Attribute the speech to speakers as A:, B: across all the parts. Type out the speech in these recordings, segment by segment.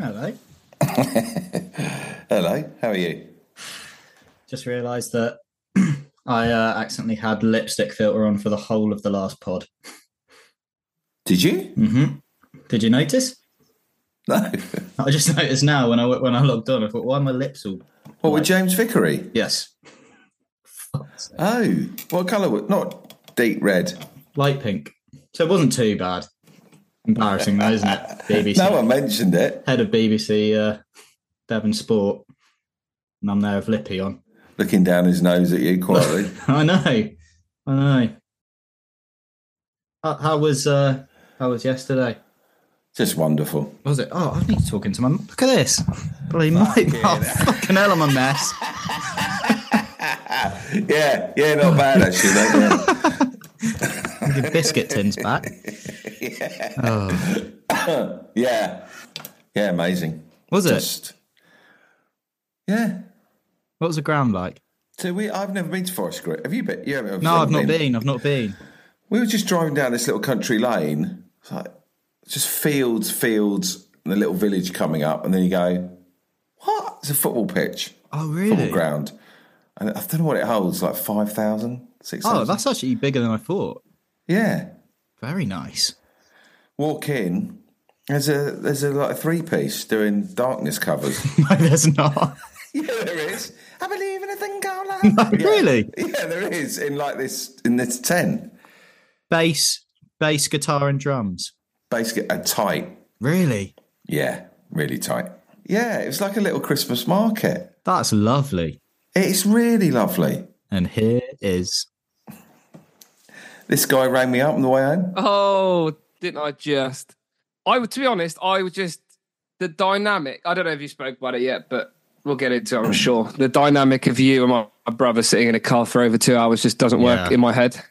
A: Hello.
B: Hello, how are you?
A: Just realised that I uh, accidentally had lipstick filter on for the whole of the last pod.
B: Did you?
A: Mm-hmm. Did you notice?
B: No.
A: I just noticed now when I when I logged on. I thought, why are my lips all?
B: What with James Vickery?
A: Yes.
B: Oh, what colour? wa- Not deep red.
A: Light pink. So it wasn't too bad. Embarrassing though, isn't it? BBC
B: No one mentioned it.
A: head of BBC uh, Devon Sport, and I'm there with Lippy on.
B: Looking down his nose at you quietly.
A: I know. I know. How, how was uh, how was yesterday?
B: Just wonderful.
A: What was it? Oh, I need to talk into my. Look at this. Bloody mic. Oh, fucking hell, I'm a mess.
B: Ah, Yeah, yeah, not bad actually. mate, yeah.
A: I'll give biscuit tins back. Oh,
B: yeah, yeah, amazing.
A: was it?
B: Just, yeah.
A: What was the ground like?
B: So we, I've never been to Forest Green. Have you been? You haven't,
A: No, I've not been. I've not been.
B: We were just driving down this little country lane. It's like just fields, fields, and a little village coming up, and then you go, "What? It's a football pitch,
A: Oh,
B: football
A: really?
B: ground." And I don't know what it holds, like 5,000, 6,000?
A: Oh, that's actually bigger than I thought.
B: yeah.
A: Very nice.
B: Walk in. There's a there's a like a three piece doing darkness covers.
A: No, there's not.
B: yeah, there is. I believe in a thing called love. Yeah.
A: Really?
B: Yeah, there is in like this in this tent,
A: Bass, bass, guitar, and drums.
B: basically a uh, tight.
A: Really?
B: Yeah, really tight. Yeah, it was like a little Christmas market.
A: That's lovely.
B: It's really lovely.
A: And here is.
B: This guy rang me up on the way home.
C: Oh, didn't I just? I would, to be honest, I would just the dynamic. I don't know if you spoke about it yet, but we'll get into.
B: Mm.
C: it, I'm sure the dynamic of you and my, my brother sitting in a car for over two hours just doesn't work
A: Yeah.
C: in my head. Oh.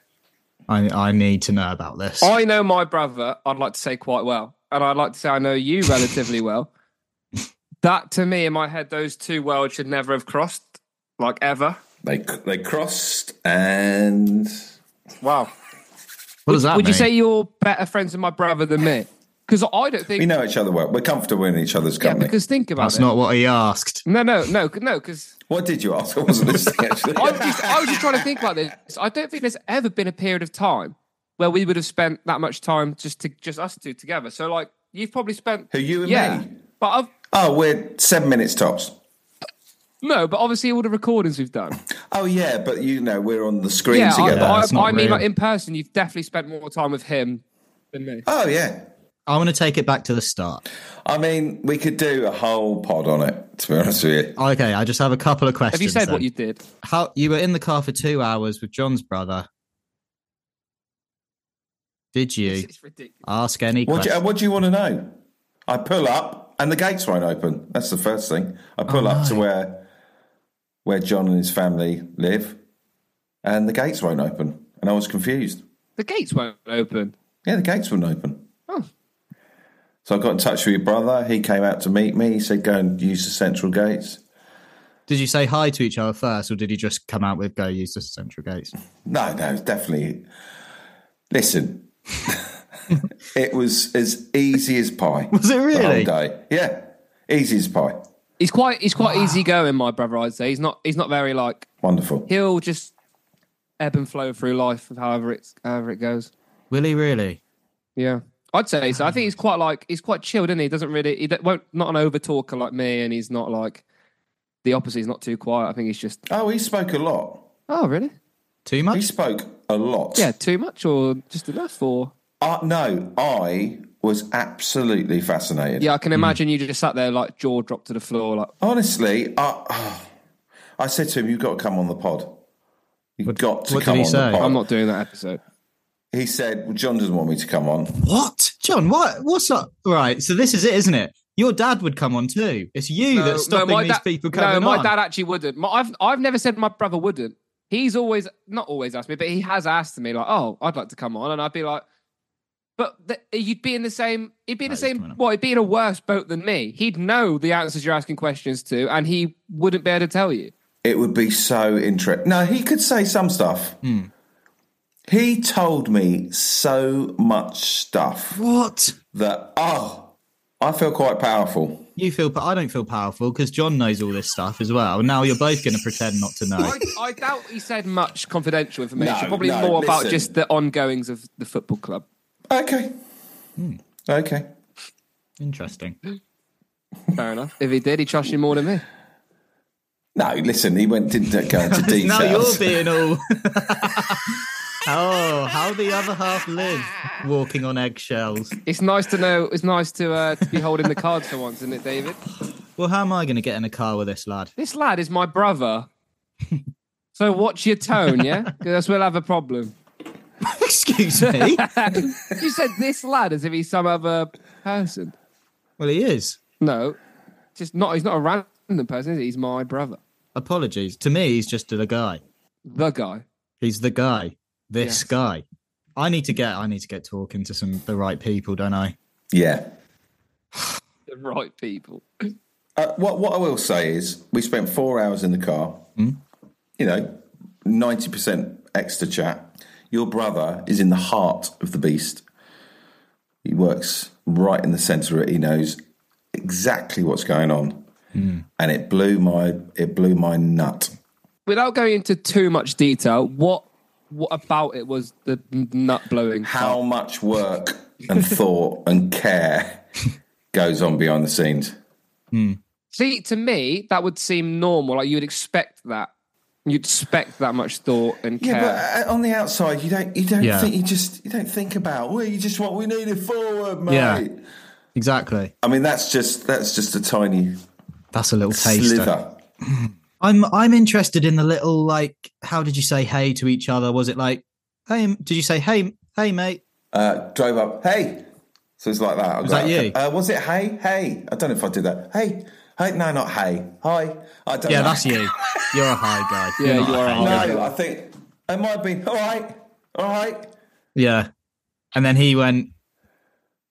A: I, I need to know about this.
C: I know my brother. I'd like to say quite well, and I'd like to say I know you relatively well. That to me, in my head, those two worlds should never have crossed, like ever.
B: They they crossed and
C: Wow.
A: what does that
C: Would you
A: mean?
C: say you're better friends with my brother than me? Because I don't think.
B: we know each other well. We're comfortable in each other's
C: yeah,
B: company.
C: because think about
A: That's
C: it.
A: not what he asked.
C: no, no, no, no, because.
B: what did you ask? I wasn't listening actually.
C: I was, just, I was just trying to think about this. I don't think there's ever been a period of time where we would have spent that much time just to just us two together. So like you've probably spent
B: Who, you and
C: yeah,
B: me?
C: but I've
B: oh, we're seven minutes tops.
C: no, but obviously all the recordings we've done.
B: Oh yeah, but you know we're on the screen
C: Yeah, I,
B: together.
C: but
A: That's
C: I,
A: not
C: I mean
A: real.
C: like in person, you've definitely spent more time with him than me.
B: oh yeah.
A: I want to take it back to the start.
B: I mean, we could do a whole pod on it. To be honest with you,
A: Okay, I just have a couple of questions.
C: Have you said
A: then.
C: what you did?
A: How you were in the car for two hours with John's brother? Did
C: It's,
A: you
C: it's ridiculous.
A: ask any
B: what do you,
A: questions?
B: what do you want to know? I pull up and the gates won't open. That's the first thing.
A: Oh,
B: I pull up to where where John and his family live, and the gates won't open. And I was confused.
C: The gates won't open.
B: Yeah, the gates wouldn't open.
C: Oh.
B: So I got in touch with your brother. He came out to meet me. He said, "Go and use the central gates."
A: Did you say hi to each other first, or did you just come out with "Go use the central gates"?
B: No, no, definitely. Listen, It was as easy as pie.
D: Was it
B: The
D: really?
B: whole day. Yeah. Easy as pie.
C: He's quite he's quite easygoing, my brother. I'd say he's not he's not very like
B: Wonderful.
C: he'll just ebb and flow through life, however it's however it goes.
A: Will he really?
C: Yeah, I'd say so. I think he's quite like he's quite chilled, isn't he? Doesn't really he don't- won't not an over talker like me, and he's not like the opposite. He's not too quiet. I think he's just
B: Oh, he spoke a lot.
C: oh really?
A: Too
B: He
A: much?
B: spoke a lot.
C: Yeah, too much or just enough or
B: Uh, no, I was absolutely fascinated.
C: yeah. I
A: Hmm.
C: can imagine you just sat there like jaw dropped to the floor, like
B: Honestly, I, I said to him, "You've got to come on the pod. You've got to
A: what did
B: come
A: he
B: on
A: say?
B: the pod."
C: I'm not doing that episode.
B: he said, well, "John doesn't want me to come on."
A: What? John, what? What's up? Right, so this is it, isn't it? Your dad would come on too. It's you that's stopping
C: my
A: these
C: dad-
A: people
C: No,
A: coming
C: my
A: on.
C: dad actually wouldn't. My, I've I've never said my brother wouldn't. He's always not always asked me, but he has asked me like, "Oh, I'd like to come on," and I'd be like, "But th- you'd be in the same. He'd be in
A: That
C: the
A: is coming
C: same.
A: up.
C: Well, he'd be in a worse boat than me. He'd know the answers you're asking questions to, and he wouldn't be able to tell you.
B: It would be so interesting. No, he could say some stuff.
A: Hmm.
B: He told me so much stuff
A: What?
B: that oh, I feel quite powerful.
A: You feel, but I don't feel powerful because John knows all this stuff as well. Now you're both going to pretend not to know.
C: I, I doubt he said much confidential information.
B: No,
C: Probably
B: no,
C: more about
B: listen.
C: just the ongoings of the football club.
B: Okay, okay.
A: Interesting.
C: Fair enough. If he did, he trusts you more than me.
B: No, listen, he went didn't go into details.
A: Now you're being all. oh, how the other half live, walking on eggshells.
C: It's nice to know. It's nice to uh, to be holding the cards for once, isn't it, David?
A: Well, how am I going to get in a car with this lad?
C: this lad is my brother. so watch your tone, yeah? Because we'll have a problem.
A: Excuse me.
C: you said this lad as if he's some other person.
A: well, he is.
C: No, just not. He's not a random person. Is he? He's my brother,
A: Apologies. To me, he's just the guy.
C: the guy.
A: He's the guy. This
C: Yes.
A: guy. I need to get. I need to get talking to some the right people, don't I?
B: yeah.
C: The right people.
B: Uh, what what I will say is, we spent four hours in the car. You know, ninety percent extra chat. Your brother is in the heart of the beast. He works right in the centre. of it. He knows exactly what's going on, and it blew my it blew my nut.
C: Without going into too much detail, what what about it was the nut blowing?
B: How much work and thought and care goes on behind the scenes?
C: See, to me, that would seem normal. Like you'd expect that. You'd expect that much thought and care.
B: Yeah, but uh, on the outside, you don't you don't
A: Yeah.
B: think you just you don't think about. Well, you just what we need it forward, mate.
A: Yeah. Exactly.
B: I mean, that's just that's just a tiny
A: That's a little taster.
B: sliver.
A: I'm I'm interested in the little like. How did you say hey to each other? Was it like, hey? m- Did you say hey, hey mate?
B: Uh, drove up. Hey, so it's like that. I was
A: that you?
B: Uh, was it? Hey, hey. I don't know if I did that. Hey, hey. No, not hey. Hi. I don't.
A: Yeah,
B: know.
A: that's you. You're a high guy.
C: Yeah,
A: not
C: you are a
A: high
C: high
A: guy.
C: guy.
B: No, I think it might be. All right, all right.
A: Yeah. And then he went.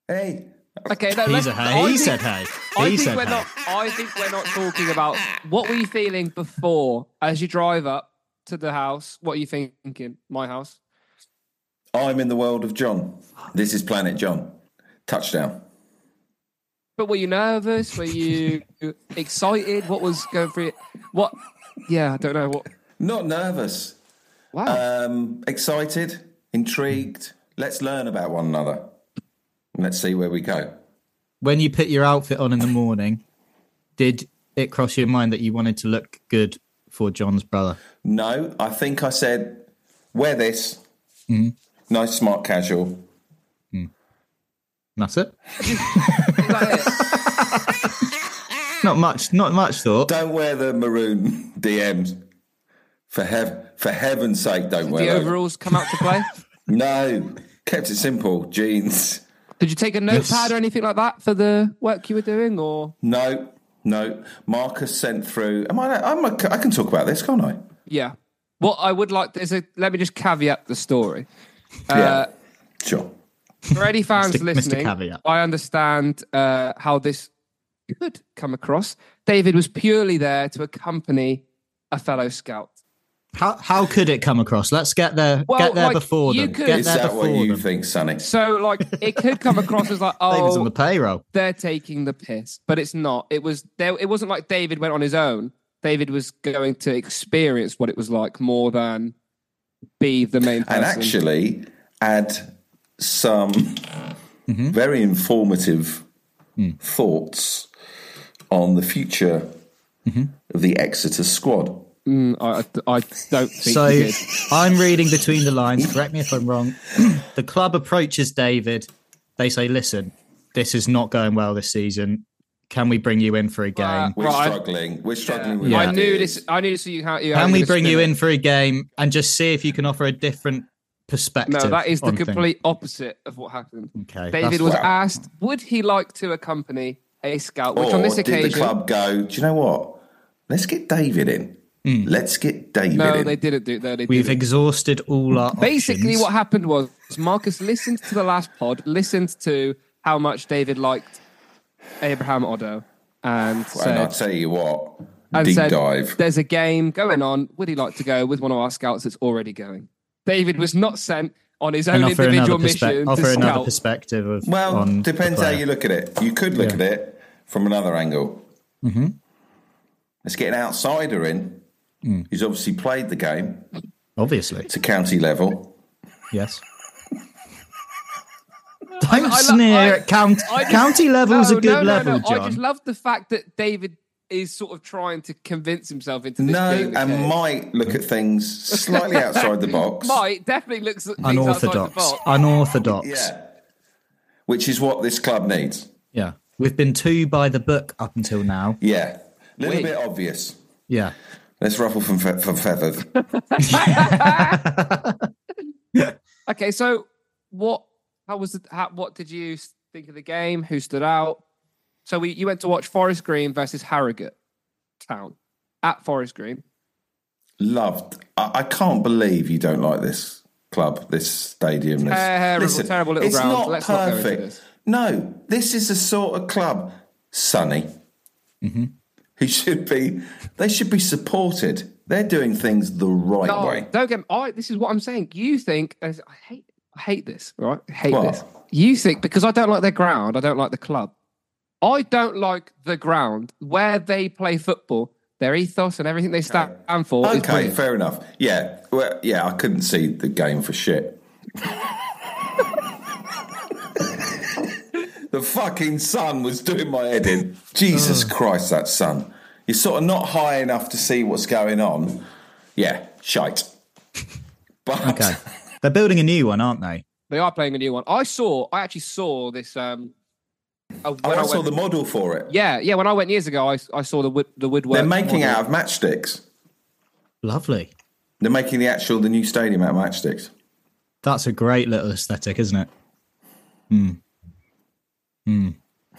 B: Hey,
C: Okay, no, let's-
A: He's a
C: I
A: hey. He
C: think-
A: said hey.
C: I
A: He
C: think
A: said
C: we're
A: hey.
C: not. I think we're not talking about what were you feeling before as you drive up to the house. What are you thinking? My house.
B: I'm in the world of John. This is Planet John. Touchdown.
C: But were you nervous? Were you excited? What was going through? It? What? Yeah, I don't know. What?
B: Not nervous.
C: Wow.
B: Um, excited, intrigued. Let's learn about one another. And Let's see where we go.
A: When you put your outfit on in the morning, did it cross your mind that you wanted to look good for John's brother?
B: No, I think I said, wear this.
A: Mm-hmm.
B: Nice, smart, casual.
A: And Mm. That's it.
C: Is that it?
A: Not much. Not much thought.
B: Don't wear the maroon DMs. For heav- for heaven's sake, don't wear
C: the
B: those.
C: overalls come out to play.
B: No, kept it simple. Jeans.
C: Did you take a notepad or anything like that for the work you were doing? Or
B: No, no. Marcus sent through. Am I? I'm a, I can talk about this, can't I?
C: yeah. What I would like is a. Let me just caveat the story. Uh,
B: yeah, sure.
C: For any fans
A: Mr.
C: listening,
A: Caveat.
C: I understand uh, how this could come across. David was purely there to accompany a fellow scout.
A: How how could it come across? Let's get there.
C: Well,
A: get there
C: like,
A: before
C: you
A: them.
C: could-
A: get
B: Is
A: there
B: that
A: before
B: what you
A: them.
B: think, Sonny?
C: So like it could come across as like
A: They was on
C: oh
A: the payroll.
C: they're taking the piss, but it's not. It was there. It wasn't like David went on his own. David was going to experience what it was like more than be the main person.
B: and actually add some
C: Mm-hmm.
B: very informative
C: Hmm.
B: thoughts on the future
C: Mm-hmm.
B: of the Exeter squad.
C: Mm, I, I I don't think
A: So
C: he did.
A: I'm reading between the lines. Correct me if I'm wrong. the club approaches David. They say, "Listen, this is not going well this season. Can we bring you in for a game?
B: We're
C: Right.
B: struggling. We're struggling with
C: I knew
B: ideas.
C: this. I knew this. You, how, you
A: Can we bring you in for a game and just see if you can offer a different perspective?"
C: No, that is the
A: on things?
C: complete opposite of what happened.
A: Okay,
C: David
A: that's
C: was
B: fine.
C: asked, would he like to accompany a scout? Which
B: or
C: on this
B: Oh, did the
C: occasion,
B: club go? Do you know what? Let's get David in. Let's get David
C: Hmm. no,
B: in.
C: they didn't do. No, they
A: We've
C: didn't.
A: exhausted all our
C: Basically,
A: options.
C: what happened was Marcus listened to the last pod, listened to how much David liked Abraham Oddo, and
B: and I
C: said,
B: tell you what,
C: and
B: deep
C: said,
B: dive.
C: There's a game going on. Would he like to go with one of our scouts that's already going? David was not sent on his own
A: and offer another,
C: individual
A: perspe-
C: mission
A: offer
C: to
A: another
C: scout.
A: perspective of
B: Well,
A: on the
B: depends how
A: player.
B: you look at it. You could look at it from another angle.
A: Mm-hmm.
B: Let's get an outsider in who's obviously played the game
A: Mm. Obviously,
B: to county level.
A: yes. Don't
C: I-
A: sneer
C: I-
A: at count-
C: I just-
A: county level's
C: no,
A: a good
C: no, no,
A: level,
C: no.
A: John.
C: I just love the fact that David is sort of trying to convince himself into this
B: No,
C: being the
B: and
C: case.
B: might look at things slightly outside the box.
C: Mike definitely looks at things outside the
A: unorthodox,
C: box.
A: unorthodox. Yeah.
B: Yeah. Which is what this club needs.
A: we've been two by the book up until now.
B: Yeah. A little
C: Wait.
B: bit obvious.
A: Yeah,
B: Let's ruffle from, fe- from feathers.
C: Okay, so what? How was it? How, what did you s- think of the game? Who stood out? So we you went to watch Forest Green versus Harrogate Town at Forest Green.
B: Loved. I-, I can't believe you don't like this club, this stadium. This.
C: Terrible, terrible little
B: it's
C: ground.
B: Not
C: Let's not go into
B: perfect.
C: this.
B: No, this is the sort of club, Sonny,
C: Mm-hmm.
B: who should be, they should be supported. They're doing things the right
C: No,
B: way.
C: don't get. I this is what I'm saying. You think as I hate. I hate this. Right, I hate
B: What?
C: this. You think because I don't like their ground. I don't like the club. I don't like the ground where they play football. Their ethos and everything they stand for. Is
B: Okay,
C: brilliant.
B: fair enough. Yeah, well, yeah, I couldn't see the game for shit. the fucking sun was doing my head in. Jesus
C: Oh.
B: Christ, that sun! You're sort of not high enough to see what's going on. Yeah, shite. But
A: okay. They're building a new one, aren't they?
C: They are playing a new one. I saw. I actually saw this. Um, uh,
B: oh,
C: when
B: I saw
C: went-
B: the model for it.
C: Yeah, yeah. When I went years ago, I, I saw the wood, the woodwork.
B: They're making
C: model.
B: out of matchsticks.
A: Lovely.
B: They're making the actual the new stadium out of matchsticks.
A: That's a great little aesthetic, isn't it? Hmm. Hmm.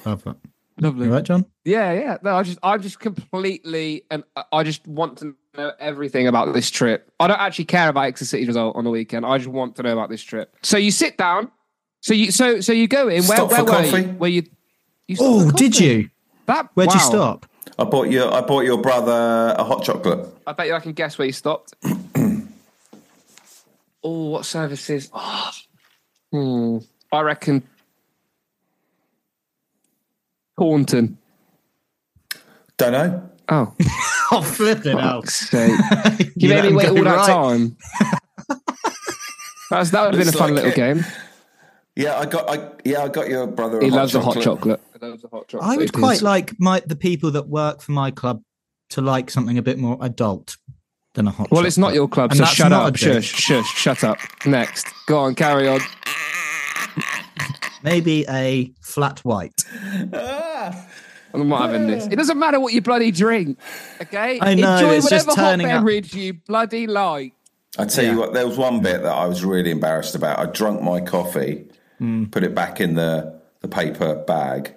A: Love that.
C: lovely.
A: You right, John?
C: Yeah, yeah. No, I just, I'm just completely, and I- I just want to know everything about this trip. I don't actually care about Exeter City's result on the weekend. I just want to know about this trip. So you sit down. So you, so, so you go in. Where,
B: Stop
C: where
B: for
C: were
B: coffee.
C: you? Where you? you stopped
A: Oh,
C: for
A: did
C: coffee.
A: you?
C: That
A: Where'd you
C: wow.
A: stop?
B: I bought your I bought your brother a hot chocolate.
C: I bet you I can guess where you stopped. oh, what services? Oh, hmm. I reckon Taunton.
B: Don't know.
C: Oh,
A: Oh, flipping out.
C: fuck's sake. You made
A: let
C: me
A: him
C: wait
A: go
C: all that
A: right.
C: time. That's, that would have been a
B: Looks
C: fun
B: like
C: little
B: it.
C: game.
B: Yeah, I got. I, yeah, I got your brother. A
C: He
B: hot
C: loves
B: chocolate.
C: a hot chocolate. He loves a hot chocolate.
A: I would quite like my the people that work for my club to like something a bit more adult than a hot.
C: Well, it's not your club,
A: And
C: so
A: that's
C: shut
A: not
C: up.
A: a dick.
C: Shush, shush, shut up. Next. Go on, carry on.
A: Maybe a flat white. Mm-hmm.
C: I'm not having this. It doesn't matter what you bloody drink, okay?
A: I know,
C: Enjoy
A: it's
C: whatever
A: just
C: hot
A: turning up.
C: beverage you bloody like.
B: I tell you what, there was one bit that I was really embarrassed about. I drunk my coffee,
A: Hmm.
B: put it back in the the paper bag,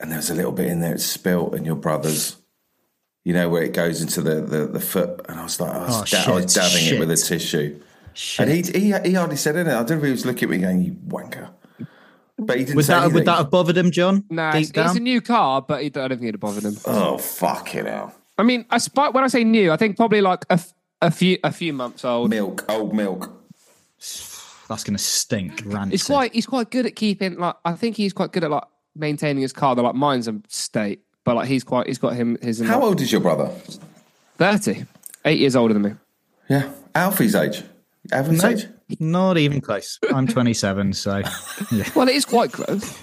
B: and there was a little bit in there. It spilt in your brother's. You know where it goes into the the, the foot, and I was like, I was,
A: Oh,
B: da- I was
A: shit,
B: dabbing it with a
A: shit.
B: tissue, and he, he he hardly said anything. I don't know if he was looking at me going, "You wanker," but he didn't
A: Would
B: say
A: that
B: anything.
A: would that have bothered him, John?
C: Nah,
A: Deep
C: it's,
A: down?
C: it's a new car, but I don't think it'd bother them.
B: oh fucking hell!
C: I mean, I spy, when I say new, I think probably like a, f- a few a few months old.
B: Milk, old milk.
A: That's going to stink. Rancid.
C: It's quite he's quite good at keeping like I think he's quite good at like maintaining his car. Though like mine's a state, but like he's quite he's got him his in,
B: How
C: like,
B: old is your brother?
C: thirty. Eight years older than me.
B: Yeah, Alfie's age. Alfie's
A: No,
B: age.
A: not even close. I'm 27, so yeah.
C: Well, it is quite close.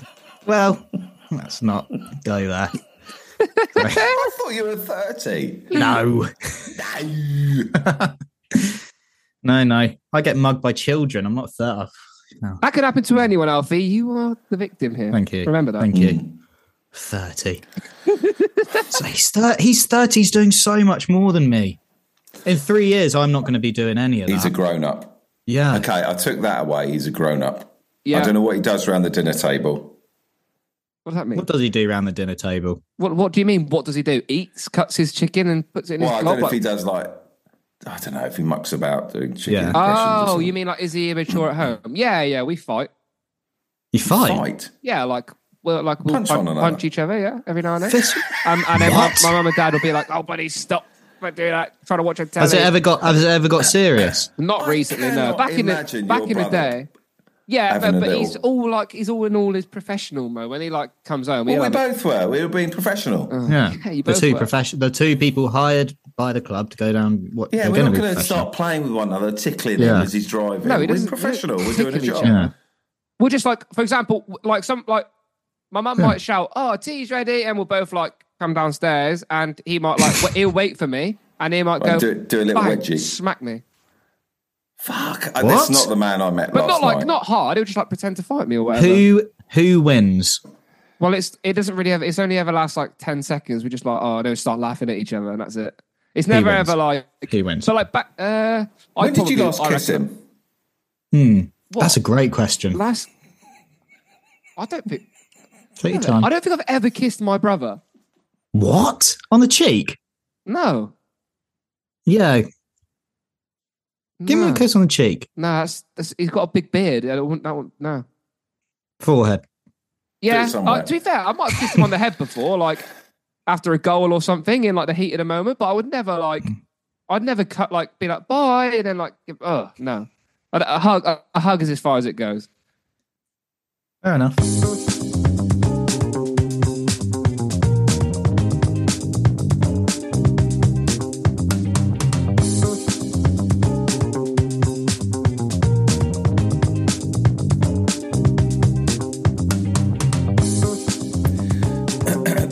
A: well, let's not go there.
B: I thought you were thirty.
A: No, no, no. I get mugged by children. I'm not oh, 30.
C: That could happen to anyone, Alfie. You are the victim here.
A: Thank you.
C: Remember that.
A: Thank
B: Mm.
A: you. 30. so he's, thir- he's 30. He's doing so much more than me. In three years, I'm not going to be doing any of that.
B: He's a grown up.
A: yeah.
B: Okay, I took that away. He's a grown up.
C: Yeah.
B: I don't know what he does around the dinner table.
C: What does that mean?
A: What does he do round the dinner table?
C: What What do you mean? What does he do? Eats, cuts his chicken, and puts it in
B: Well, I
C: his
B: don't
C: glove.
B: know if he does like. I don't know if he mucks about doing chicken
A: Yeah.
B: impressions. or
C: oh,
B: something.
C: you mean like is he immature at home? Yeah, yeah. We fight.
A: You fight.
B: fight?
C: Yeah, like we'll like we'll
B: Punch
C: punch,
B: one another.
C: punch each other. Yeah, every now and then. um, and then my,
A: What?
C: my mum and dad will be like, "Oh, buddy, stop." Don't do that. Trying to watch a telly.
A: Has it ever got? Has it ever got serious?
C: Not
B: I
C: recently, no.
B: cannot
C: Back in the
B: imagine
C: back
B: your
C: in the
B: brother
C: day. Yeah,
B: having
C: but,
B: a
C: but
B: little-
C: he's all like he's all in all his professional mode. When he like comes home,
B: Well,
C: he'll
B: we
C: have a-
B: both were. We were being professional.
A: Yeah,
C: Yeah, Uh, you
A: the
C: both
A: two
C: were.
A: profession, the two people hired by the club to go down. What?
B: yeah,
A: they're
B: we're not
A: be
B: going to
A: professional.
B: start playing with one another, tickling
A: Yeah.
B: him as he's driving.
C: No, he
B: we're
C: doesn't-
B: professional.
C: he
B: We're
C: doesn't
B: doing a
C: tickle each
B: job.
C: other.
A: Yeah.
C: we're just like, for example, w- like some like my mum might shout, "Oh, tea's ready," and we'll both like come downstairs, and he might like w- he'll wait for me, and he might
B: Right,
C: go
B: do, do a little
C: bang,
B: wedgie.
C: smack me,
B: Fuck, uh,
A: What?
B: that's not the man I met
C: but
B: last
C: not like
B: night.
C: not hard. He'll just like pretend to fight me or whatever.
A: Who who wins?
C: Well, it's it doesn't really ever. It's only ever lasts like ten seconds. We just like oh, no, start laughing at each other, and that's it. It's never
A: wins.
C: ever like
A: He wins.
C: so like back. Uh, I
B: when did you
C: probably-
B: last
C: I
B: kiss
C: reckon-
B: him?
A: Hmm. That's a great question.
C: Last. I don't think
A: Take your time.
C: I don't think I've ever kissed my brother.
A: What on the cheek?
C: No.
A: Yeah, give
C: no.
A: me a kiss on the cheek,
C: No, that's, that's he's got a big beard. I wouldn't, that wouldn't, no.
A: forehead.
C: Yeah.
B: somewhere.
C: uh, to be fair, I might have kissed him on the head before, like after a goal or something in like the heat of the moment, but I would never like, I'd never cut like be like bye and then like, give- oh no, a, a hug, a, a hug is as far as it goes.
A: Fair enough.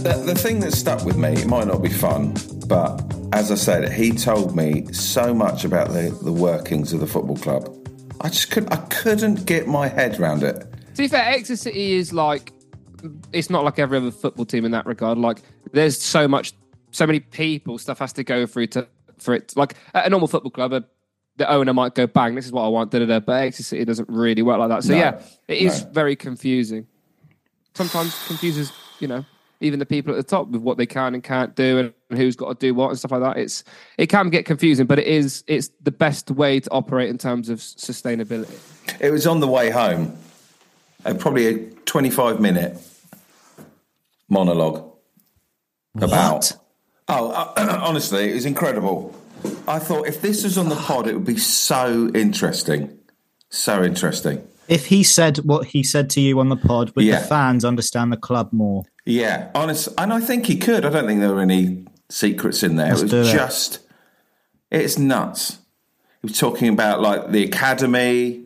B: The, the thing that stuck with me, it might not be fun, but as I said, he told me so much about the, the workings of the football club. I just could I couldn't get my head round it.
C: To be fair, Exeter City is like, it's not like every other football team in that regard. Like, there's so much, so many people stuff has to go through to for it. Like at a normal football club, a, the owner might go, "Bang, this is what I want." Da da da. But Exeter City doesn't really work like that. So
B: No,
C: yeah, it is
B: no.
C: very confusing. Sometimes confuses, you know, even the people at the top with what they can and can't do and, who's got to do what and stuff like that. It's it can get confusing, but it is it's the best way to operate in terms of s- sustainability.
B: It was on the way home, uh, probably a 25 minute monologue about. Oh, uh, honestly, it was incredible. I thought if this was on the pod, it would be so interesting. So interesting.
A: If he said what he said to you on the pod, would
B: Yeah.
A: the fans understand the club more?
B: Yeah, honest, and I think he could. I don't think there were any secrets in there. it
A: do
B: was
A: it.
B: just, it's nuts. He was talking about like the academy,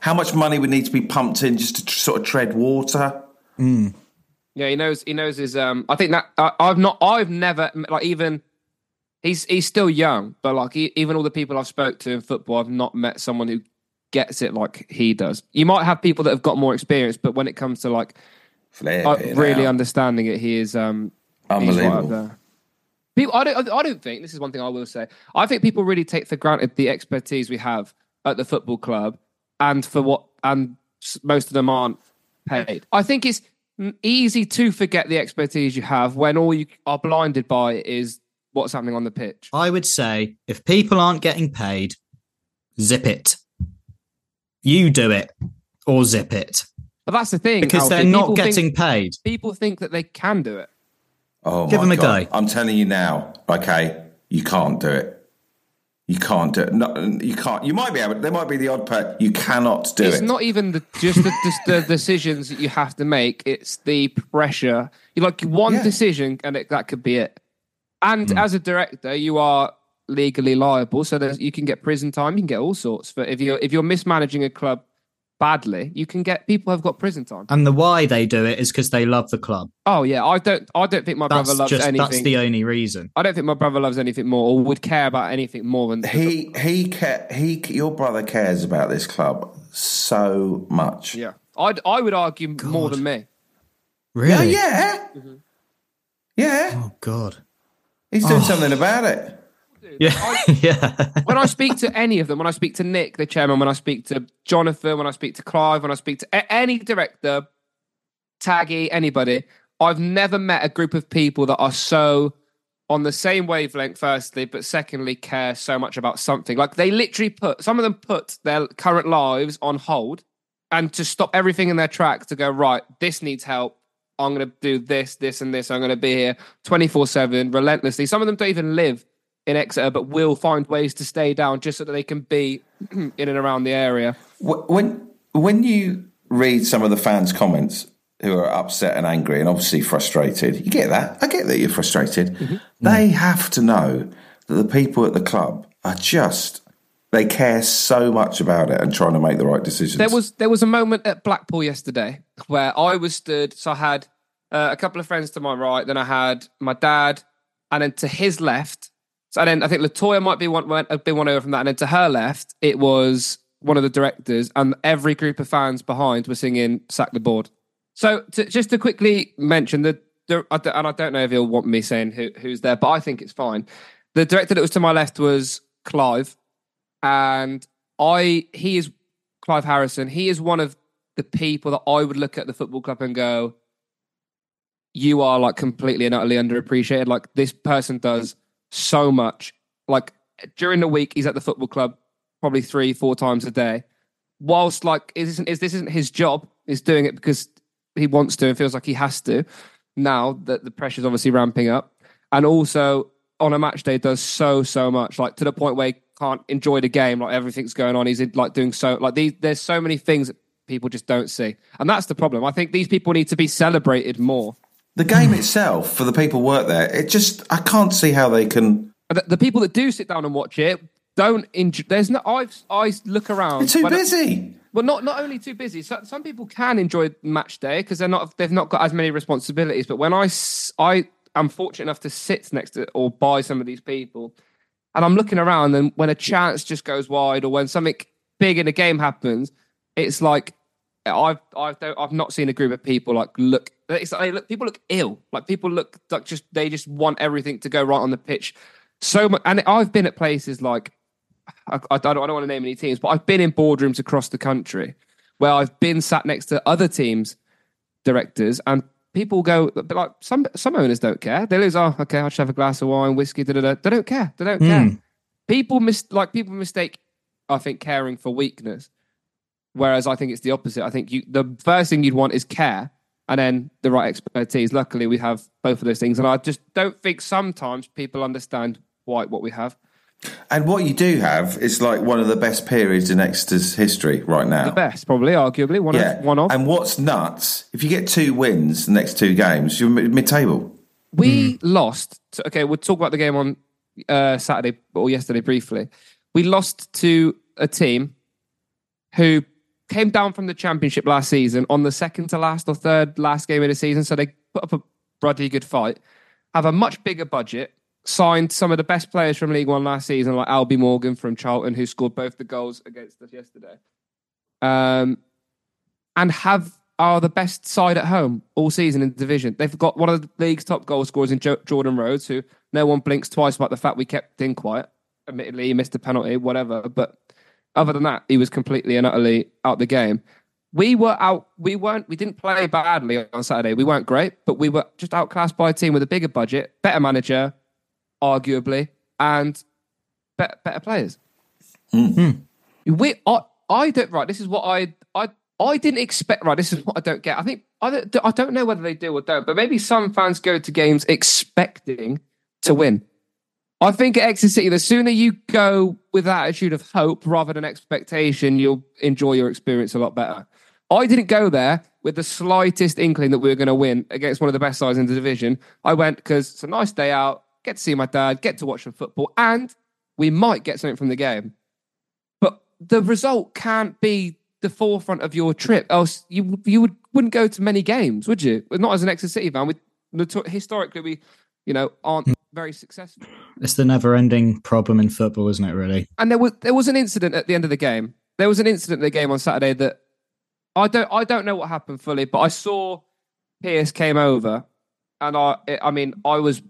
B: how much money would need to be pumped in just to tr- sort of tread water.
C: Yeah, he knows. He knows his. Um, I think that I, I've not. I've never like even. He's he's still young, but like e even all the people I've spoke to in football, I've not met someone who gets it like he does. You might have people that have got more experience, but when it comes to like uh,
B: Flipping
C: really
B: hell.
C: understanding it, he is um he's right up
B: Unbelievable.
C: there. People, I don't. I don't think this is one thing I will say. I think people really take for granted the expertise we have at the football club, and for what and s- most of them aren't paid. I think it's n- easy to forget the expertise you have when all you are blinded by is what's happening on the pitch.
A: I would say if people aren't getting paid, zip it. You do it or zip it
C: But that's the thing
A: because
C: Alfie,
A: they're not
C: people think-
A: getting paid.
C: people think that they can do it.
B: Oh,
A: Give
B: my
A: him a
B: God.
A: go.
B: I'm telling you now, okay, you can't do it. You can't do it. No, you can't. You might be able. There might be the odd pair. You cannot do
C: it's
B: it.
C: not even the, just the, just the decisions that you have to make. It's the pressure. You like one
B: Yeah.
C: decision, and it, that could be it. And
A: Hmm.
C: as a director, you are legally liable, so that you can get prison time. You can get all sorts. But if you're if you're mismanaging a club badly, you can get people have got prison time.
A: And the why they do it is because they love the club.
C: Oh yeah, I don't I don't think my
A: That's
C: brother loves
A: just
C: anything.
A: that's the only reason.
C: I don't think my brother loves anything more, or would care about anything more than
B: he he ca- he. Your brother cares about this club so much.
C: yeah. I'd I would argue more than me.
B: Yeah.
A: Really?
B: Yeah. Yeah.
A: Oh God. Oh.
B: He's doing something about it.
A: Yeah. yeah.
C: when I speak to any of them, when I speak to Nick, the chairman, when I speak to Jonathan, when I speak to Clive, when I speak to a- any director, Taggy, anybody, I've never met a group of people that are so on the same wavelength, firstly, but secondly, care so much about something. Like they literally put, some of them put their current lives on hold and to stop everything in their tracks to go, right, this needs help. I'm going to do this, this, and this. I'm going to be here 24 7, relentlessly. Some of them don't even live in Exeter, but will find ways to stay down just so that they can be in and around the area.
B: Wh- when when you read some of the fans' comments who are upset and angry and obviously frustrated, you get that. I get that you're frustrated. They have to know that the people at the club are just they care so much about it and trying to make the right decisions.
C: There was there was a moment at Blackpool yesterday where I was stood. So I had uh, a couple of friends to my right, then I had my dad, and then to his left. So and then I think Latoya might be one might have been one over from that, and then to her left it was one of the directors, and every group of fans behind were singing "Sack the Board." So to, just to quickly mention the, the I don't- and I don't know if he'll want me saying who, who's there, but I think it's fine. The director that was to my left was Clive, and I he is Clive Harrison. He is one of the people that I would look at the football club and go, "You are like completely and utterly underappreciated. Like this person does so much. Like during the week, he's at the football club probably three, four times a day. Whilst like is isn't is this isn't his job? He's doing it because he wants to and feels like he has to. Now that the pressure's obviously ramping up, and also on a match day does so so much like to the point where he can't enjoy the game like everything's going on he's in, like doing so like these there's so many things that people just don't see and that's the problem i think these people need to be celebrated more
B: the game itself for the people who work there. It just I can't see how they can.
C: And the, the people that do sit down and watch it don't enjoy there's no i've i look around
B: They're too
C: when I-
B: busy.
C: Well, not not only too busy. So, some people can enjoy match day because they're not they've not got as many responsibilities. But when I s- I am fortunate enough to sit next to or by some of these people, and I'm looking around, and when a chance just goes wide or when something big in a game happens, it's like I've I've don't, I've not seen a group of people like look. It's like they look people look ill. Like people look like just they just want everything to go right on the pitch. So much, and I've been at places like I, I don't, I don't want to name any teams, but I've been in boardrooms across the country where I've been sat next to other teams' directors, and people go, but like some some owners don't care. They lose. Oh, okay, I'll just have a glass of wine, whiskey. Da, da, da. They don't care. They
A: Hmm.
C: don't care. People mis- like people mistake, I think, caring for weakness. Whereas I think it's the opposite. I think you the first thing you'd want is care, and then the right expertise. Luckily, we have both of those things, and I just don't think sometimes people understand quite what we have.
B: And what you do have is like one of the best periods in Exeter's history right now.
C: The best, probably, arguably, one
B: Yeah,
C: of one off.
B: And what's nuts? If you get two wins the next two games, you're mid table.
C: We lost. To, okay, we'll talk about the game on uh, Saturday or yesterday briefly. We lost to a team who came down from the championship last season on the second to last or third last game of the season. So they put up a bloody good fight, have a much bigger budget, signed some of the best players from League One last season, like Albie Morgan from Charlton, who scored both the goals against us yesterday. Um, and have are the best side at home all season in the division. They've got one of the league's top goal scorers in jo- Jordan Rhodes, who no one blinks twice about the fact we kept in quiet. Admittedly, he missed a penalty, whatever. But other than that, he was completely and utterly out the game. We were out. We weren't. We didn't play badly on Saturday. We weren't great, but we were just outclassed by a team with a bigger budget, better manager, arguably, and better, better players. We, I, I don't. Right, this is what I, I, I didn't expect. Right, this is what I don't get. I think I don't, I don't know whether they do or don't, but maybe some fans go to games expecting to win. I think at Exeter City, the sooner you go with that attitude of hope rather than expectation, you'll enjoy your experience a lot better. I didn't go there with the slightest inkling that we were going to win against one of the best sides in the division. I went because it's a nice day out, get to see my dad, get to watch some football, and we might get something from the game. But the result can't be the forefront of your trip, else you you would, wouldn't go to many games, would you? Not as an Exeter City fan. We, noto- historically, we you know aren't very successful.
A: It's the never-ending problem in football, isn't it? Really.
C: And there was there was an incident at the end of the game. There was an incident in the game on Saturday that I don't I don't know what happened fully, but I saw Pierce came over, and I I mean I was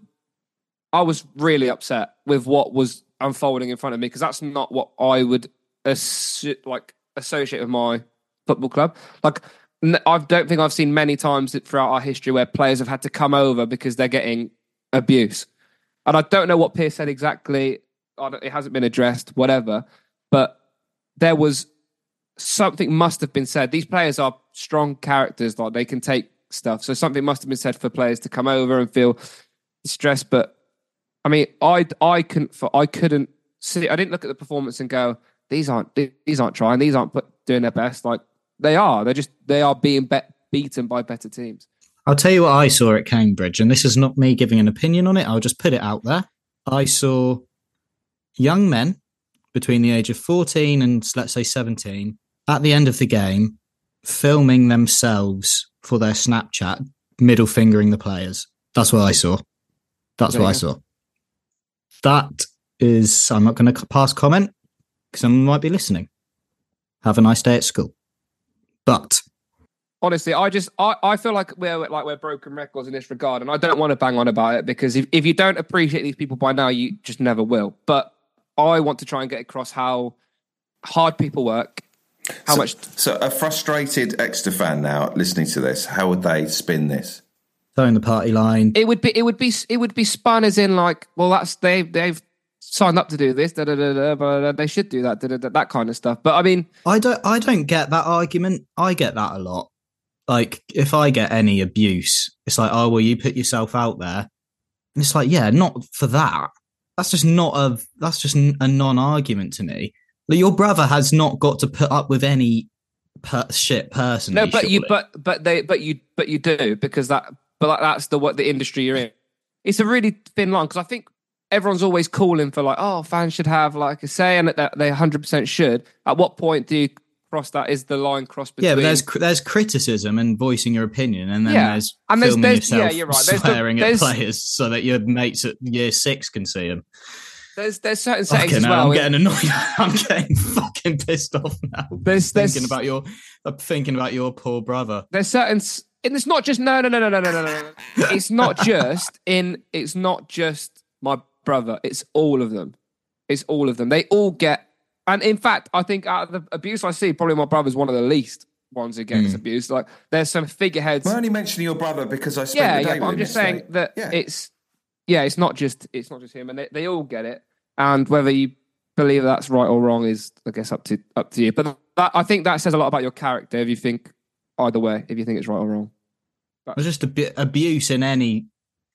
C: I was really upset with what was unfolding in front of me because that's not what I would assi- like associate with my football club. Like n- I don't think I've seen many times throughout our history where players have had to come over because they're getting abuse. And I don't know what Pierce said exactly. I don't, it hasn't been addressed, whatever. But there was something must have been said. These players are strong characters, like they can take stuff. So something must have been said for players to come over and feel stressed. But I mean, I I couldn't for I couldn't see. I didn't look at the performance and go, these aren't these aren't trying. These aren't put, doing their best. Like they are. They're just they are being bet beaten by better teams.
A: I'll tell you what I saw at Cambridge, and this is not me giving an opinion on it. I'll just put it out there. I saw young men between the age of 14 and let's say 17 at the end of the game filming themselves for their Snapchat, middle fingering the players. That's what I saw. That's
C: There
A: what I
C: you
A: saw. That is, I'm not going to pass comment because someone might be listening. Have a nice day at school. But
C: Honestly, I just I, I feel like we're like we're broken records in this regard, and I don't want to bang on about it because if, if you don't appreciate these people by now, you just never will. But I want to try and get across how hard people work, how much
B: So, a frustrated Exeter fan now listening to this, how would they spin this?
A: throwing the party line,
C: it would be it would be it would be spun as in like, well that's they they've signed up to do this, da da da da, blah, blah, they should do that, da, da, da, that kind of stuff. But I mean,
A: I don't I don't get that argument. I get that a lot. Like if I get any abuse, it's like, oh well you put yourself out there. And it's like, yeah, not for that. That's just not a that's just n- a non-argument to me. Like, your brother has not got to put up with any per- shit person.
C: no, but you but but they but you but you do because that but like, that's the what the industry you're in. It's a really thin line because I think everyone's always calling for like, oh, fans should have like a say, and that they 100 percent should. At what point do you cross that? Is the line crossed between?
A: yeah, but there's cr- there's criticism and voicing your opinion, and then
C: Yeah.
A: there's
C: And there's-
A: filming
C: there's- yeah,
A: yourself
C: you're right. There's the-
A: swearing at
C: there's-
A: players so that your mates at year six can see them.
C: there's there's certain settings
A: Fucking
C: as well.
A: hell, I'm getting annoyed. I'm getting fucking pissed off now.
C: There's- there's-
A: thinking about your I'm thinking about your poor brother.
C: there's certain s- and it's not just no no no no no no no no no. it's not just in it's not just my brother it's all of them it's all of them they all get and in fact i think out of the abuse i see probably my brother's one of the least ones who gets abused like there's some figureheads
B: I'm only mentioning your brother because I spent
C: yeah
B: the day
C: yeah
B: with
C: but
B: him
C: i'm just
B: yesterday.
C: saying that
B: Yeah.
C: it's yeah it's not just it's not just him and they, they all get it and whether you believe that's right or wrong is i guess up to up to you but that, i think that says a lot about your character if you think either way if you think it's right or wrong
A: It's just ab- abuse in any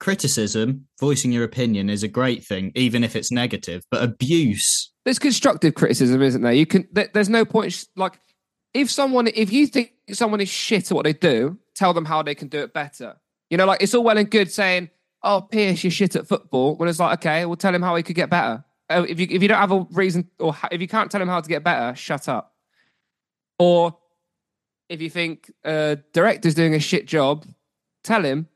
A: criticism. Voicing your opinion is a great thing, even if it's negative. But abuse,
C: there's constructive criticism, isn't there? You can. There, there's no point. Sh- like, if someone, if you think someone is shit at what they do, tell them how they can do it better. You know, like it's all well and good saying, "Oh, Pierce, you're shit at football." When it's like, okay, well, tell him how he could get better. Oh, if you if you don't have a reason or ha- if you can't tell him how to get better, shut up. Or if you think uh, director's doing a shit job, tell him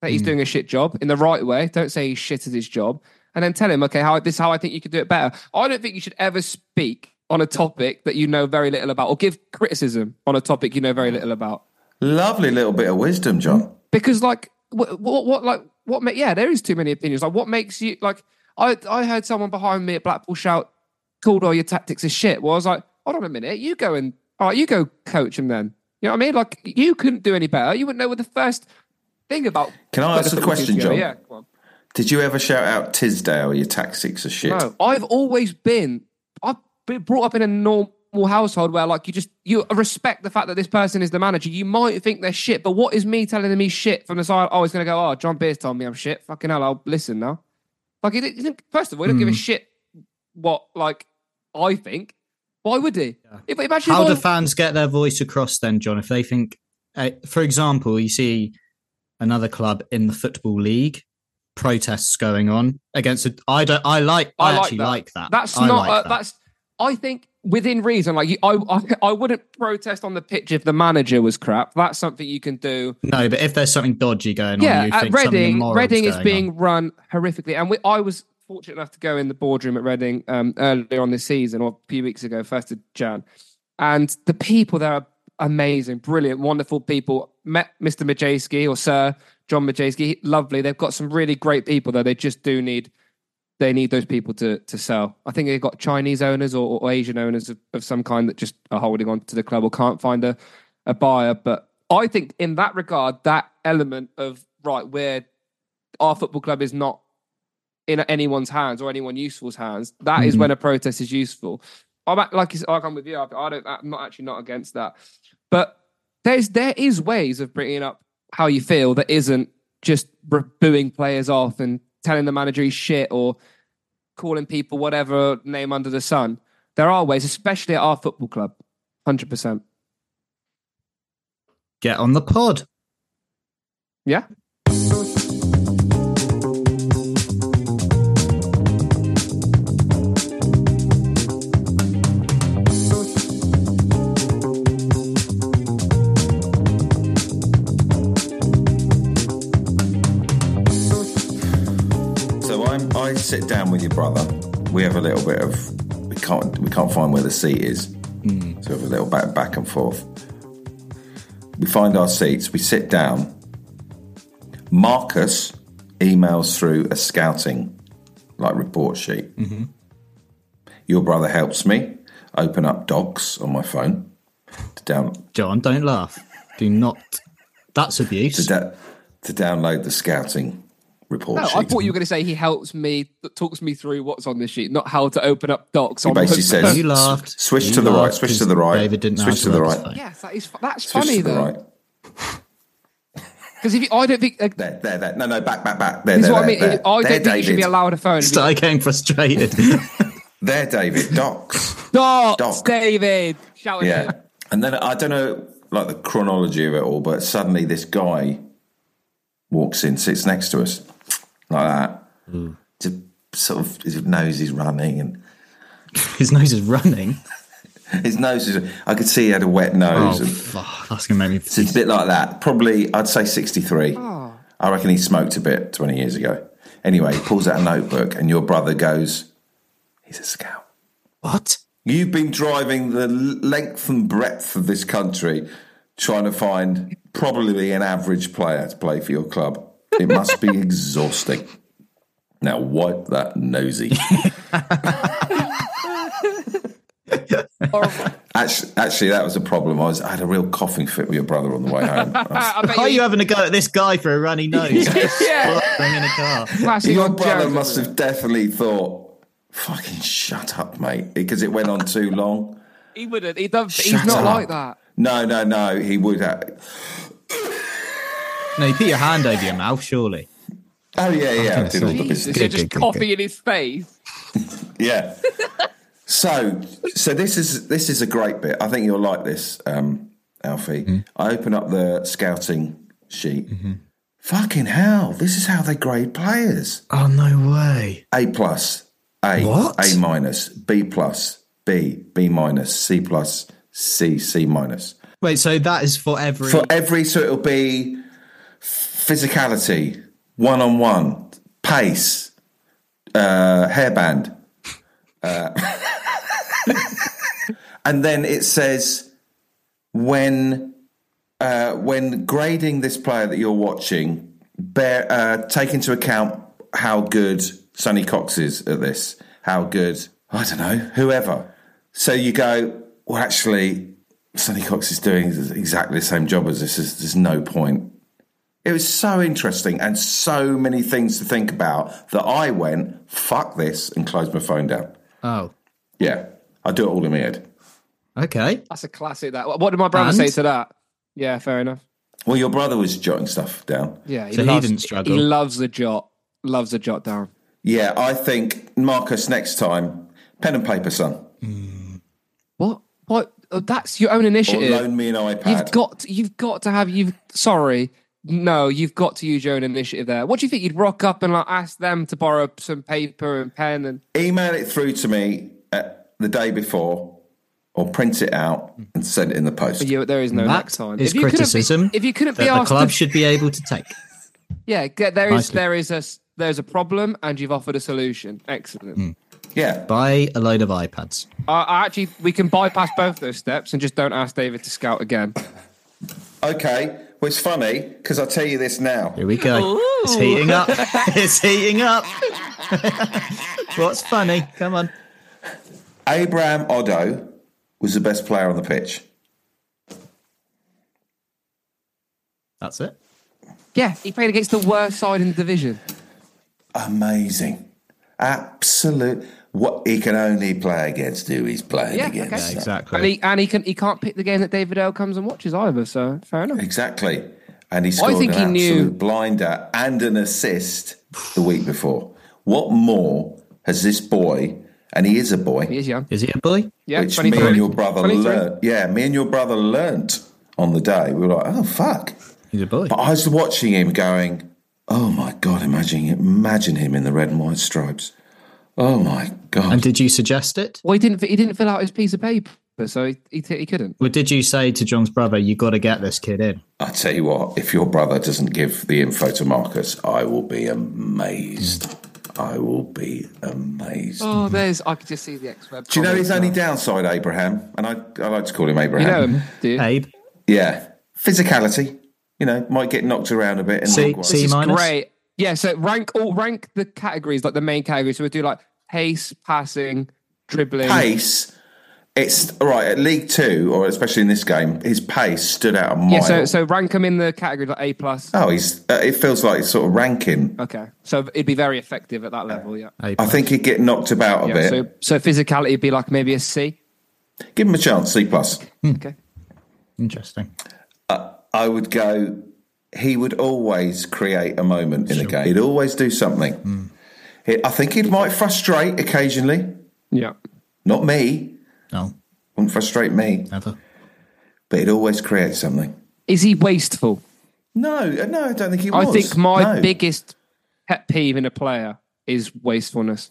C: that
B: Hmm.
C: he's doing a shit job in the right way. Don't say he's shit at his job, and then tell him, okay, how this is how I think you could do it better. I don't think you should ever speak on a topic that you know very little about, or give criticism on a topic you know very little about,
B: Lovely little bit of wisdom, John.
C: because like what what, what like what? Ma- yeah, there is too many opinions. Like what makes you like? I I heard someone behind me at Blackpool shout, "Caldwell, your tactics are shit." Well, I was like, hold on a minute, you go and all right, you go coach him then. You know what I mean? Like you couldn't do any better. You wouldn't know what the first thing about.
B: Can I
C: putting
B: ask a
C: football team
B: question,
C: together.
B: John?
C: Yeah. Go on.
B: Did you ever shout out Tisdale? Your tactics are shit.
C: No, I've always been. I've been brought up in a normal household where, like, you just you respect the fact that this person is the manager. You might think they're shit, but what is me telling them he's shit from the side? Oh, he's going to go, oh, John Beers told me I'm shit. Fucking hell, I'll listen now. Like, he didn't, he didn't- first of all, he didn't give a
A: Hmm.
C: shit what like I think. Why would he? If, imagine
A: How
C: if I-
A: do fans get their voice across then, John? If they think, uh, for example, you see another club in the football league, protests going on against. A, I don't. I like.
C: I
A: I,
C: like
A: actually
C: that.
A: like that.
C: That's
A: I
C: not.
A: like
C: uh,
A: that.
C: That's. I think within reason. Like you, I, I, I wouldn't protest on the pitch if the manager was crap. That's something you can do.
A: no. But if there's something dodgy going on,
C: yeah,
A: you
C: at
A: think something
C: Reading,
A: immoral's
C: Reading is
A: going
C: being
A: on.
C: run horrifically, and we, I was fortunate enough to go in the boardroom at Reading um, earlier on this season, or a few weeks ago, first of Jan, and the people there are amazing, brilliant, wonderful people. Met Mr. Majewski or Sir John Majewski, lovely. They've got some really great people there. They just do need they need those people to to sell. I think they've got Chinese owners or, or Asian owners of, of some kind that just are holding on to the club or can't find a, a buyer. But I think in that regard, that element of right where our football club is not in anyone's hands or anyone useful's hands, that is
A: Mhm.
C: when a protest is useful. I'm at, like you said, like I'm with you. I, I don't. I'm not actually not against that, but there's there is ways of bringing up how you feel that isn't just r- booing players off and telling the manager he's shit or calling people whatever name under the sun. There are ways, especially at our football club. Hundred percent.
A: Get on the pod.
C: Yeah.
B: So I'm, I sit down with your brother. We have a little bit of we can't we can't find where the seat is.
C: Hmm.
B: So we have a little back back and forth. We find our seats. We sit down. Marcus emails through a scouting like report sheet.
A: Mm-hmm.
B: Your brother helps me open up docs on my phone to down
A: John, don't laugh. Do not. That's
B: to,
A: abuse.
B: da- to download the scouting report
C: No,
B: sheet.
C: I thought you were going to say he helps me, talks me through what's on this sheet, not how to open up docs.
B: He
C: on the-
B: basically says,
A: You
B: "S-
A: laughed.
B: Switch
A: You
B: to the right.
A: laughed
B: Switch to
A: 'cause
B: the right.
A: David didn't know how
B: switch
A: to
B: to the
A: work his
B: right.
A: phone.
C: "Yes, that is fu- that's
B: Switch
C: funny
B: to the right.
C: though, because if you, I don't think like,
B: There, there, there. No, no, back, back, back. There,
C: this is
B: there,
C: what I
B: there,
C: mean. I
B: there.
C: don't
B: there,
C: think you should be allowed a phone. If you-
A: Started getting frustrated.
B: There, David. Docs.
C: Docs,
B: Doc.
C: David. Shouting
B: Oh. yeah. And then I don't know, like the chronology of it all, but suddenly this guy walks in, sits next to us, like that.
A: Hmm.
B: Just sort of his nose is running, and
A: His nose is running.
B: his nose is. I could see he had a wet
A: Oh,
B: nose. and
A: fuck, that's gonna make me.
B: So it's a bit like that. Probably, I'd say 63. I reckon he smoked a bit 20 years ago. Anyway, he pulls out a notebook, and your brother goes, He's a scout.
A: What?
B: You've been driving the l- length and breadth of this country trying to find probably an average player to play for your club. It must be exhausting. Now wipe that nosy. actually, actually, that was a problem. I, was, I had a real coughing fit with your brother on the way home. I was-
C: I bet
A: Why are you having a go at this guy for a runny nose?
C: yeah,
A: Bring in a car.
C: flashing
B: your
C: on
B: brother
C: Jared.
B: must have definitely thought, "Fucking shut up, mate," because it went on too long.
C: He wouldn't. He does. He's
B: Shut
C: not
B: up.
C: like that.
B: No, no, no. He would uh, have.
A: No, you put your hand over your mouth, surely.
B: Oh yeah, yeah. I did all the
C: Jesus,
B: business.
C: you're just coffee in his face.
B: Yeah. so, so this is this is a great bit. I think you'll like this, um, Alfie. I open up the scouting sheet. Fucking hell! This is how they grade players:
A: Oh no way!
B: A plus, A,
A: What?
B: A minus, B plus, B, B minus, C plus, C, C minus.
A: Wait, so that is for every.
B: For every, so it'll be physicality, one on one, pace, uh, hairband. Uh, and then it says when uh, when grading this player that you're watching, bear, uh, take into account how good Sonny Cox is at this, how good, I don't know, whoever. So you go, well, actually, Sonny Cox is doing exactly the same job as this. There's, there's no point. It was so interesting and so many things to think about that I went, fuck this, and closed my phone down.
A: oh,
B: Yeah, I do it all in my head.
A: okay.
C: That's a classic. That. What did my brother
A: And?
C: say to that? Yeah, fair enough.
B: Well, your brother was jotting stuff down.
C: Yeah, he
A: So he
C: loves,
A: didn't struggle.
C: He loves the jot. Loves the jot down.
B: Yeah, I think Marcus next time, pen and paper, son.
C: What? What? Oh, that's your own
B: Or
C: initiative.
B: loan me an iPad.
C: You've got you've got to have you've sorry. No, you've got to use your own initiative there. What do you think? You'd rock up and like ask them to borrow some paper and pen and
B: email it through to me uh, the day before or print it out and send it in the post.
C: you there is no
A: That
C: next time.
A: is
C: If you couldn't be-
A: criticism
C: if you couldn't be
A: that the
C: asked
A: club
C: to-
A: should be able to take.
C: yeah, get- there is
A: Nicely.
C: there is a s- there's a problem and you've offered a solution. Excellent.
B: yeah.
A: Buy a load of iPads.
C: I, I actually we can bypass both those steps and just don't ask David to scout again.
B: Okay. Well, it's funny because I'll tell you this now.
A: Here we go. It's heating up. it's heating up. What's funny? Come on.
B: Abraham Oddo was the best player on the pitch.
A: That's it.
C: Yeah, he played against the worst side in the division.
B: Amazing. Absolute. What he can only play against who he's playing
C: Yeah,
B: against.
C: okay. And
A: Exactly.
C: he and he can he can't pick the game that David L comes and watches either, so fair enough.
B: Exactly. And he scored
C: think
B: an
C: he knew-
B: absolute blinder and an assist the week before. What more has this boy, and he is a boy,
C: He is young.
A: Is he a boy?
C: Yeah,
B: which me
C: 23.
B: and your brother
C: 23.
B: learnt. Yeah, me and your brother learnt on the day. We were like, oh fuck!
A: He's a boy.
B: But I was watching him, going, oh my god! Imagine, imagine him in the red and white stripes. Oh my god!
A: And did you suggest it?
C: Well, he didn't. He didn't fill out his piece of paper, so he he, he couldn't.
A: Or did you say to John's brother, you got to get this kid in?
B: I tell you what, if your brother doesn't give the info to Marcus, I will be amazed. I will be amazed.
C: Oh, there's. I could just see the X web.
B: Do you know
C: comments
B: his only
C: now.
B: downside, Abraham? And I, I like to call him Abraham.
C: You know him, do you?
A: Abe?
B: Yeah. Physicality. You know, might get knocked around a bit. In
A: See-
B: the
A: see-
C: This is
A: minus?
C: great. Yeah. So rank all rank the categories like the main categories. So we do like pace, passing, dribbling.
B: pace. It's all right at League Two, or especially in this game, his pace stood out a mile.
C: Yeah. So so rank them in the category like A plus.
B: oh, he's. Uh, it feels like it's sort of ranking.
C: Okay. So it'd be very effective at that level. Yeah.
A: Abe.
B: I think he'd get knocked about a
C: Yeah.
B: bit.
C: So so physicality would be like maybe a C.
B: Give him a chance. C plus.
C: Okay.
A: Interesting.
B: Uh, I would go. He would always create a moment in a game. He'd always do something.
A: Hmm.
B: He- I think he might frustrate occasionally.
C: Yeah.
B: Not me.
A: No,
B: Wouldn't frustrate me.
A: never.
B: But he'd always create something.
C: Is he wasteful?
B: No, no, I don't think he was.
C: I think my
B: No.
C: biggest pet peeve in a player is wastefulness.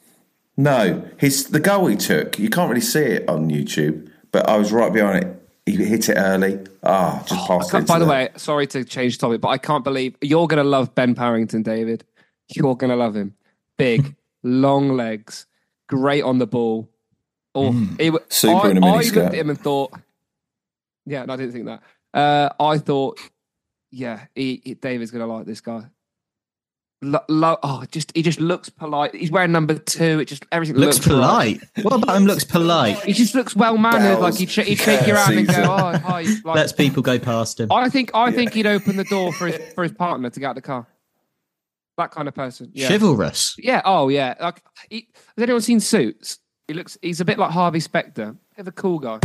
B: No, his the goal he took. You can't really see it on YouTube, but I was right behind it. He hit it early. Ah, just
C: I
B: passed
C: can't-
B: it.
C: Oh, by
B: to
C: the way, sorry to change topic, but I can't believe you're going to love Ben Parrington, David. You're going to love him. Big, long legs, great on the ball. Oh, he wa-
B: Mm. Super
C: I,
B: in a
C: I
B: mini
C: looked
B: skirt.
C: at him and thought, yeah, no, I didn't think that. Uh, I thought, yeah, he, he- David's going to like this guy. Lo, lo- oh, just he just looks polite. He's wearing number two. It just everything
A: Looks polite. What about him looks polite?
C: He just looks well mannered. Like
B: Bells.
C: he'd, sh- he'd shake your hand and go,
B: Season.
C: "Oh, hi." Like,
A: Lets people go past him.
C: I think I think he'd open the door for his for his partner to get out the car. That kind of person. Yeah.
A: Chivalrous.
C: Yeah. Oh yeah. Like, he, has anyone seen Suits? He looks. He's a bit like Harvey Specter. Bit of a cool guy.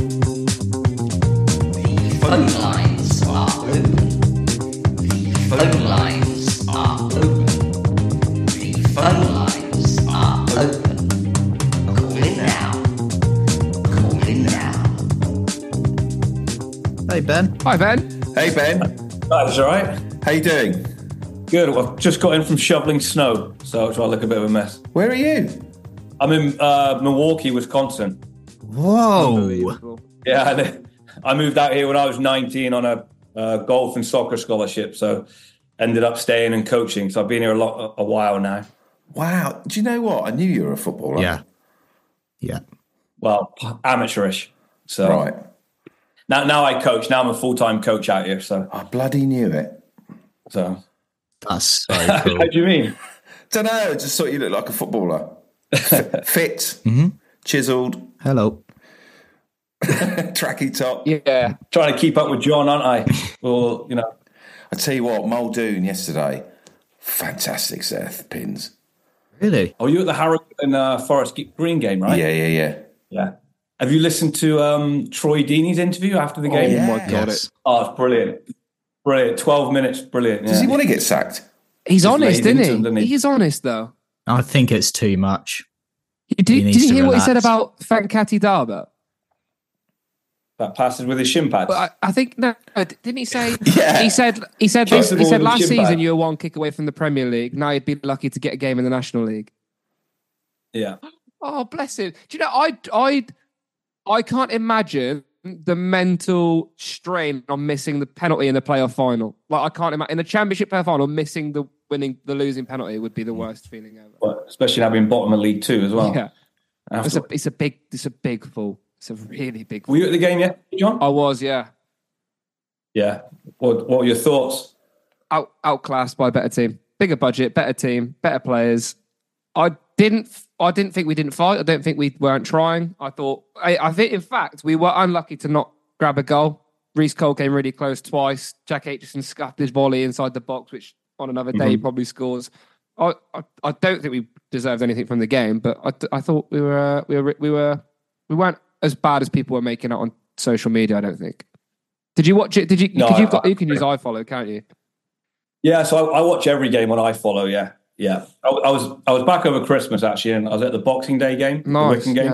E: Phone lines are open. The phone lines are open. The phone lines are open. Call in now. Call in now.
A: Hey, Ben.
C: Hi Ben.
B: the- Hey Ben,
F: That was all right.
B: how you doing?
F: Good. Well, just got in from shoveling snow, so that's why I look a bit of a mess.
B: Where are you?
F: I'm in uh, Milwaukee, Wisconsin.
A: Whoa.
F: Yeah, and I moved out here when I was 19 on a uh, golf and soccer scholarship, so ended up staying and coaching. So I've been here a lot, a while now.
B: Wow. Do you know what? I knew you were a footballer.
A: Yeah. Yeah.
F: Well, amateurish. So
B: Right.
F: now, now I coach. Now I'm a full time coach out here. So,
B: I bloody knew it.
F: so.
A: That's so cool.
F: How do you mean?
B: Don't know. Just thought you looked like a footballer. F- Fit,
A: Mm-hmm.
B: chiseled,
A: Hello.
B: tracky top.
C: Yeah.
F: Trying to keep up with John, aren't I? Well, you know,
B: I tell you what, Muldoon yesterday, fantastic set of pins.
A: Really?
F: oh, you at the Harrow and uh, Forest Green game, right?
B: Yeah, yeah, yeah.
F: Yeah. Have you listened to um, Troy Deeney's interview after the game?
B: yeah.
C: Oh my god.
A: Yes.
C: it-
F: Oh, it's brilliant. Brilliant. 12 minutes. Brilliant.
B: Does
F: yeah.
B: he want to get sacked?
C: He's honest,
F: made into
C: isn't
F: him,
C: he?
F: didn't he?
C: He's honest though.
A: I think it's too much.
C: You did,
A: He needs
C: did you
A: to
C: hear what he said
A: relax.
C: about Fankati Daba?
F: That passes with his shin pads.
C: But I, I think no, no, d- didn't he say?
B: Yeah.
C: He said he said
F: First of
C: he
F: all,
C: said
F: the
C: last
F: shin
C: season
F: pad.
C: you were one kick away from the Premier League. Now you'd be lucky to get a game in the National League.
F: yeah.
C: Oh, bless him. Do you know I I I can't imagine the mental strain on missing the penalty in the playoff final. Like I can't imagine in the championship playoff final missing the winning the losing penalty would be the worst feeling ever.
F: But especially now being bottom of League Two as well.
C: Yeah.
F: After-
C: It's a it's a big it's a big fall. It's a really big fall.
F: were you at the game yet, John?
C: I was, yeah.
F: Yeah. What What were your thoughts?
C: out outclassed by a better team, bigger budget, better team, better players. I didn't. I didn't think we didn't fight. I don't think we weren't trying. I thought. I, I think, in fact, we were unlucky to not grab a goal. Reese Cole came really close twice. Jack Aitchison scuffed his volley inside the box, which on another day
F: Mm-hmm.
C: he probably scores. I, I, I don't think we deserved anything from the game, but I, th- I thought we were uh, we were we were we weren't as bad as people were making out on social media. I don't think. Did you watch it? Did you?
F: No,
C: cause
F: I-
C: you've got,
F: I-
C: you can use iFollow, can't you?
F: Yeah, so I, I watch every game on iFollow. Yeah, yeah. I, I was I was back over Christmas actually, and I was at the Boxing Day game, the
C: Nice,
F: Wickham game.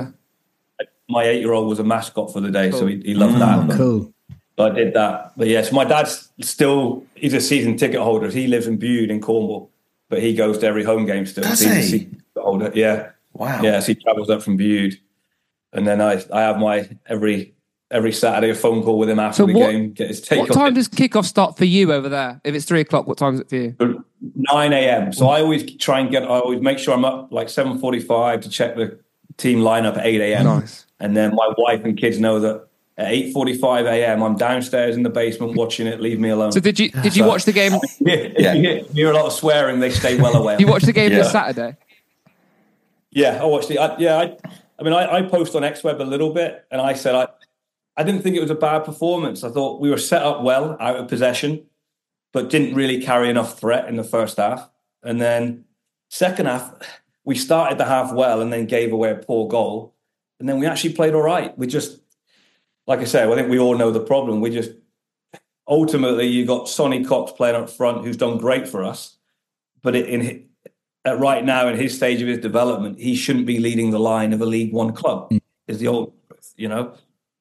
C: yeah.
F: My eight-year-old was a mascot for the day, so
C: Cool.
F: he, he loved that.
B: Mm.
F: But-
A: Mm, Cool.
F: So I did that. But yes, my dad's still he's a season ticket holder. He lives in Bude in Cornwall, but he goes to every home game still.
B: Does
F: he's a
B: he?
F: season ticket holder. Yeah.
B: Wow.
F: Yeah, so he travels up from Bude. And then I I have my every every Saturday a phone call with him after
C: So
F: the
C: what-
F: game, get his take
C: What
F: on
C: time
F: it.
C: does kickoff start for you over there? If it's three o'clock, what time is it for you?
F: 9 a.m. So I always try and get, I always make sure I'm up like 7.45 to check the team lineup at 8 a.m.
C: Nice.
F: And then my wife and kids know that at 8.45 a.m. I'm downstairs in the basement watching it. Leave me alone.
C: So did you did you watch the game? Did
F: yeah, if
B: Yeah.
F: You, hear, you hear a lot of swearing, they stay well away.
C: you watch the game this
B: Yeah.
C: Saturday?
F: Yeah, I watched it. I, yeah, I, I mean, I, I post on XWeb a little bit, and I said I, I didn't think it was a bad performance. I thought we were set up well out of possession, but didn't really carry enough threat in the first half. And then second half, we started the half well, and then gave away a poor goal. And then we actually played all right. We just, like I said, I think we all know the problem. We just ultimately you got Sonny Cox playing up front, who's done great for us, but it, in at right now in his stage of his development, he shouldn't be leading the line of a League One club.
C: Hmm.
F: Is the old, you know,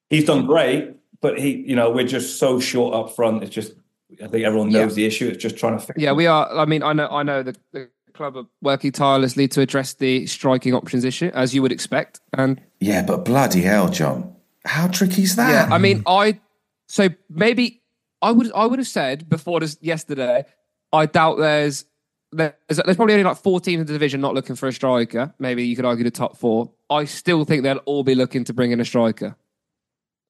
F: he's done great, but he, you know, we're just so short up front. It's just, I think everyone knows the issue. It's just trying to fix.
C: Yeah, we are. I mean, I know, I know that the club are working tirelessly to address the striking options issue, as you would expect. And
B: Yeah, but bloody hell, John. How tricky is that?
C: I mean, I so maybe I would I would have said before this yesterday. I doubt there's there's, there's probably only like four teams in the division not looking for a striker. Maybe you could argue the top four. I still think they'll all be looking to bring in a striker,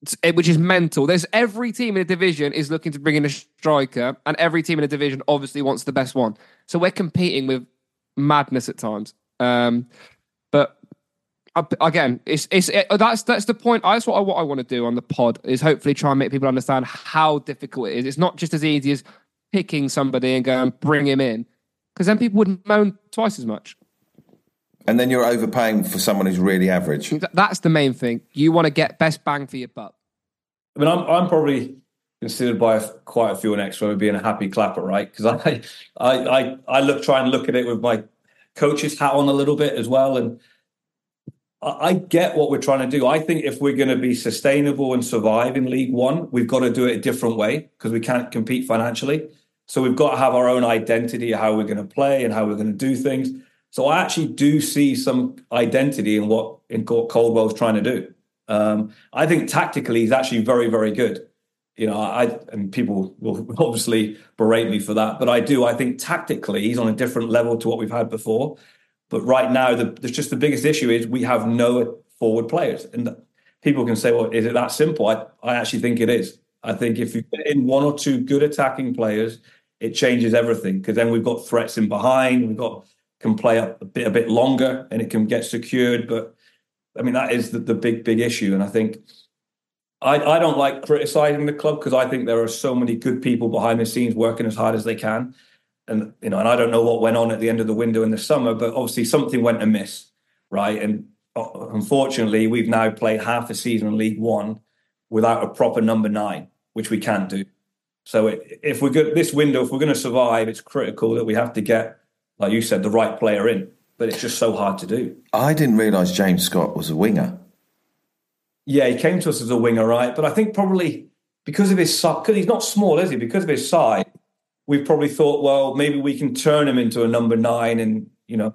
C: It's- it- which is mental. There's every team in the division is looking to bring in a striker, and every team in the division obviously wants the best one. So we're competing with madness at times. Um, but I- again, it's it's it, uh, that's that's the point. That's what I what I want to do on the pod is hopefully try and make people understand how difficult it is. It's not just as easy as picking somebody and going bring him in, because then people would moan twice as much.
B: and then you're overpaying for someone who's really average.
C: Th- That's the main thing. You want to get best bang for your buck.
F: I mean, I'm I'm probably considered by a, quite a few on X-Ray being a happy clapper, right? Because I, I I I look try and look at it with my coach's hat on a little bit as well, and I, I get what we're trying to do. I think if we're going to be sustainable and survive in League One, we've got to do it a different way because we can't compete financially. So we've got to have our own identity of how we're going to play and how we're going to do things. So I actually do see some identity in what in what Caldwell's trying to do. Um, I think tactically he's actually very, very good. You know, I and people will obviously berate me for that, but I do. I think tactically he's on a different level to what we've had before. But right now, the, there's just the biggest issue is we have no forward players, and the- people can say, "Well, is it that simple?" I, I actually think it is. I think if you get in one or two good attacking players, it changes everything because then we've got threats in behind, we've got can play up a bit a bit longer, and it can get secured. But I mean, that is the, the big, big issue. And I think I, I don't like criticizing the club because I think there are so many good people behind the scenes working as hard as they can. And, you know, and I don't know what went on at the end of the window in the summer, but obviously something went amiss, right? And uh, unfortunately, we've now played half a season in League One without a proper number nine, which we can't do. So i- if we're good, this window, if we're going to survive, it's critical that we have to get, like you said, the right player in. but it's just so hard to do.
B: I didn't realise James Scott was a winger.
F: Yeah, he came to us as a winger, right? But I think probably because of his size, because he's not small, is he? Because of his size, we've probably thought, well, maybe we can turn him into a number nine, and you know,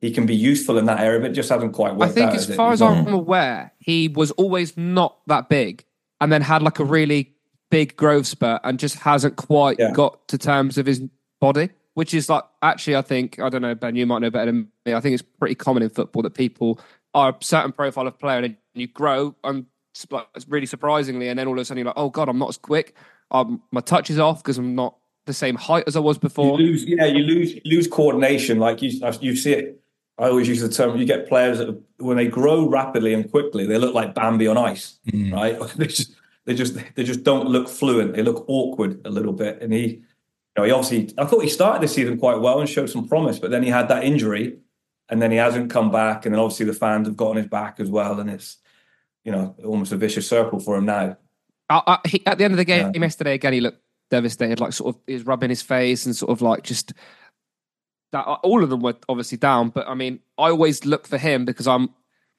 F: he can be useful in that area. But it just hasn't quite
C: I
F: worked.
C: think,
F: out,
C: as
F: has it?
C: far as
F: He's not-
C: I'm aware, he was always not that big, and then had like a really big growth spurt, and just hasn't quite
F: Yeah.
C: got to terms of his body. Which is like, actually, I think I don't know, Ben. You might know better than me. I think it's pretty common in football that people are a certain profile of player, and then you grow. and s- like, it's really surprisingly, and then all of a sudden you're like, oh god, I'm not as quick. Um, my touch is off because I'm not the same height as I was
F: you
C: before.
F: lose, yeah, you lose you lose coordination. Like you, you see it. I always use the term. You get players that when they grow rapidly and quickly, they look like Bambi on ice, right? they just they just they just don't look fluent. They look awkward a little bit. And he, you know, he obviously I thought he started the season quite well and showed some promise, but then he had that injury, and then he hasn't come back. And then obviously the fans have got on his back as well, and it's you know almost a vicious circle for him now.
C: I, I, he, at the end of the game yesterday, again, he looked devastated. Like sort of, he was rubbing his face and sort of like just that. uh, All of them were obviously down, but I mean, I always look for him because I'm,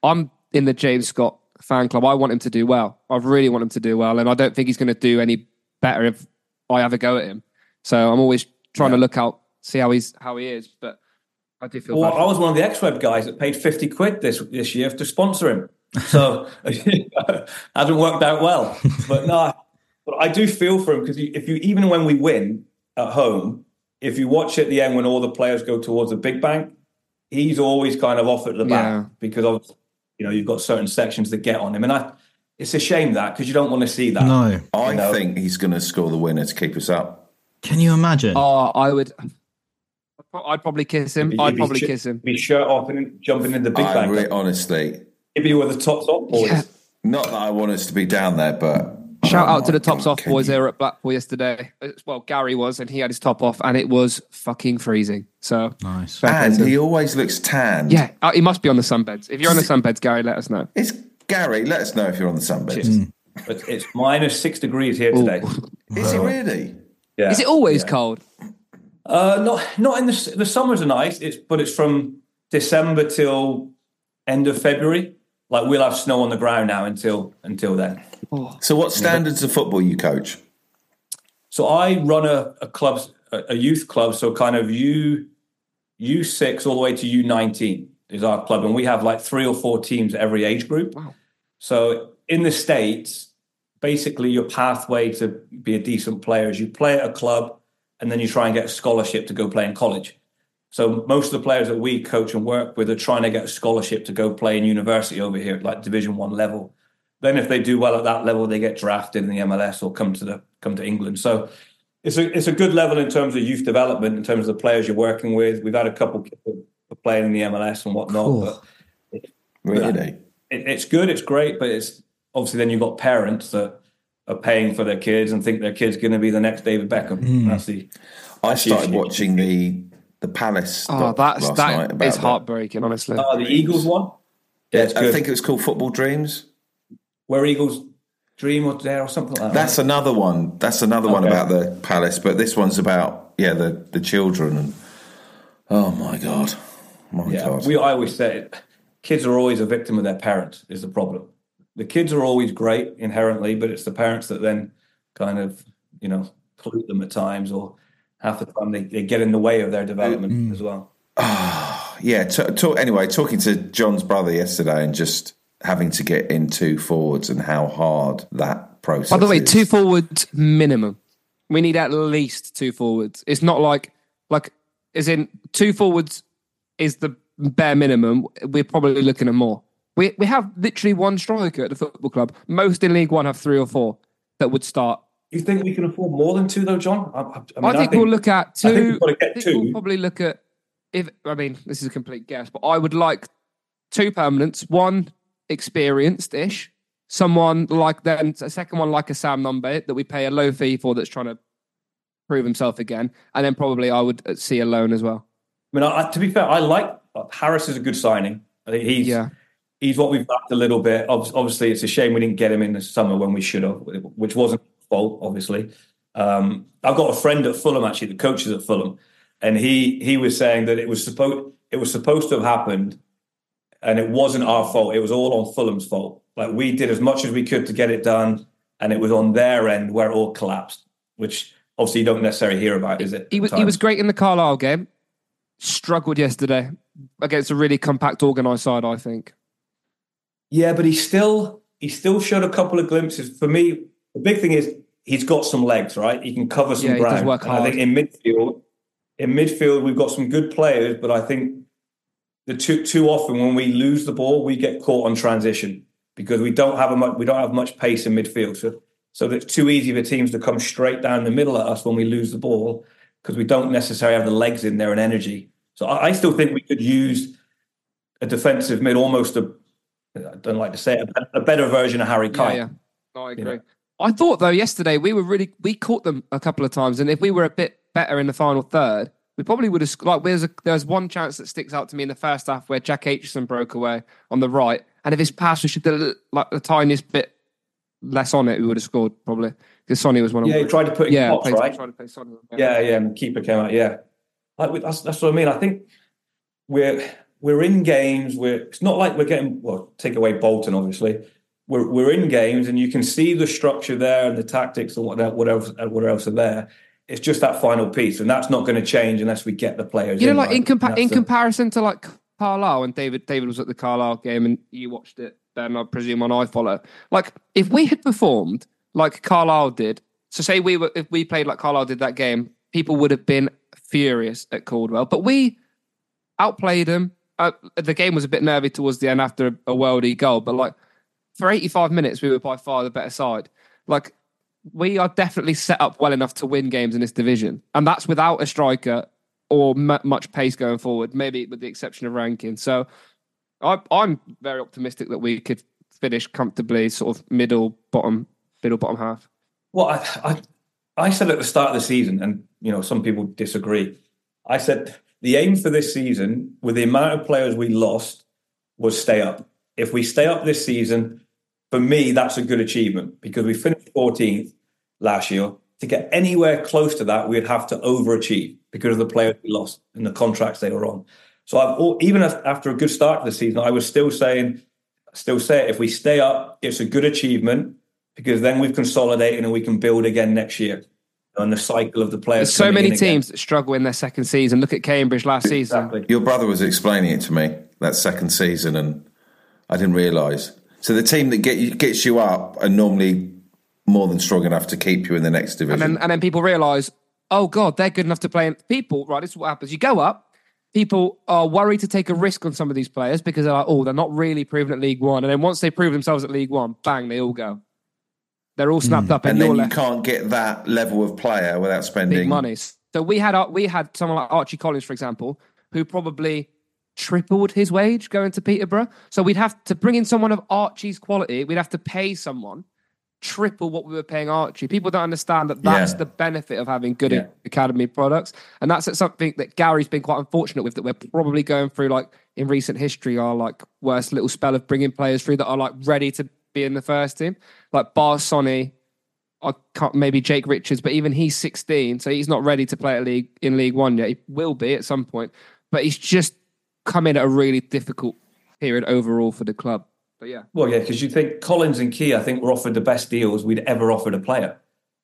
C: I'm in the James Scott fan club. I want him to do well. I really want him to do well, and I don't think he's going to do any better if I have a go at him. So I'm always trying to look out, see how he's how he is. But I do feel
F: Well,
C: bad.
F: I was one of the X-Web guys that paid 50 quid this, this year to sponsor him. So hasn't worked out well. But no, but I do feel for him because if you even when we win at home, if you watch at the end when all the players go towards the big bank, he's always kind of off at the back
C: Yeah.
F: because of you know you've got certain sections that get on him, and I, it's a shame that because you don't want to see that.
A: No.
B: I
F: You know.
B: think he's going to score the winner to keep us up.
A: Can you imagine?
C: Oh, I would. I'd probably kiss him.
F: He'd
C: I'd
F: be
C: probably
F: shi-
C: kiss him.
F: Be shirt off and jumping in the big
B: I
F: bank.
B: re- honestly,
F: He'd be with the tops off boys.
C: Yeah.
B: not that I want us to be down there, but
C: Shout
B: Oh
C: out to
B: my
C: the tops
B: God,
C: off
B: can
C: boys
B: you-
C: there at Blackpool yesterday. As Well, Gary was, and he had his top off, and it was fucking freezing. So,
A: nice.
C: fair play
B: And
C: to him.
B: he always looks tanned.
C: yeah, uh, he must be on the sunbeds. If you're on the sunbeds, Gary, let us know.
B: It's Gary. Let us know if you're on the sunbed.
C: Mm.
F: But it's minus six degrees here today.
B: Is it really?
F: Yeah.
C: Is it always cold?
F: Uh, not not in the s- the summers are nice. It's but it's from December till end of February. Like we'll have snow on the ground now until until then.
C: Oh.
B: So, what standards of football you coach?
F: So I run a, a club, a a youth club. So kind of U U six all the way to U nineteen is our club, and we have like three or four teams every age group.
C: Wow.
F: So in the states, basically your pathway to be a decent player is you play at a club, and then you try and get a scholarship to go play in college. So most of the players that we coach and work with are trying to get a scholarship to go play in university over here, at like Division One level. Then if they do well at that level, they get drafted in the MLS or come to the come to England. So it's a it's a good level in terms of youth development, in terms of the players you're working with. We've had a couple kids that are playing in the MLS and whatnot.
A: Cool.
F: But
B: Really?
F: it, it's good, it's great, but it's obviously then you've got parents that are paying for their kids and think their kid's going to be the next David Beckham.
C: Hmm.
F: That's the
B: I
F: That's usually-
B: started watching the the Palace.
C: Oh,
B: doc
C: that's
B: last night
C: that
B: about
C: is
B: the-
C: heartbreaking, honestly.
F: oh, the Eagles one. Yeah, it's
B: I
F: good.
B: think it was called Football Dreams.
F: Where Eagles dream or dare or something like that.
B: That's another one. That's another one
F: Okay.
B: about the palace, but this one's about yeah the the children and oh my god, my
F: Yeah,
B: god.
F: we I always say it. Kids are always a victim of their parents is the problem. The kids are always great inherently, but it's the parents that then kind of you know pollute them at times, or half the time they, they get in the way of their development as well.
B: yeah. T- t- anyway, talking to John's brother yesterday and just having to get in two forwards and how hard that process.
C: By the way,
B: is.
C: two forwards minimum. We need at least two forwards. It's not like like as in two forwards is the bare minimum. We're probably looking at more. We we have literally one striker at the football club. Most in League One have three or four that would start.
F: You think we can afford more than two though, John? I, I,
C: I,
F: mean,
C: think, we'll look at two.
F: I think we've got to get
C: I think
F: two.
C: We'll probably look at if I mean this is a complete guess, but I would like two permanents, one experienced ish, someone like then a second one like a Sam Numbe that we pay a low fee for that's trying to prove himself again, and then probably I would uh, see a loan as well.
F: I mean, I, I- to be fair, I like uh, Harris is a good signing. I think he's
C: Yeah.
F: he's what we've lacked a little bit. Ob- Obviously, it's a shame we didn't get him in the summer when we should have, which wasn't his fault, obviously. Um, I've got a friend at Fulham actually, the coaches at Fulham, and he he was saying that it was supposed it was supposed to have happened, and it wasn't our fault. It was all on Fulham's fault. Like we did as much as we could to get it done, and it was on their end where it all collapsed. Which obviously you don't necessarily hear about, is it?
C: He was he
F: Time.
C: was great in the Carlisle game. Struggled yesterday against a really compact, organised side. I think.
F: Yeah, but he still he still showed a couple of glimpses. For me, the big thing is he's got some legs, right? He can cover some
C: Yeah, he does
F: ground.
C: work
F: And I think in midfield, in midfield we've got some good players, but I think the too too often when we lose the ball, we get caught on transition because we don't have a much we don't have much pace in midfield. So so it's too easy for teams to come straight down the middle at us when we lose the ball because we don't necessarily have the legs in there and energy. So I, I still think we could use a defensive mid, almost a I don't like to say it, a- a better version of Harry Kane.
C: Yeah, yeah. No, I agree.
F: know.
C: I thought though yesterday we were really we caught them a couple of times, and if we were a bit better in the final third, we probably would have sc- like there's a, there's one chance that sticks out to me in the first half where Jack Aitchison broke away on the right, and if his pass was just a little- like the tiniest bit less on it, we would have scored probably because Sonny was one of
F: Yeah, he tried to put it
C: yeah
F: in pots,
C: played,
F: right?
C: tried to play Sonny.
F: Yeah, yeah, and the keeper came out. Yeah, like, we- that's that's what I mean. I think we're we're in games. We're it's not like we're getting well. Take away Bolton, obviously. We're we're in games, and you can see the structure there and the tactics and whatever whatever and whatever else are there. It's just that final piece, and that's not going to change unless we get the players.
C: You know,
F: in,
C: like
F: right?
C: in, compa-
F: That's
C: in
F: the-
C: comparison to like Carlisle, and David David was at the Carlisle game, and you watched it. Then I presume on I follow. Like if we had performed like Carlisle did, so say we were if we played like Carlisle did that game, people would have been furious at Caldwell. But we outplayed them. Uh, the game was a bit nervy towards the end after a, a worldy goal, but like for 85 minutes, we were by far the better side. Like we are definitely set up well enough to win games in this division, and that's without a striker or mu much pace going forward, maybe with the exception of Rankin. So I, I'm very optimistic that we could finish comfortably, sort of middle, bottom, middle, bottom half.
F: Well, I, I, I said at the start of the season, and you know some people disagree. I said the aim for this season, with the amount of players we lost, was stay up. If we stay up this season, for me, that's a good achievement because we finished 14th last year. To get anywhere close to that, we'd have to overachieve because of the players we lost and the contracts they were on. So I've all, even af- after a good start to the season, I was still saying, still say it. If we stay up, it's a good achievement because then we've consolidated and we can build again next year. And the cycle of the players.
C: There's so
F: coming
C: many
F: in again.
C: teams that struggle in their second season. Look at Cambridge last season.
F: Exactly.
B: Your brother was explaining it to me that second season, and I didn't realise. So the team that get you, gets you up are normally more than strong enough to keep you in the next division.
C: And then, and then people realize, oh God, they're good enough to play. in People, right, this is what happens. You go up, people are worried to take a risk on some of these players because they're like, oh, they're not really proven at League One. And then once they prove themselves at League One, bang, they all go. They're all snapped up and,
B: Hmm. and
C: you're
B: then you
C: left.
B: can't get that level of player without
C: big
B: spending
C: monies. So we had we had someone like Archie Collins, for example, who probably tripled his wage going to Peterborough. So we'd have to bring in someone of Archie's quality. We'd have to pay someone triple what we were paying Archie. People don't understand that that's
B: Yeah.
C: the benefit of having good
F: Yeah.
C: academy products, and that's something that Gary's been quite unfortunate with. That we're probably going through like in recent history our like worst little spell of bringing players through that are like ready to be in the first team, like Bar Sonny, I can't maybe Jake Richards, but even he's 16, so he's not ready to play at league in League One yet. He will be at some point, but he's just come in at a really difficult period overall for the club. But yeah,
F: Well, yeah, because you think Collins and Key, I think, were offered the best deals we'd ever offered a player,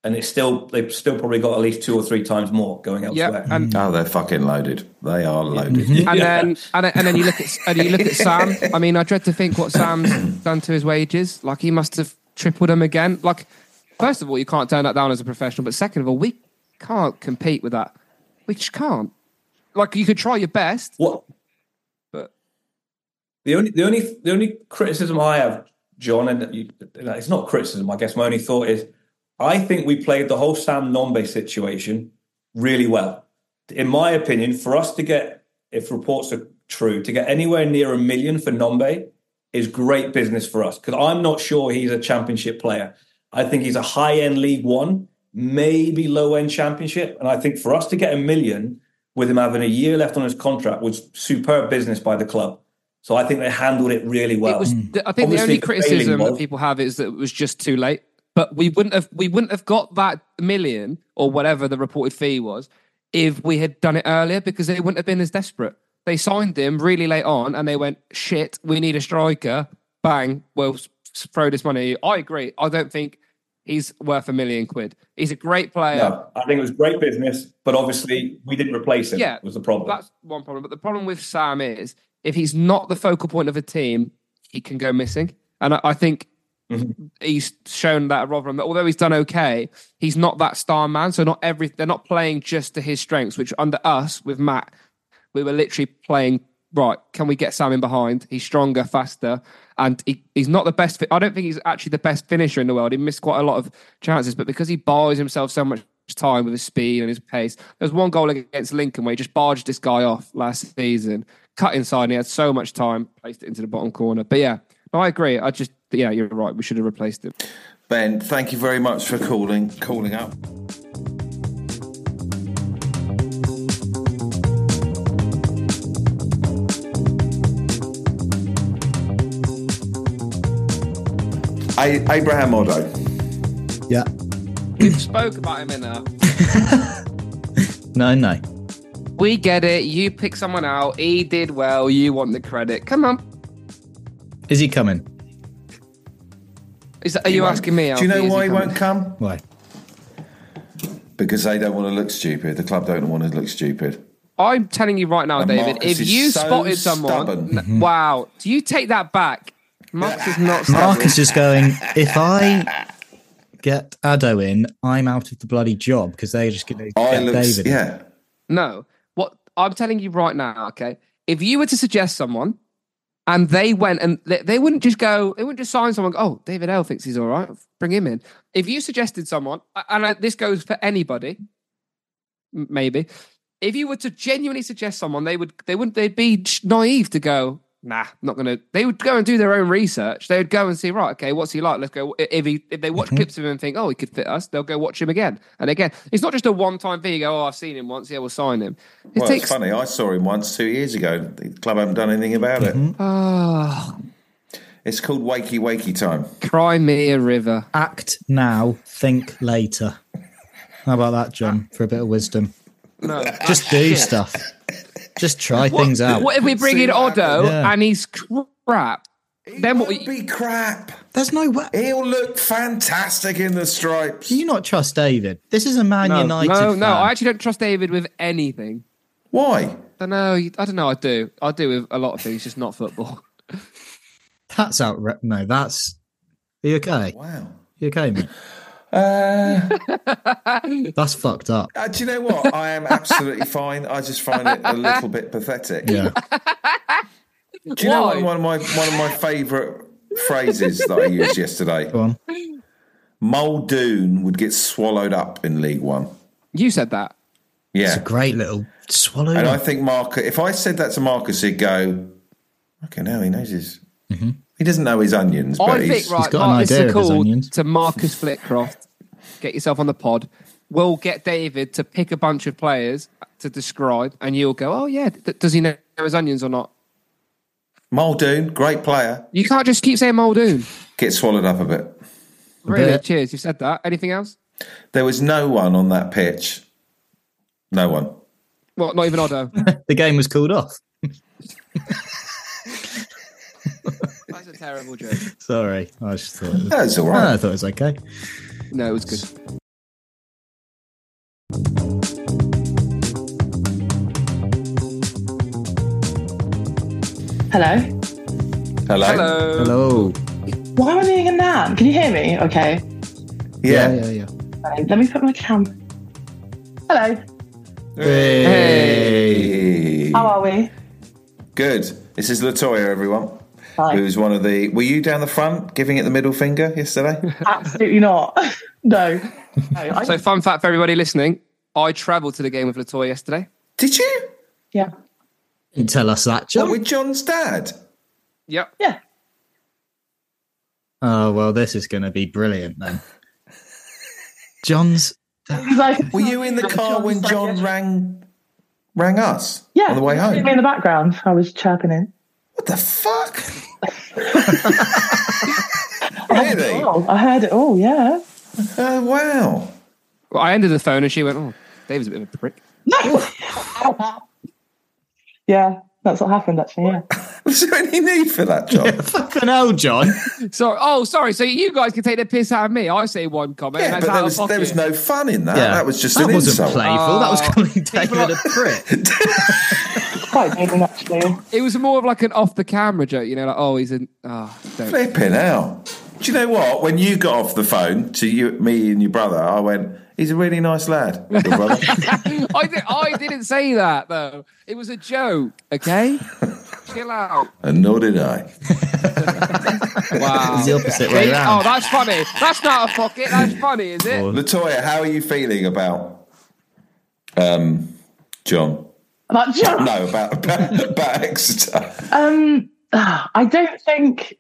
F: and it's still they've still probably got at least two or three times more going elsewhere.
C: yeah, and
B: Oh, they're fucking loaded. They are loaded.
C: and then and, then- and then you look at and you look at Sam. I mean, I dread to think what Sam's done to his wages. Like he must have tripled them again. Like first of all, you can't turn that down as a professional, but second of all, we can't compete with that. We just can't. Like you could try your best.
F: What? But the only the only the only criticism I have, John, and you, it's not criticism. I guess my only thought is, I think we played the whole Sam Nombe situation really well. In my opinion, for us to get, if reports are true, to get anywhere near a million for Nombe is great business for us because I'm not sure he's a championship player. I think he's a high end League One, maybe low end championship. And I think for us to get a million with him having a year left on his contract was superb business by the club. So I think they handled it really well.
C: It was. I think the
F: Obviously,
C: only
F: the
C: criticism
F: failing
C: that
F: was-
C: people have is that it was just too late. But we wouldn't have we wouldn't have got that million or whatever the reported fee was if we had done it earlier because they wouldn't have been as desperate. They signed him really late on, and they went, "Shit, we need a striker." Bang. Well, s- s- throw this money. at you. I agree. I don't think he's worth a million quid. He's a great player.
F: No, I think it was great business, but obviously we didn't replace him.
C: Yeah.
F: was the problem.
C: That's one problem. But the problem with Sam is if he's not the focal point of a team, he can go missing. And I, I think
F: Mm-hmm.
C: he's shown that at Rotherham. Although he's done okay, he's not that star man. So not every they're not playing just to his strengths. Which under us with Matt, we were literally playing right. Can we get Sam in behind? He's stronger, faster, and he, he's not the best. Fi- I don't think he's actually the best finisher in the world. He missed quite a lot of chances, but because he buys himself so much time with his speed and his pace, there was one goal against Lincoln where he just barged this guy off last season, cut inside, and he had so much time, placed it into the bottom corner. But yeah, no, I agree. I just yeah, you're right. We should have replaced him.
B: Ben, thank you very much for calling calling up. A- Abraham Oddo.
A: Yeah.
C: We've spoke about him enough.
A: No, no.
C: We get it. You pick someone out. He did well. You want the credit. Come on.
A: Is he coming?
C: Is that, are you asking me?
B: Do you know
C: Alfie, is
B: why he
C: coming?
B: won't come?
A: Why?
B: Because they don't want to look stupid. The club don't want to look stupid.
C: I'm telling you right now,
B: And
C: David.
B: Marcus
C: if
B: is
C: you
B: so
C: spotted someone,
B: stubborn.
A: Mm-hmm.
C: N- wow. Do you take that back? Marcus is not stubborn.
A: Marcus is going, if I get Addo in, I'm out of the bloody job because they're just going to
B: I
A: get
B: look,
A: David. in.
B: yeah.
C: No. What I'm telling you right now, okay? If you were to suggest someone and they went and they, they wouldn't just go, they wouldn't just sign someone, go, oh, David L thinks he's all right, bring him in. If you suggested someone, a- and I, this goes for anybody, m- maybe, if you were to genuinely suggest someone, they would, they wouldn't, they'd be j- naive to go, nah, not gonna, they would go and do their own research. They would go and see, right, okay, what's he like? Let's go. i- If he, if they
A: Mm-hmm.
C: watch clips of him and think, oh, he could fit us, they'll go watch him again. And again, it's not just a one time thing, you go, oh, I've seen him once, yeah, we'll sign him. It
B: Well,
C: takes
B: it's funny. I saw him once two years ago. The club haven't done anything about
A: Mm-hmm.
B: it.
C: Oh,
B: It's called wakey wakey time.
C: cry me a river.
A: Act now, think later. How about that, John, for a bit of wisdom?
C: No.
A: Just do stuff. Just try things out.
C: Ah, what if we bring
B: See
C: in
B: what
C: Oddo
A: Yeah.
C: and he's crap? Then what?
B: Don't be crap.
A: There's no way.
B: He'll look fantastic in the stripes.
A: Do you not trust David? This is a Man
C: No,
A: United.
C: no, no.
A: fan.
C: I actually don't trust David with anything.
B: Why?
C: I don't know. I don't know. I do. I do with a lot of things, just not football.
A: That's out. No, that's. Are you okay?
B: Wow.
A: You okay, mate?
B: Uh,
C: Oh,
A: That's fucked up.
B: uh, do you know what? I am absolutely fine. I just find it a little bit pathetic.
A: Yeah.
B: Do you know
C: Why?
B: what one of my one of my favourite phrases that I used yesterday?
A: Go on.
B: Muldoon would get swallowed up in League One.
C: You said that.
B: Yeah.
A: It's a great little swallow.
B: And I
A: up.
B: think Marcus, if I said that to Marcus, he'd go, okay, now he knows his. He doesn't know his onions, but
C: I
B: he's,
C: think right.
A: Mm-hmm. got an
C: Mark, this
A: idea
C: is a
A: of his
C: call
A: onions.
C: to Marcus Flitcroft. Get yourself on the pod. We'll get David to pick a bunch of players to describe, and you'll go, "Oh yeah, th- does he know his onions or not?"
B: Muldoon, great player,
C: You can't just keep saying Muldoon.
B: get swallowed up a bit.
C: Really?
A: bit.
C: Cheers. You said that. Anything else?
B: There was no one on that pitch. No one.
C: Well, not even Otto.
A: the game was called off.
C: That's a terrible joke.
A: Sorry. I just thought. It was,
B: That's all
A: I
B: right.
A: thought it was okay.
C: No, it was good.
G: Hello.
B: Hello.
C: Hello.
A: Hello.
G: Why am I doing a nap? Can you hear me? Okay.
B: Yeah.
A: Yeah. Yeah.
G: Fine. Let me put my cam. Hello.
C: Hey.
B: Hey.
G: How are we?
B: Good. This is Latoya, everyone.
G: Hi.
B: Who's one of the? Were you down the front giving it the middle finger yesterday?
G: Absolutely not. no. No. I,
C: So, fun fact for everybody listening: I travelled to the game with Latoya yesterday.
B: Did you?
G: yeah.
A: Didn't tell us that,
B: What,
A: John.
B: with John's dad?
C: Yep.
G: Yeah.
A: Oh well, this is going to be brilliant then. John's.
G: He's like,
B: Were you in the car when
G: like,
B: John
G: yeah.
B: rang rang us?
G: yeah.
B: On the way
G: you hear
B: home.
G: me in the background. I was chirping in.
B: What the fuck? really?
G: Oh, I heard it all. Yeah.
B: Oh wow!
C: Well, I ended the phone, and she went, "Oh, David's a bit of a prick."
G: yeah. That's what happened, actually. Yeah.
B: Was there any need for that, John?
A: Fucking hell, John.
C: So, oh, sorry. So you guys can take the piss out of me. I say one comment. and
B: Yeah,
C: that's
B: but
C: out
B: there
C: of
B: was, there
C: pocket.
B: was no fun in that.
A: Yeah.
B: That was just
A: That
B: an
A: wasn't
B: insult.
A: playful. that was calling David a prick.
G: It's quite mean, actually.
C: It was more of like an off the camera joke, you know, like, oh, he's an. Oh, don't.
B: Ah, Flipping hell. Do you know what? When you got off the phone to you, me and your brother, I went, he's a really nice lad. Your brother.
C: I, did, I didn't say that, though. It was a joke, okay? Chill out.
B: and nor did I.
C: Wow.
A: It's the opposite way
C: See? Oh,
A: around.
C: that's funny. That's not out of pocket. That's funny, is it?
B: Latoya, how are you feeling about um, John?
G: That joke.
B: No, about, about, about Exeter.
G: Um, I don't think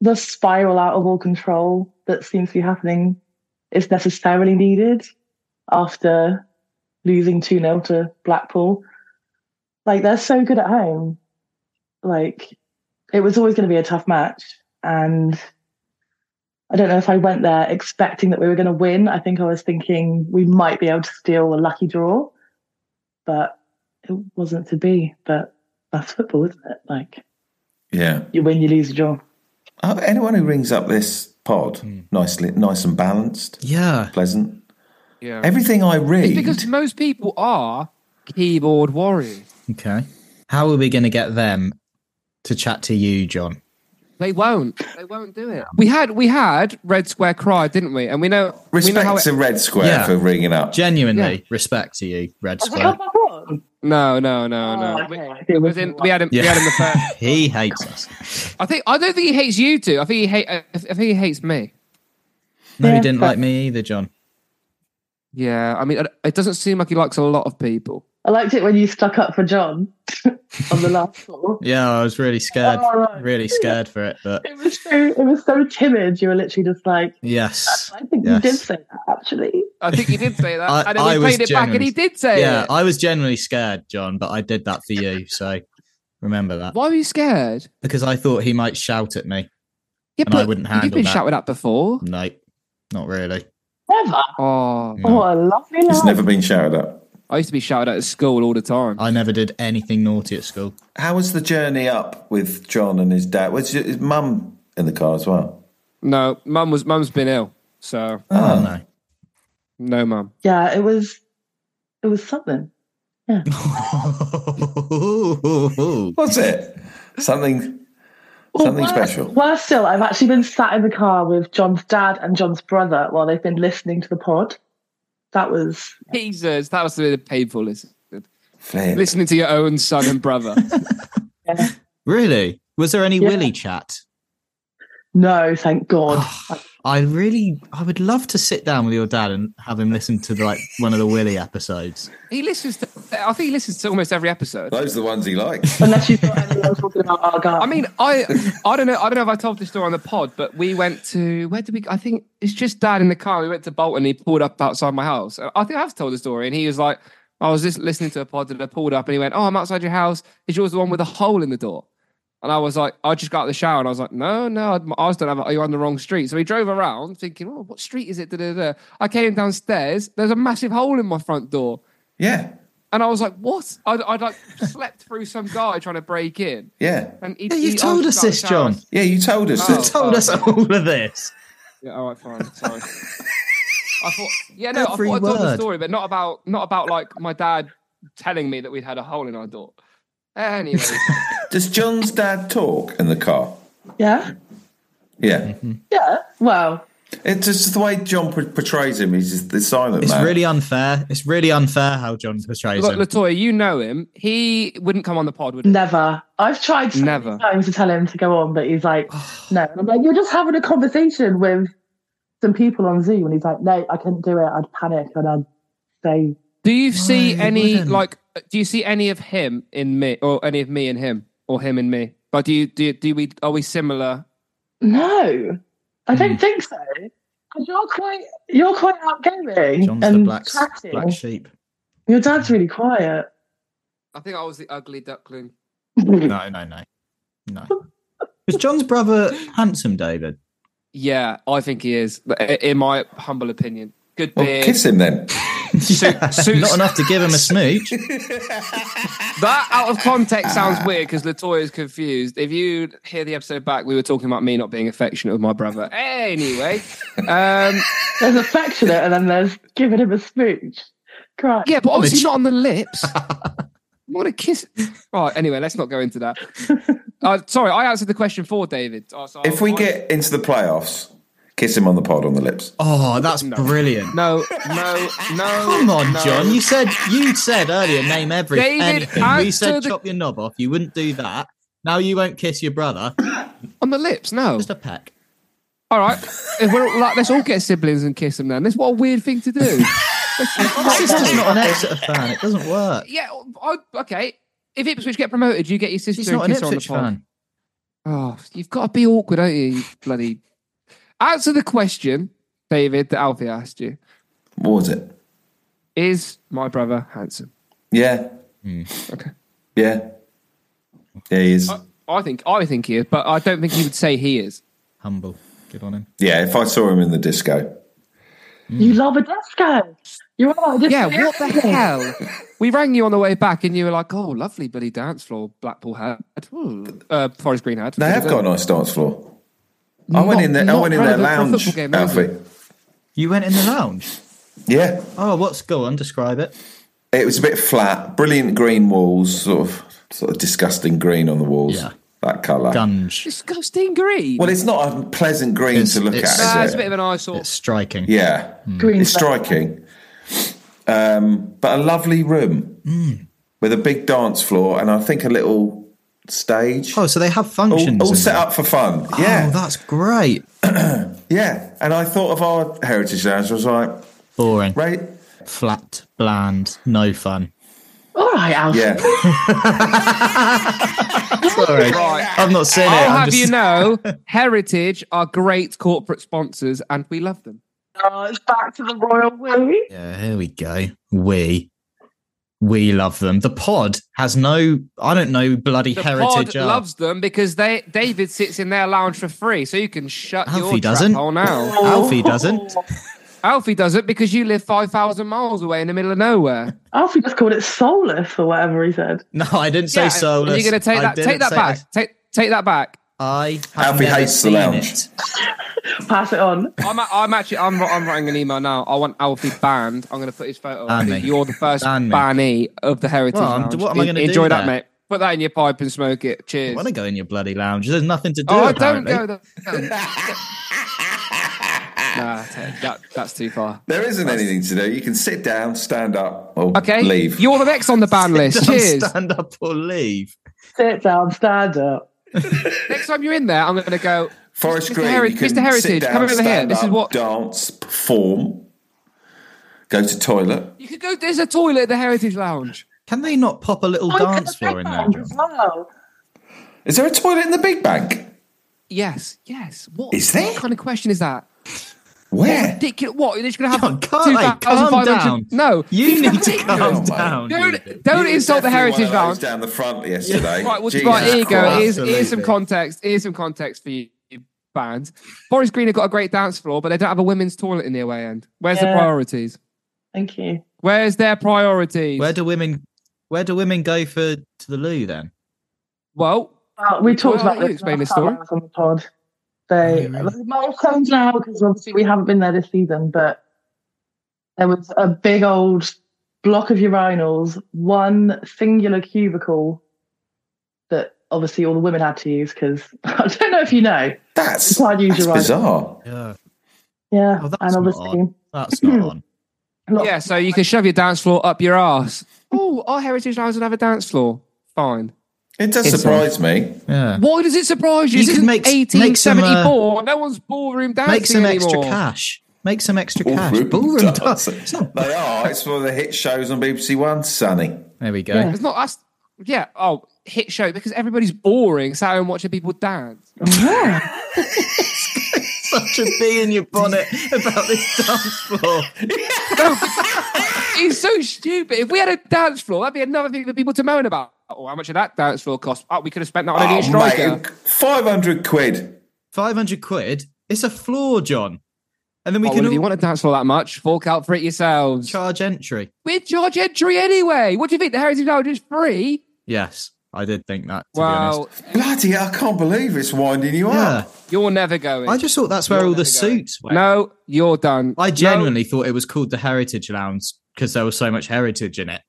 G: the spiral out of all control that seems to be happening is necessarily needed after losing 2 0 to Blackpool. Like, they're so good at home. Like, it was always going to be a tough match. And I don't know if I went there expecting that we were going to win. I think I was thinking we might be able to steal a lucky draw, but it wasn't to be. But that's football, isn't it? Like,
B: Yeah.
G: you win, you lose, you draw.
B: Uh, anyone who rings up this pod, nicely, nice and balanced,
A: Hmm. Yeah.
B: pleasant.
C: Yeah.
B: Everything I read.
C: It's because most people are keyboard warriors.
A: Okay. How are we going to get them to chat to you, John?
C: They won't. They won't do it. We had we had Red Square Cry, didn't we? And we know we know
B: Respect
C: how it-
B: to Red Square
A: Yeah.
B: for ringing up.
A: Genuinely, respect to you, Red Square.
C: No, no, no, no. We- we, was in- we had him. We had him the first.
A: he hates us.
C: I think I don't think he hates you two. I think he hate. I I think he hates me.
A: No, he
G: Yeah,
A: didn't
G: but-
A: like me either, John.
C: Yeah, I mean, it- it doesn't seem like he likes a lot of people.
G: I liked it when you stuck up for John on the last floor.
A: Yeah, I was really scared.
G: Oh, right.
A: Really scared for it. But
G: It was so it was so timid. You were literally just like,
A: yes.
G: I think
A: Yes.
G: you did say that actually.
C: I think he did say that,
A: I-
C: and then
A: I
C: we
A: was
C: played it back, and he
A: genuinely-
C: did say
A: Yeah,
C: it.
A: I was generally scared, John, but I did that for you. So remember that.
C: Why were you scared?
A: Because I thought he might shout at me.
C: Yeah,
A: And I wouldn't handle
C: You've been
A: that.
C: shouted at before.
A: No, not really.
G: Never.
C: Oh,
A: No.
G: Oh, a lovely
B: He's
G: laugh.
B: never been shouted at.
C: I used to be shouted at at school all the time.
A: I never did anything naughty at school.
B: How was the journey up with John and his dad? Was his mum in the car as well?
C: No, mum was mum's been ill, so
A: Oh,
B: Oh,
A: no.
C: no, mum.
G: Yeah, it was it was something.
B: was it something? Something special.
G: Worse still, I've actually been sat in the car with John's dad and John's brother while they've been listening to the pod. That was
C: Jesus, that was really painful. Listen.
B: Flip.
C: Listening to your own son and brother.
A: Really? Was there any
G: Yeah.
A: Willy chat?
G: no, thank God.
A: I really, I would love to sit down with your dad and have him listen to like one of the Willy episodes.
C: he listens to, I think he listens to almost every episode.
B: Those are the ones he likes.
G: Unless you thought anyone talking about our guy.
C: I mean, I I don't know. I don't know if I told this story on the pod, but we went to where did we? I think it's just dad in the car. We went to Bolton. He pulled up outside my house. I think I have told the story, and he was like, "Oh, I was just listening to a pod, and I pulled up, and he went, "Oh, I'm outside your house. Is yours the one with a hole in the door?" And I was like, I just got out of the shower, and I was like, No, no, I- I was don't have. it. You're on the wrong street. So he drove around, thinking, Oh, what street is it? Da, da, da. I came downstairs. There's a massive hole in my front door.
B: Yeah,
C: And I was like, what? I'd, I'd like slept through some guy trying to break in.
B: yeah,
C: And he,
A: Yeah, you
C: he- I
A: told
C: was
A: us
C: just like,
A: this,
C: "Sarah,
A: John.
B: yeah. You told us.
C: Oh.
A: You told us all of this.
C: Yeah, all right, fine. Sorry. I thought, yeah, no,
A: Every
C: I thought I told the
A: word.
C: story, but not about not about like my dad telling me that we'd had a hole in our door. Anyway,
B: Does John's dad talk in the car?
G: yeah.
B: Yeah,
A: Mm-hmm.
G: Yeah. Well,
B: it's just the way John p- portrays him. He's just the silent
A: It's
B: man.
A: really unfair. It's really unfair how John portrays
C: look,
A: him.
C: Latoya, you know him. He wouldn't come on the pod, would he?
G: Never. I've tried so
C: Never.
G: many times to tell him to go on, but he's like, no. And I'm like, you're just having a conversation with some people on Zoom, and he's like, no, I couldn't do it. I'd panic and I'd say,
C: Do you see
A: he
C: any
A: wouldn't.
C: like? Do you see any of him in me, or any of me in him, or him in me? Like, do you do you, do we are we similar?
G: no, I don't think so. 'Cause You're quite, you're quite outgoing
A: John's the
G: and
A: black,
G: chatty.
A: black sheep.
G: Your dad's really quiet.
C: I think I was the ugly duckling.
A: No, no, no, no. Was John's brother handsome, David?
C: Yeah, I think he is. In my humble opinion, good
B: Well,
C: beard.
B: kiss him then.
A: Yeah,
C: suits-
A: Not enough to give him a smooch.
C: That out of context sounds weird because Latoya's confused. If you hear the episode back, we were talking about me not being affectionate with my brother. Anyway, um,
G: There's affectionate and then there's giving him a smooch. Christ.
C: yeah, but obviously
A: Homage.
C: not on the lips. I'm gonna kiss. Right. Anyway, let's not go into that. Uh, sorry, I answered the question for David. Oh, so
B: If we
C: I-
B: get into the playoffs, kiss him on the pod on the lips.
A: Oh, that's brilliant.
C: no, no, no.
A: Come on,
C: no.
A: John. You said you said earlier name every
C: David,
A: anything. We
C: answer
A: said
C: the-
A: chop your knob off. You wouldn't do that. Now you won't kiss your brother.
C: on the lips. No.
A: Just a peck.
C: All right. If we're like, let's all get siblings and kiss them. Then that's what a weird thing to do.
A: Sister's not an Exeter fan. It doesn't work.
C: yeah. I, okay. If Ipswich get promoted, you get your sister
A: She's
C: and
A: not an
C: kiss her on the
A: Ipswich
C: pod.
A: fan.
C: Oh, you've got to be awkward, don't you? you bloody answer the question, David. That Alfie asked you:
B: What was it?
C: Is my brother handsome?
B: Yeah.
A: Hmm.
C: Okay. Uh,
B: Yeah. Yeah, he is.
C: I think I think he is, but I don't think he would say he is.
A: Humble. Good on him.
B: Yeah, if I saw him in the disco. Mm.
G: You love a disco. You're on a disco.
C: Yeah. What the hell? We rang you on the way back, and you were like, "Oh, lovely bloody dance floor, Blackpool had, Ooh, uh, Forest Green had."
B: They have got a nice dance floor. I went
C: Not-
B: in there. I
C: not
B: went in their
C: relevant for a
B: lounge,
C: football game, is
B: Alfie.
A: You went in the lounge.
B: Yeah,
A: Oh, what's go on? Describe it.
B: it was a bit flat. Brilliant green walls, sort of, sort of disgusting green on the walls.
A: Yeah.
B: that colour.
A: Gunge.
C: Disgusting green.
B: Well, it's not a pleasant green
A: It's-
B: to look
A: it's-
B: at.
C: Ah,
B: is
C: it's
B: it?
C: a bit of an eyesore.
A: It's striking. Hmm.
B: Yeah,
G: Green
B: it's
G: flag.
B: striking. Um, but a lovely room
A: Hmm.
B: with a big dance floor and I think a little stage.
A: Oh, so they have functions.
B: all, all
A: in
B: set
A: there.
B: up for fun.
A: Oh,
B: yeah,
A: that's great.
B: yeah. And I thought of our heritage lounge. I was like,
A: Boring.
B: right,
A: Flat, bland, no fun.
G: All right, Alfie.
B: yeah.
A: Sorry. I've not seen it.
C: I'll
A: I'm
C: have
A: just-
C: you know, Heritage are great corporate sponsors, and we love them.
G: Oh, it's back to the royal way.
A: Yeah, here we go. We. We love them. The pod has no, I don't know, bloody
C: The
A: heritage.
C: pod
A: art.
C: loves them because they David sits in their lounge for free, so you can shut
A: Alfie
C: your trap
A: doesn't.
C: hole now.
A: Alfie doesn't.
C: Alfie does it because you live five thousand miles away in the middle of nowhere.
G: Alfie just called it soulless or whatever he said.
A: No, I didn't say so.
C: Are you going to take that? Take that back. Take take that back.
A: I have
B: Alfie
A: never
B: hates the
A: seen
B: lounge.
A: it.
G: Pass it on.
C: I'm, I'm actually I'm, I'm writing an email now. I want Alfie banned. I'm going to put his photo.
A: Ban
C: on.
A: me.
C: You're the first
A: Ban me.
C: bannee of the Heritage
A: Well, I'm-
C: Lounge.
A: what am I gonna do
C: Enjoy that,
A: there?
C: mate. Put that in your pipe and smoke it.
A: I
C: Cheers.
A: want to go in your bloody lounge. There's nothing to do.
C: Oh, I don't
A: apparently.
C: go there. nah, t- that, that's too far.
B: ah. There isn't anything to do. You can sit down, stand up, or
C: Okay,
B: Oh, leave.
C: you're the next on the ban list.
A: Don't
C: Cheers.
A: Stand up or leave.
G: Sit down, stand up.
C: Next time you're in there, I'm going to go.
B: Forest
C: Mr.
B: Green.
C: Heri-
B: you can
C: Mr. Heritage,
B: sit down,
C: come over here.
B: stand
C: This is
B: up,
C: what-
B: dance, perform, go to toilet.
C: You could go. There's a toilet at the Heritage Lounge.
A: Can they not pop a little dance floor in there? John?
G: Wow.
B: Is there a toilet in the Big Bank?
C: Yes, yes. What
B: Is there?
C: What kind of question is that?
B: Where?
C: Ridiculous. What? They're just going to have
A: John, can't they calm
C: 2,500
A: down?
C: No,
A: you
C: It's
A: need to
C: ridiculous.
A: calm
B: Oh, my
A: down. you.
C: Don't, don't
B: You were
C: insult the
B: definitely
C: Heritage
B: one of those
C: Lounge.
B: down the front yesterday.
C: Right, well,
B: Jesus
C: right here you go.
B: Christ.
C: Here's, here's some
A: Absolutely.
C: context. Here's some context for you, you band. Forest Green have got a great dance floor, but they don't have a women's toilet in the away end. Where's the
G: Yeah.
C: priorities?
G: Thank you.
C: Where's their priorities?
A: Where do women? Where do women go for to the loo then?
C: well,
G: Uh, we talked
C: Well,
G: about
C: you
G: this
C: explain
G: last
C: the
G: time
C: story.
G: I was on the pod. They
A: Oh, really?
G: it might have changed now because obviously we haven't been there this season, but there was a big old block of urinals, one singular cubicle that obviously all the women had to use because I don't know if you know.
B: That's,
G: Can't use
B: that's
G: your eyes.
B: bizarre.
A: Yeah,
G: Yeah,
A: Oh, that's
G: and
A: not
G: obviously,
A: that's
G: Hmm.
A: not on.
G: lots-
C: yeah, so you can shove your dance floor up your ass. Oh, our Heritage Lounge will have a dance floor. Fine.
B: It does
C: It's
B: surprise me.
A: Yeah,
C: Why does it surprise you?
A: You
C: This
A: could
C: is
A: make- make some, uh,
C: 1874. no one's ballroom dancing
A: make some extra
C: anymore.
A: cash. Make some extra cash.
B: Ballroom
A: Ballroom dance.
B: dancing.
A: It's not-
B: They are. It's one of the hit shows on BBC One, Sunny.
A: There we go.
G: Yeah.
C: It's not us. Yeah. Oh, hit show because everybody's boring sat and watching people dance.
G: Yeah.
A: Such a bee in your bonnet about this dance floor.
C: It's so stupid. If we had a dance floor, that'd be another thing for people to moan about. Oh, how much did that dance floor cost? Oh, we could have spent that on a new
B: Oh,
C: striker.
B: mate, 500 quid.
A: Five hundred quid. It's a floor, John. And then we
C: Oh,
A: can
C: well, if you
A: all
C: want to dance for that much, fork out for it yourselves.
A: charge entry.
C: we charge entry anyway. What do you think? The Heritage Lounge is free.
A: Yes, I did think that. To be honest.
C: Well,
B: Bloody hell, I can't believe it's winding you
A: yeah,
B: up.
C: you're never going.
A: I just thought that's where
C: You're
A: all the
C: never going.
A: suits went.
C: no, you're done.
A: I
C: No.
A: genuinely thought it was called the Heritage Lounge because there was so much heritage in it.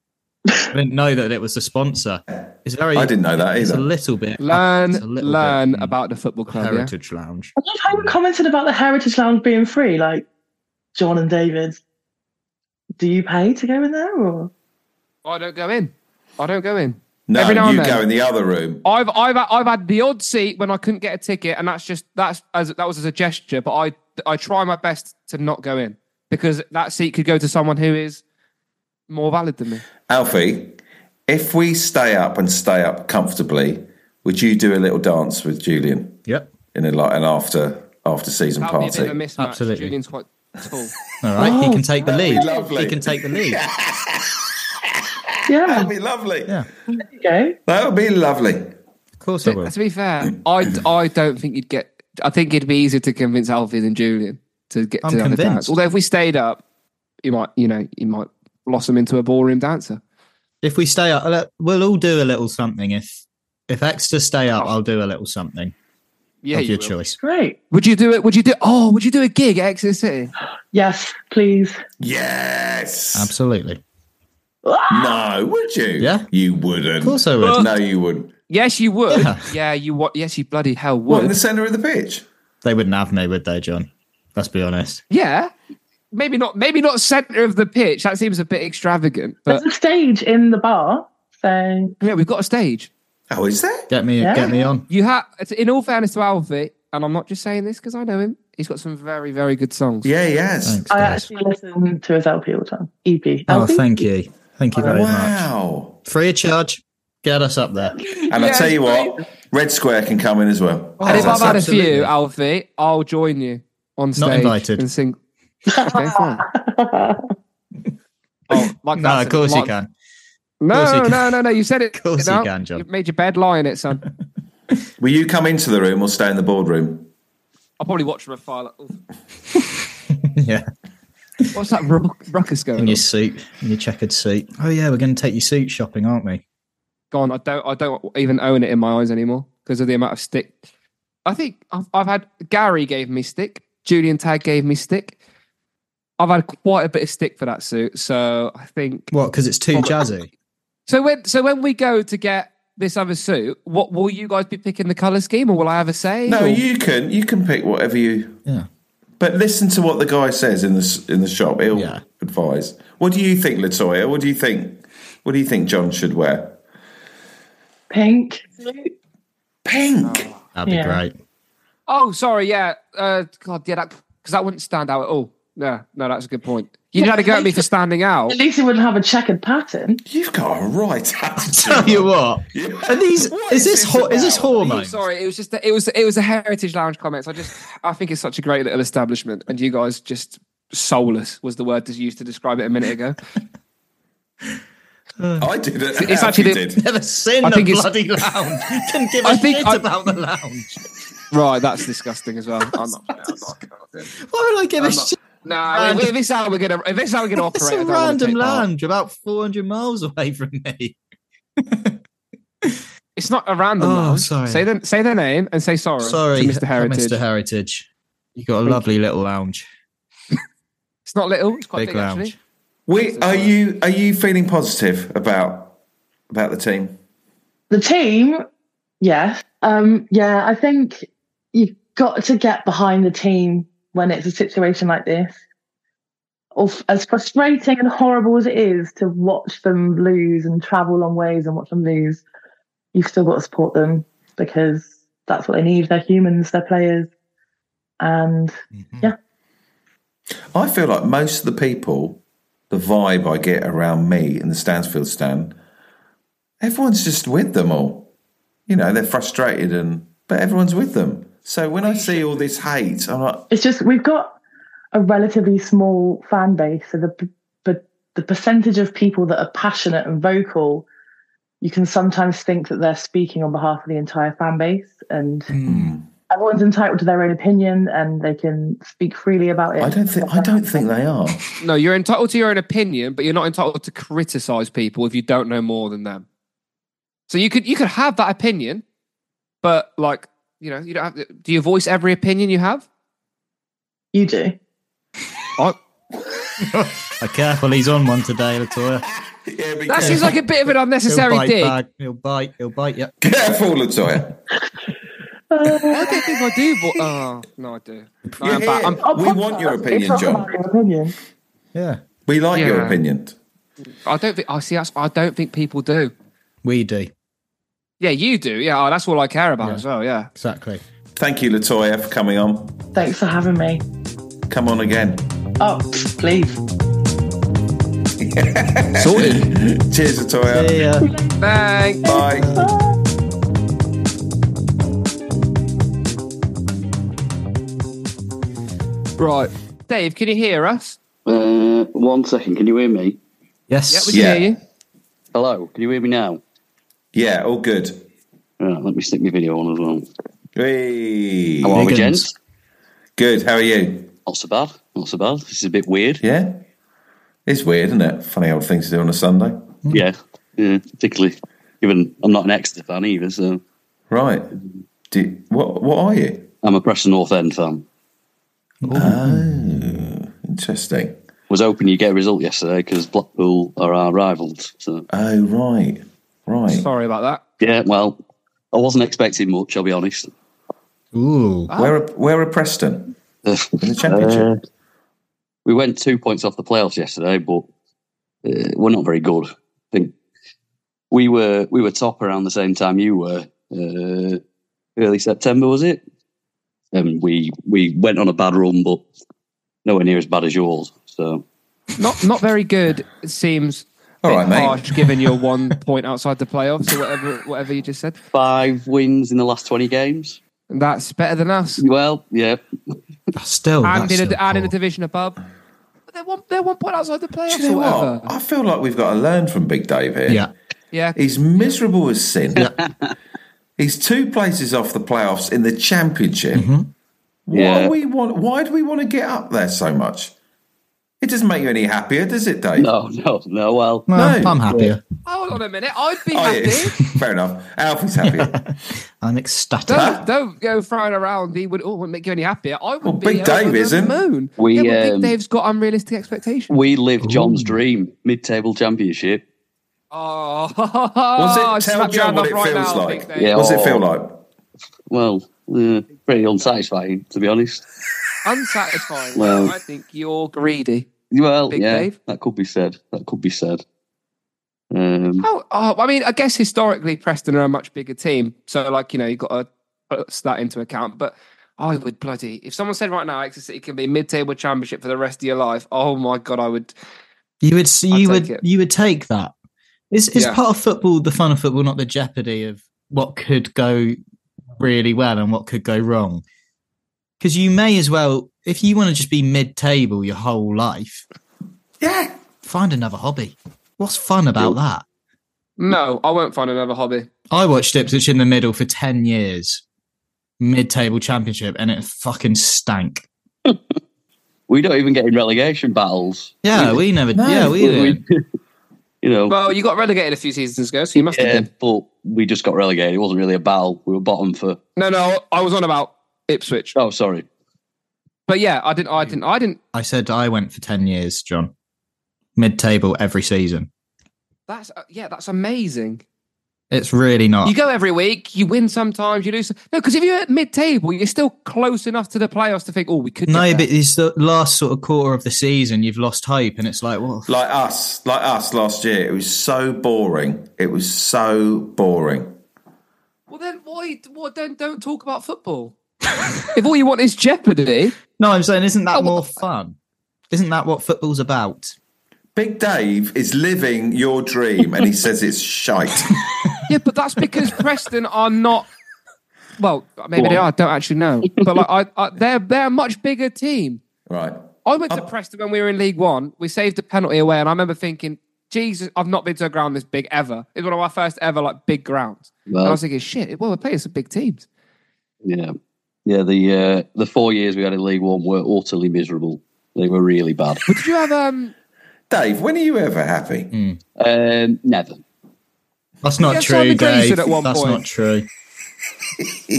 A: I didn't know that it was the sponsor. It's very.
B: I didn't know that
A: It's a
B: either.
A: little bit.
C: learn
A: it's a little
C: learn
A: bit, mm,
C: about the football
A: the
C: club. yeah?
A: Heritage Lounge.
G: I love how you commented about the Heritage Lounge being free, like John and David. Do you pay to go in there or?
C: I don't go in. I don't go in.
B: No,
C: Every now and
B: you
C: then.
B: go in the other room.
C: I've I've I've had the odd seat when I couldn't get a ticket, and that's just that's as that was as a gesture. But I I try my best to not go in because that seat could go to someone who is more valid than me.
B: Alfie, if we stay up and stay up comfortably, would you do a little dance with Julian
A: Yep.
B: in a, like an after after season
C: That would be a bit of a
B: party?
C: mismatch.
A: Absolutely.
C: Julian's quite tall.
A: All right. he can take the lead.
B: lovely.
A: He can take the lead.
G: Yeah,
B: That'd be lovely.
A: Yeah.
G: there you go.
B: That would be lovely.
A: Of course, I will.
C: to, to be fair, I I don't think you'd get. I think it'd be easier to convince Alfie than Julian to get
A: I'm
C: to the other
A: convinced.
C: dance. Although if we stayed up, you might you know you might blossom into a ballroom dancer.
A: If we stay up, let- we'll all do a little something. If if Exeter stay up, I'll do a little something
C: Oh. Yeah,
A: of
C: you
A: your
C: will.
A: choice.
G: Great.
C: Would you do it? Would you do? Oh, would you do a gig at Exeter City?
G: Yes, please.
B: Yes.
A: Absolutely.
B: No, would you?
A: Yeah.
B: You wouldn't. Of
A: course I would.
B: No, you wouldn't.
C: Yes, you would.
A: Yeah.
C: Yeah, you would. Yes, you bloody hell
B: What, in
C: would.
B: the centre of the pitch?
A: They wouldn't have me, would they, John? Let's be honest.
C: yeah, maybe not. Maybe not centre of the pitch. That seems a bit extravagant. But
G: There's a stage in the bar, so
C: yeah, we've got a stage.
B: Oh, is there?
A: Get me,
G: Yeah.
A: get me on.
C: You have. In all fairness to Alfie, and I'm not just saying this because I know him. He's got some very, very good songs.
B: Yeah, yes.
A: Thanks,
G: I
A: guys.
G: actually listen to his LP all the time. E EP.
A: Oh,
G: LP?
A: thank you, thank you very much.
B: Wow.
A: Free of charge. Get us up there.
B: And I
C: Yes,
B: tell you what, Red Square can come in as well.
C: And if
B: How's
C: I've
B: that
C: had a
B: sound?
A: Oh, absolutely.
C: few, Alfie, I'll join you on stage.
A: invited.
C: And sing. Okay, fine. Oh, like
A: No,
C: that's
A: of course you
C: like-
A: can.
C: No,
A: course you can.
C: no, no, no. You said it. Of
A: course you can, John.
C: You've made your bed, lie in it, son.
B: Will you come into the room or stay in the boardroom?
C: I'll probably watch from afar. Like, "Ooh,
A: Yeah,
C: what's that ru- ruckus going
A: in
C: on?
A: your suit, in your checkered suit. Oh yeah, we're going to take you suit shopping, aren't we?
C: gone. I don't. I don't even own it in my eyes anymore because of the amount of stick. I think I've, I've had Gary gave me stick. Julian Tag gave me stick. I've had quite a bit of stick for that suit, so I think.
A: What? Because it's too jazzy.
C: So when so when we go to get this other suit, what will you guys be picking the color scheme, or will I have a say?
B: No,
C: or-
B: you can. You can pick whatever you.
A: Yeah.
B: But listen to what the guy says in the s- in the shop. He'll
A: Yeah.
B: advise. What do you think, Latoya? What do you think? What do you think John should wear?
G: Pink.
B: Pink.
A: That'd be
G: Yeah.
A: great.
C: Oh, sorry. Yeah. Uh, God, yeah. That because that wouldn't stand out at all. No, no, that's a good point. You had to go at me for standing out.
G: At least it wouldn't have a checkered pattern.
B: You've got a right attitude.
A: Tell you what.
B: Yeah.
A: Are these?
B: What
A: is
B: is
A: this?
B: this
A: ho- is this
B: about?
A: hormones?
C: Sorry, it was just it was it was a Heritage Lounge comment. So I just I think it's such a great little establishment, and you guys just soulless was the word that's used to describe it a minute ago.
B: I did it.
C: It's
B: Alfie
C: actually the-
B: did.
A: Never seen
C: I
A: a
C: think it's-
A: bloody lounge. Didn't give a
C: I think
A: shit
C: I-
A: about the lounge.
C: right, that's disgusting as well. I'm not. I'm not-
A: Why would I give a shit?
C: Nah, if, if this how we're gonna if this how we're gonna operate,
A: It's
C: I
A: a
C: don't wanna
A: random
C: take part.
A: lounge about 400 miles away from me.
C: It's not a random
A: Oh,
C: lounge.
A: sorry.
C: Say the say their name and say sorry.
A: Sorry,
C: to Mr. Heritage.
A: Mr. Heritage. You got a lovely little lounge.
C: It's not little. It's quite
A: Big
C: big,
A: lounge.
C: actually.
B: We, are you are you feeling positive about about the team?
G: The team, yes. Um, yeah, I think you've got to get behind the team when it's a situation like this. Or f- as frustrating and horrible as it is to watch them lose and travel long ways and watch them lose, you've still got to support them because that's what they need. They're humans, they're players. And
B: I feel like most of the people, the vibe I get around me in the Stansfield stand, everyone's just with them all. You know, they're frustrated and but everyone's with them. So when I see all this hate, I'm like,
G: it's just we've got a relatively small fan base so the p- but the percentage of people that are passionate and vocal
B: Hmm.
G: you can sometimes think that they're speaking on behalf of the entire fan base and everyone's entitled to their own opinion and they can speak freely about it.
B: I don't think I don't think they are.
C: No, you're entitled to your own opinion, but you're not entitled to criticize people if you don't know more than them. So you could you could have that opinion, but like you know, you don't have. To, do you voice every opinion you have?
G: You do.
C: I,
A: Oh, careful, he's on one today, Latoya.
B: yeah, be
C: that seems like a bit of an
A: He'll
C: unnecessary
A: bite,
C: dig.
A: bag. he'll bite. He'll bite. Yep.
B: careful, Latoya.
C: I don't think I do. But, oh no, I do. No,
B: You're
C: I'm back.
B: here.
C: I'm,
G: Our
B: we
G: podcast,
B: want your
G: it's
B: opinion,
G: not
B: John.
G: about your opinion.
A: Yeah,
B: We like your
C: Yeah.
B: opinion.
C: I don't think. I see. That's, I don't think people do.
A: we do
C: Yeah, you do. Yeah, oh, that's all I care about as well. Yeah.
A: exactly.
B: Thank you, Latoya, for coming on.
G: Thanks for having me.
B: Come on again.
G: Oh, please.
C: Sorted.
B: Cheers, Latoya.
A: Yeah.
C: Thanks.
B: Bye.
G: Bye.
C: Right. Dave, can you hear us?
H: Uh, one second, can you hear me?
C: Yeah,
A: Yes.
C: we can
B: Yeah.
C: hear you.
H: Hello, can you hear me now?
B: Yeah, all good.
H: Right, let me stick my video on as well.
B: Hey.
H: How are we,
A: Biggins.
H: gents?
B: Good. How are you?
H: Not so bad. Not so bad. This is a bit weird.
B: Yeah. It's weird, isn't it? Funny old things to do on a Sunday.
H: Yeah. Yeah. Particularly, even I'm not an Exeter fan either, so
B: Right. Do you- what? What are you?
H: I'm a Preston North End fan.
B: Oh. Interesting.
H: Was hoping you get a result yesterday because Blackpool are our rivals. So
B: Oh, right, right.
C: Sorry about that.
H: yeah, well, I wasn't expecting much. I'll be honest.
A: Ooh.
C: Ah.
B: Where? Are, where are Preston
H: Uh,
B: in the championship?
H: we went two points off the playoffs yesterday, but uh, we're not very good. I think we were we were top around the same time you were. Uh, early September was it? And we we went on a bad run, but nowhere near as bad as yours. So
C: Not not very good. It seems.
B: All
C: bit
B: right, mate.
C: harsh, given you're one point outside the playoffs or whatever whatever you just said.
H: five wins in the last twenty games.
C: That's better than us.
H: Well, yeah,
B: Oh,
A: Still.
C: and
A: that's
C: in
A: still
C: a, and in a
A: poor.
C: division above. But they're one they're one point outside the playoffs
B: Do you know
C: or whatever.
B: what? I feel like we've got to learn from Big Dave here.
A: Yeah.
C: Yeah.
B: He's miserable as sin. He's two places off the playoffs in the championship. Why
H: Mm-hmm. Yeah.
B: we want? Why do we want to get up there so much? It doesn't make you any happier, does it, Dave?
H: no, no, no. Well,
A: Well,
B: No.
A: I'm happier.
C: Hold on a minute. I'd be
B: Oh,
C: happy.
B: yeah. Fair enough. Alfie's happier.
A: I'm ecstatic.
C: Don't, don't go throwing around. He would oh, wouldn't make you any happier. I would
B: Well,
C: be
B: Big
C: over
B: Dave
C: the
B: isn't.
C: moon. yeah,
H: We,
C: but
H: um,
C: Big Dave's got unrealistic expectations.
H: we lived John's dream mid-table championship.
C: Oh, I'd
B: Was it? Tell
C: slap your
B: John
C: hand
B: what
C: up
B: it
C: right
B: feels
C: now,
B: like.
C: Big Dave.
H: Yeah.
B: What's it
H: Oh.
B: feel like?
H: Well, uh, pretty unsatisfying to be honest.
C: Unsatisfying.
H: Well.
C: I think you're greedy.
H: Well,
C: Big
H: yeah,
C: Dave?
H: that could be said. That could be said. Um,
C: Oh, oh, I mean, I guess historically Preston are a much bigger team, so like you know you've got to put that into account. But I would bloody if someone said right now Exeter City can be mid-table championship for the rest of your life. Oh my god, I would.
A: You would. see-
C: I'll
A: You
C: take
A: would.
C: it.
A: You would take that. Is is
C: Yeah.
A: part of football the fun of football, not the jeopardy of what could go really well and what could go wrong? Because you may as well, if you want to just be mid-table your whole life,
B: Yeah.
A: find another hobby. What's fun about that?
C: No, I won't find another hobby.
A: I watched Ipswich in the middle for ten years, mid-table championship, and it fucking stank.
H: we don't even get in relegation battles.
A: Yeah, we, never. yeah, we. didn't.
H: you know,
C: Well, you got relegated a few seasons ago, so you must have
H: yeah,
C: been.
H: but we just got relegated. It wasn't really a battle. We were bottom for.
C: No, no, I was on about Ipswich,
H: Oh, sorry.
C: but yeah, I didn't, I didn't, I didn't.
A: I said I went for ten years, John. Mid-table every season.
C: That's uh, yeah, that's amazing.
A: It's really not.
C: You go every week, you win sometimes, you lose. No, because if you're at mid-table, you're still close enough to the playoffs to think, oh, we could. get
A: No,
C: there.
A: but it's the last sort of quarter of the season. You've lost hope, and it's like, well,
B: Like us, like us last year. It was so boring. It was so boring.
C: Well, then why? What then? Don't talk about football. if all you want is Jeopardy,
A: no, I'm saying, isn't that
C: Oh, well-
A: more fun? Isn't that what football's about?
B: Big Dave is living your dream and he says it's shite.
C: yeah, but that's because Preston are not. Well, maybe they
B: What?
C: are. I don't actually know, but like, I, I, they're they're a much bigger team.
B: Right.
C: I went to
H: Uh,
C: Preston when we were in League One. We saved a penalty away, and I remember thinking, "Jesus, I've not been to a ground this big ever." It was one of my first ever like big grounds, and I
H: Well,
C: was thinking, "Shit, well, we're playing some big teams."
H: yeah. Yeah, the uh, the four years we had in League One were utterly miserable. They were really bad.
C: Did you have um?
B: Dave, when are you ever happy?
H: um, never.
A: Hmm. That's not
C: Yeah,
A: true,
C: Simon Grayson
A: Dave.
C: at one
A: That's
C: point.
A: not true.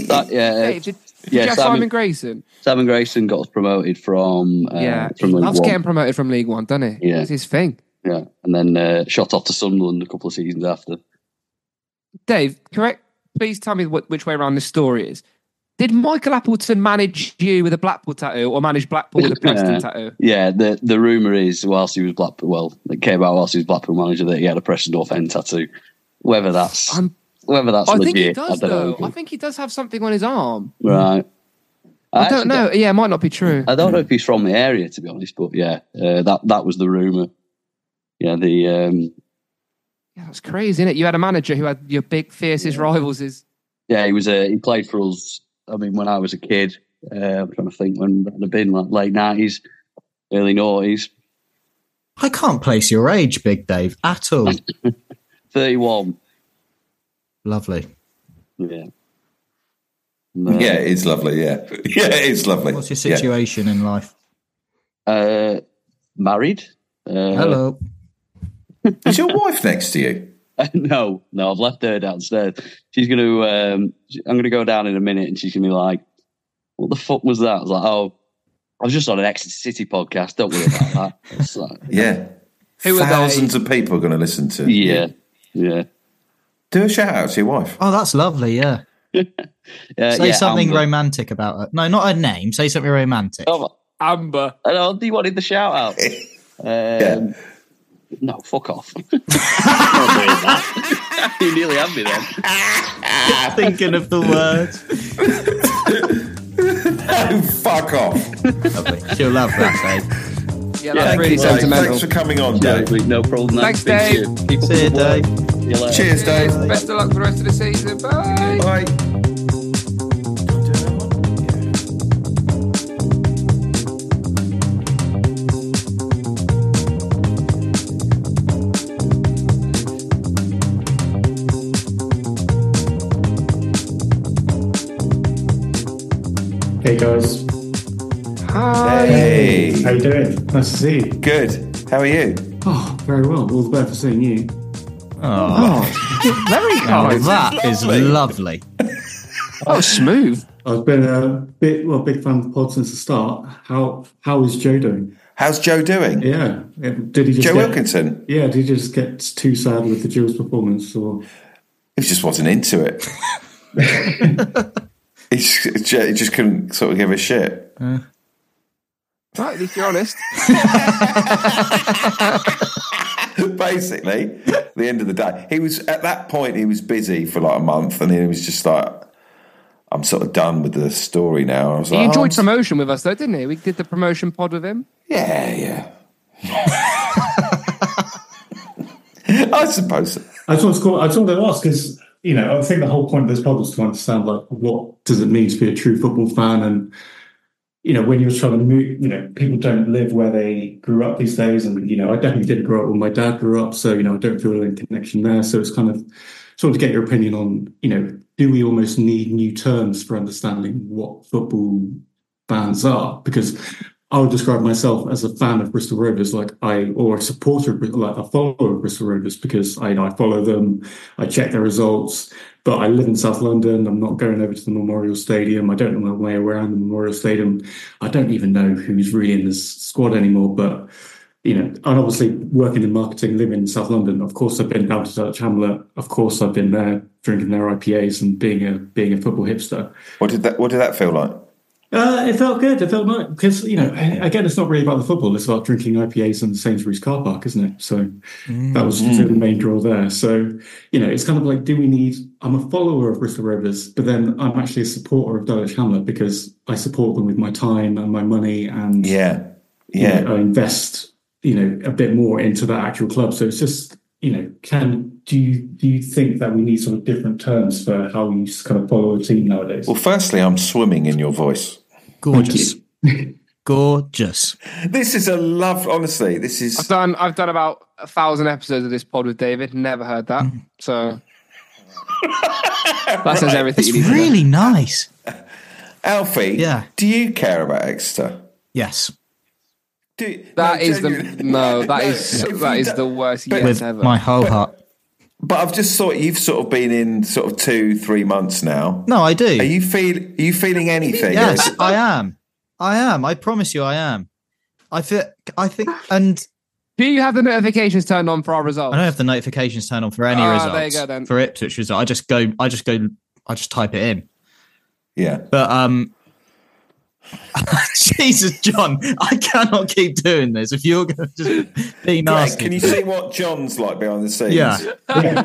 H: That, yeah,
C: Dave, did, did
H: yeah,
C: you have
H: Simon-
C: Simon, Grayson?
H: Simon Grayson got us promoted from uh,
C: yeah,
H: from
C: he
H: League
C: loves
H: One.
C: getting promoted from League One, doesn't he?
H: Yeah.
C: it's his thing.
H: Yeah, and then uh, shot off to Sunderland a couple of seasons after.
C: Dave, correct? Please tell me what, which way around this story is. Did Michael Appleton manage you with a Blackpool tattoo, or manage Blackpool with a Preston
H: Yeah.
C: tattoo?
H: Yeah, the the rumor is whilst he was Blackpool, well, it came out whilst he was Blackpool manager that he had a Preston North End tattoo. Whether that's
C: I'm-
H: whether that's
C: I
H: legit,
C: think he does,
H: I don't
C: though.
H: know.
C: I think he does have something on his arm.
H: right.
C: I,
H: actually
C: don't know. Yeah, it might not be true.
H: I don't know if he's from the area, to be honest, but yeah, uh, that that was the rumor. Yeah, the um,
C: Yeah, that's crazy, isn't it? You had a manager who had your big, fiercest rivals. Is
H: yeah, he was a, he played for us. I mean, when I was a kid, uh, I'm trying to think when that'd have been like late nineties, early noughties,
A: I can't place your age, Big Dave, at all.
H: thirty one.
A: Lovely.
H: Yeah. And, uh,
B: Yeah, it's lovely. Yeah, yeah, it's lovely.
A: What's your
B: Yeah.
A: situation in life?
H: Uh, married. Uh,
A: Hello.
B: Is your wife next to you?
H: No, no, I've left her downstairs. She's going to. Um, she- I'm going to go down in a minute, and she's going to be like, "What the fuck was that?" I was like, "Oh, I was just on an Exeter City podcast. Don't worry about that." It's like,
B: Yeah,
C: Who are they?
B: thousands of people are going to listen to.
H: yeah, yeah,
B: Do a shout out to your wife.
A: Oh, that's lovely. Yeah.
H: Uh,
A: Say
H: yeah,
A: something
H: Amber.
A: romantic about her. No, not her name. Say something romantic.
H: Oh,
C: Amber?
H: I know. You wanted the shout out. Um,
B: Yeah.
H: No, fuck off. Don't do that. you nearly had me then. ah.
A: Thinking of the words.
B: Oh, Fuck off.
A: lovely. She'll love that, Dave.
C: Yeah, that's really
B: Dave,
C: sentimental.
B: Thanks for coming on,
H: No,
B: Dave.
H: no problem.
C: Thanks,
H: Thank
C: Dave.
H: you. Keep up
A: See you,
H: the work.
A: Dave.
H: See you later.
B: Cheers, Dave.
C: Best of luck for the rest of the season. Bye.
B: Bye.
I: Hey guys,
C: Hi.
I: how
B: Hey,
I: you doing? Nice to see you.
B: good. How are you?
I: Oh, very well. All the better for seeing you.
B: Oh.
C: Very
A: Oh,
C: kind.
A: that is lovely.
C: Oh, smooth.
I: I've been a bit, well, big fan of the pod since the start. How how is Joe doing?
B: How's Joe doing?
I: Yeah, did he just
B: Joe
I: get,
B: Wilkinson.
I: Yeah, did he just get too sad with the Jules performance, or
B: He just wasn't into it. he, just, he just couldn't sort of give a shit.
C: Right, at least you're honest.
B: Basically, at the end of the day, he was at that point. He was busy for like a month, and then he was just like, "I'm sort of done with the story now." And I was
C: He
B: like,
C: enjoyed
B: oh, I'm s-
C: promotion with us, though, didn't he? We did the promotion pod with him.
B: Yeah, yeah. I suppose.
I: I just want to call, I just wanted to ask because you know I think the whole point of this pod was to understand like what does it mean to be a true football fan, and you know when you're trying to move, you know people don't live where they grew up these days, and you know I definitely didn't grow up where my dad grew up, so you know I don't feel any connection there. So it's kind of sort of get your opinion on you know do we almost need new terms for understanding what football fans are because. I would describe myself as a fan of Bristol Rovers, like I or a supporter, of Bri- like a follower of Bristol Rovers, because I, you know, I follow them, I check their results. But I live in South London. I'm not going over to the Memorial Stadium. I don't know my way around the Memorial Stadium. I don't even know who's really in this squad anymore. But you know, and obviously working in marketing, living in South London, of course I've been down to Dutch Hamlet. Of course I've been there drinking their IPAs and being a being a football hipster.
B: What did that? What did that feel like?
I: Uh, it felt good. It felt nice because you know, again, it's not really about the football. It's about drinking IPAs in the Sainsbury's car park, isn't it? So that
B: Mm-hmm.
I: was
A: Mm.
I: sort of the main draw there. So you know, it's kind of like, do we need? I'm a follower of Bristol Rovers, but then I'm actually a supporter of Dulwich Hamlet because I support them with my time and my money, and
B: Yeah,
I: you
B: yeah.
I: know, I invest you know a bit more into that actual club. So it's just you know, can do you do you think that we need sort of different terms for how you kind of follow a team nowadays?
B: Well, firstly, I'm swimming in your voice.
A: Gorgeous. Gorgeous.
B: This is a love. Honestly, this
C: I've
B: is.
C: done. I've done about a thousand episodes of this pod with David. Never heard that. So that says everything
A: It's
C: you need. to know.
A: really nice.
B: Alfie,
A: Yeah.
B: do you care about Exeter?
A: Yes.
B: Do,
C: That is
B: genuinely-
C: the no. That is
B: if you
C: that is
B: don't-
C: the worst yes
A: With
C: ever.
A: my whole heart.
B: But I've just thought you've sort of been in sort of two, three months now.
A: No, I do.
B: Are you feel? Are you feeling anything?
A: yes, I am. I am. I promise you, I am. I feel. I think, and
C: Do you have the notifications turned on for our results?
A: I don't have the notifications turned on for any
C: Ah, there you
A: results
C: go then.
A: for Ipswich result. I just go. I just go. I just type it in.
B: Yeah.
A: But um, Jesus, John, I cannot keep doing this. If you're going to just be
B: Greg,
A: nasty,
B: can you see what John's like behind the scenes?
A: Yeah.
I: Yeah.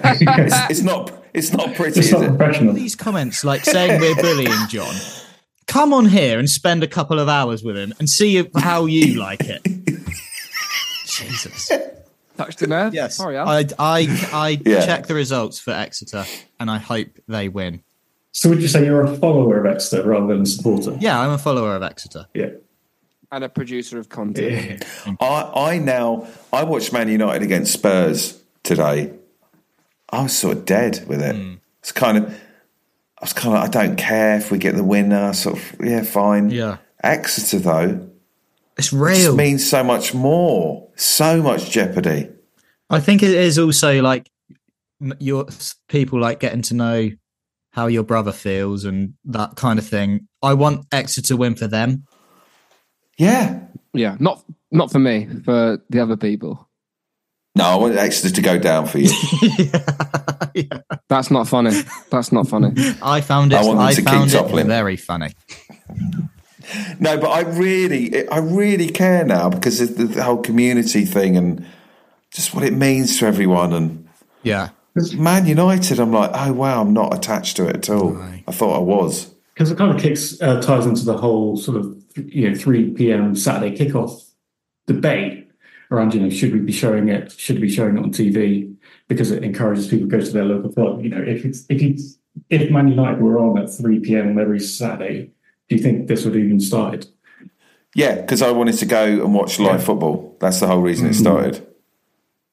B: It's not. It's not pretty,
I: it's
B: is
I: not
B: it?
I: professional.
A: these comments like saying we're bullying John. Come on here and spend a couple of hours with him and see how you like it. Jesus.
C: Touch the nerve.
A: Yes.
C: Sorry, Al.
A: I I, I
B: Yeah.
A: check the results for Exeter and I hope they win.
I: So would you say you're a follower of Exeter rather than a supporter?
A: Yeah, I'm a follower of Exeter.
I: Yeah.
C: and a producer of content.
I: Yeah.
B: I, I now. I watched Man United against Spurs today. I was sort of dead with it.
A: Hmm.
B: It's kind of. I was kind of. I don't care if we get the winner. Sort of. Yeah, fine.
A: Yeah.
B: Exeter though
A: It's
B: just
A: real.
B: means so much more. So much jeopardy.
A: I think it is also like m- your s- people like getting to know how your brother feels and that kind of thing. I want Exeter to win for them.
B: Yeah.
C: Yeah, not not for me, for the other people.
B: No, I want Exeter to go down for you.
A: Yeah.
C: That's not funny. That's not funny.
A: I found it.
B: I want them
A: I
B: to keep
A: found it
B: toppling.
A: very funny.
B: No, but I really, I really care now because of the, the whole community thing and just what it means to everyone. And
A: Yeah.
B: Man United, I'm like, oh wow, I'm not attached to it at all. I thought I was.
I: Because it kind of kicks uh, ties into the whole sort of you know 3 p.m. Saturday kickoff debate around you know should we be showing it should we be showing it on TV because it encourages people to go to their local club. You know if it's if it's if Man United were on at 3 p.m. every Saturday, do you think this would even started?
B: Yeah, because I wanted to go and watch live football. That's the whole reason it started.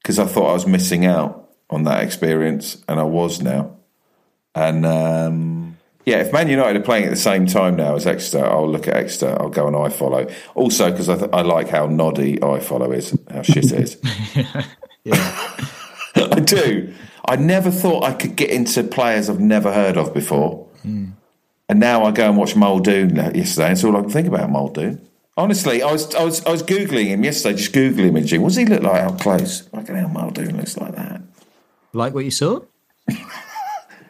B: Because I thought I was missing out on that experience, and I was now. And um, yeah, if Man United are playing at the same time now as Exeter, I'll look at Exeter. I'll go and I follow. Also, because I, th- I like how noddy I follow is, how shit it is. I do. I never thought I could get into players I've never heard of before.
A: Mm.
B: And now I go and watch Muldoon uh, yesterday. It's all I can think about Muldoon. Honestly, I was I was I was googling him yesterday, just Google imaging. What does he look like up close? Like how Muldoon looks like that.
A: Like what you saw?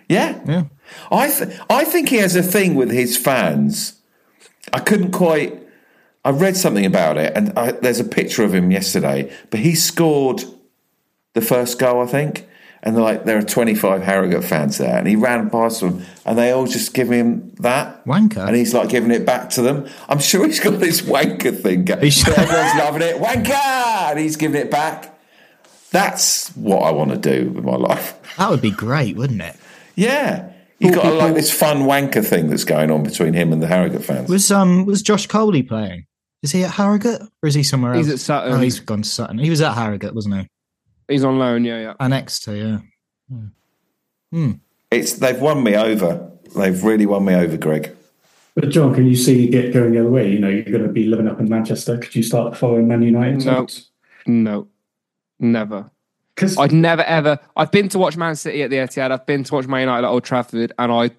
B: Yeah,
A: Yeah.
B: I th- I think he has a thing with his fans. I couldn't quite. I read something about it, and I, there's a picture of him yesterday. But he scored the first goal, I think. And they're like there are 25 Harrogate fans there, and he ran past them, and they all just give him that
A: Wanker.
B: and he's like giving it back to them. I'm sure he's got this wanker thing. go-
A: He's-
B: But everyone's loving it, wanker, and he's giving it back. That's what I want to do with my life.
A: That would be great, wouldn't it?
B: Yeah. You got to like this fun wanker thing that's going on between him and the Harrogate fans.
A: Was um was Josh Coley playing? Is he at Harrogate or is he somewhere else?
C: He's at Sutton.
A: Oh, he's
C: he's,
A: gone to Sutton. He was at Harrogate, wasn't he?
C: on loan. Yeah, yeah.
A: And Exeter, yeah.
B: It's they've won me over. They've really won me over, Greg.
I: But John, can you see it going the other way? You know, you're going to be living up in Manchester. Could you start following Man United?
C: No. No, never.
I: because
C: I'd never ever. I've been to watch Man City at the Etihad. I've been to watch Man United at Old Trafford, and I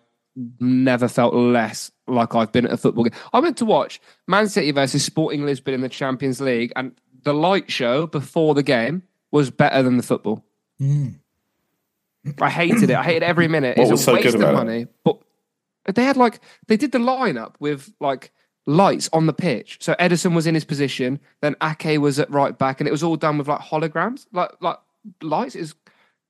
C: never felt less like I've been at a football game. I went to watch Man City versus Sporting Lisbon in the Champions League, and the light show before the game was better than the football. I hated it. I hated every minute.
B: What
C: It's
B: was
C: a
B: so good
C: waste
B: about
C: of
B: it?
C: money. But they had like they did the lineup with like lights on the pitch. So Edison was in his position, then Ake was at right back, and it was all done with like holograms, like like lights. Is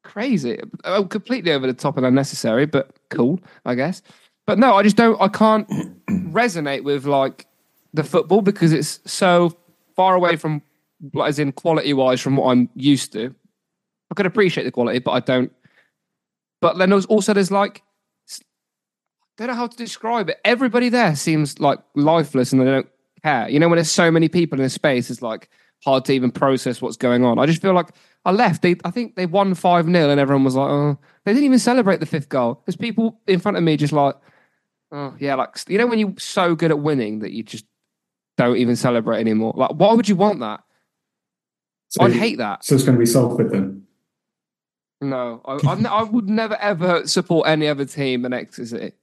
C: crazy. Oh, completely over the top and unnecessary, but cool, I guess. But no, I just don't. I can't resonate with like the football because it's so far away from, like, as in quality wise, from what I'm used to. I could appreciate the quality, but I don't. But then there's also there's like, s- don't know how to describe it. Everybody there seems like lifeless and they don't care. You know, when there's so many people in a space, it's like hard to even process what's going on. I just feel like I left. They, I think they won five 0 and everyone was like, oh, they didn't even celebrate the fifth goal. There's people in front of me just like, Oh yeah, like you know when you're so good at winning that you just don't even celebrate anymore. Like, why would you want that?
I: So-
C: I'd hate that.
I: So it's going to be Salford then.
C: No, I, I, I would never ever support any other team in Exeter's i-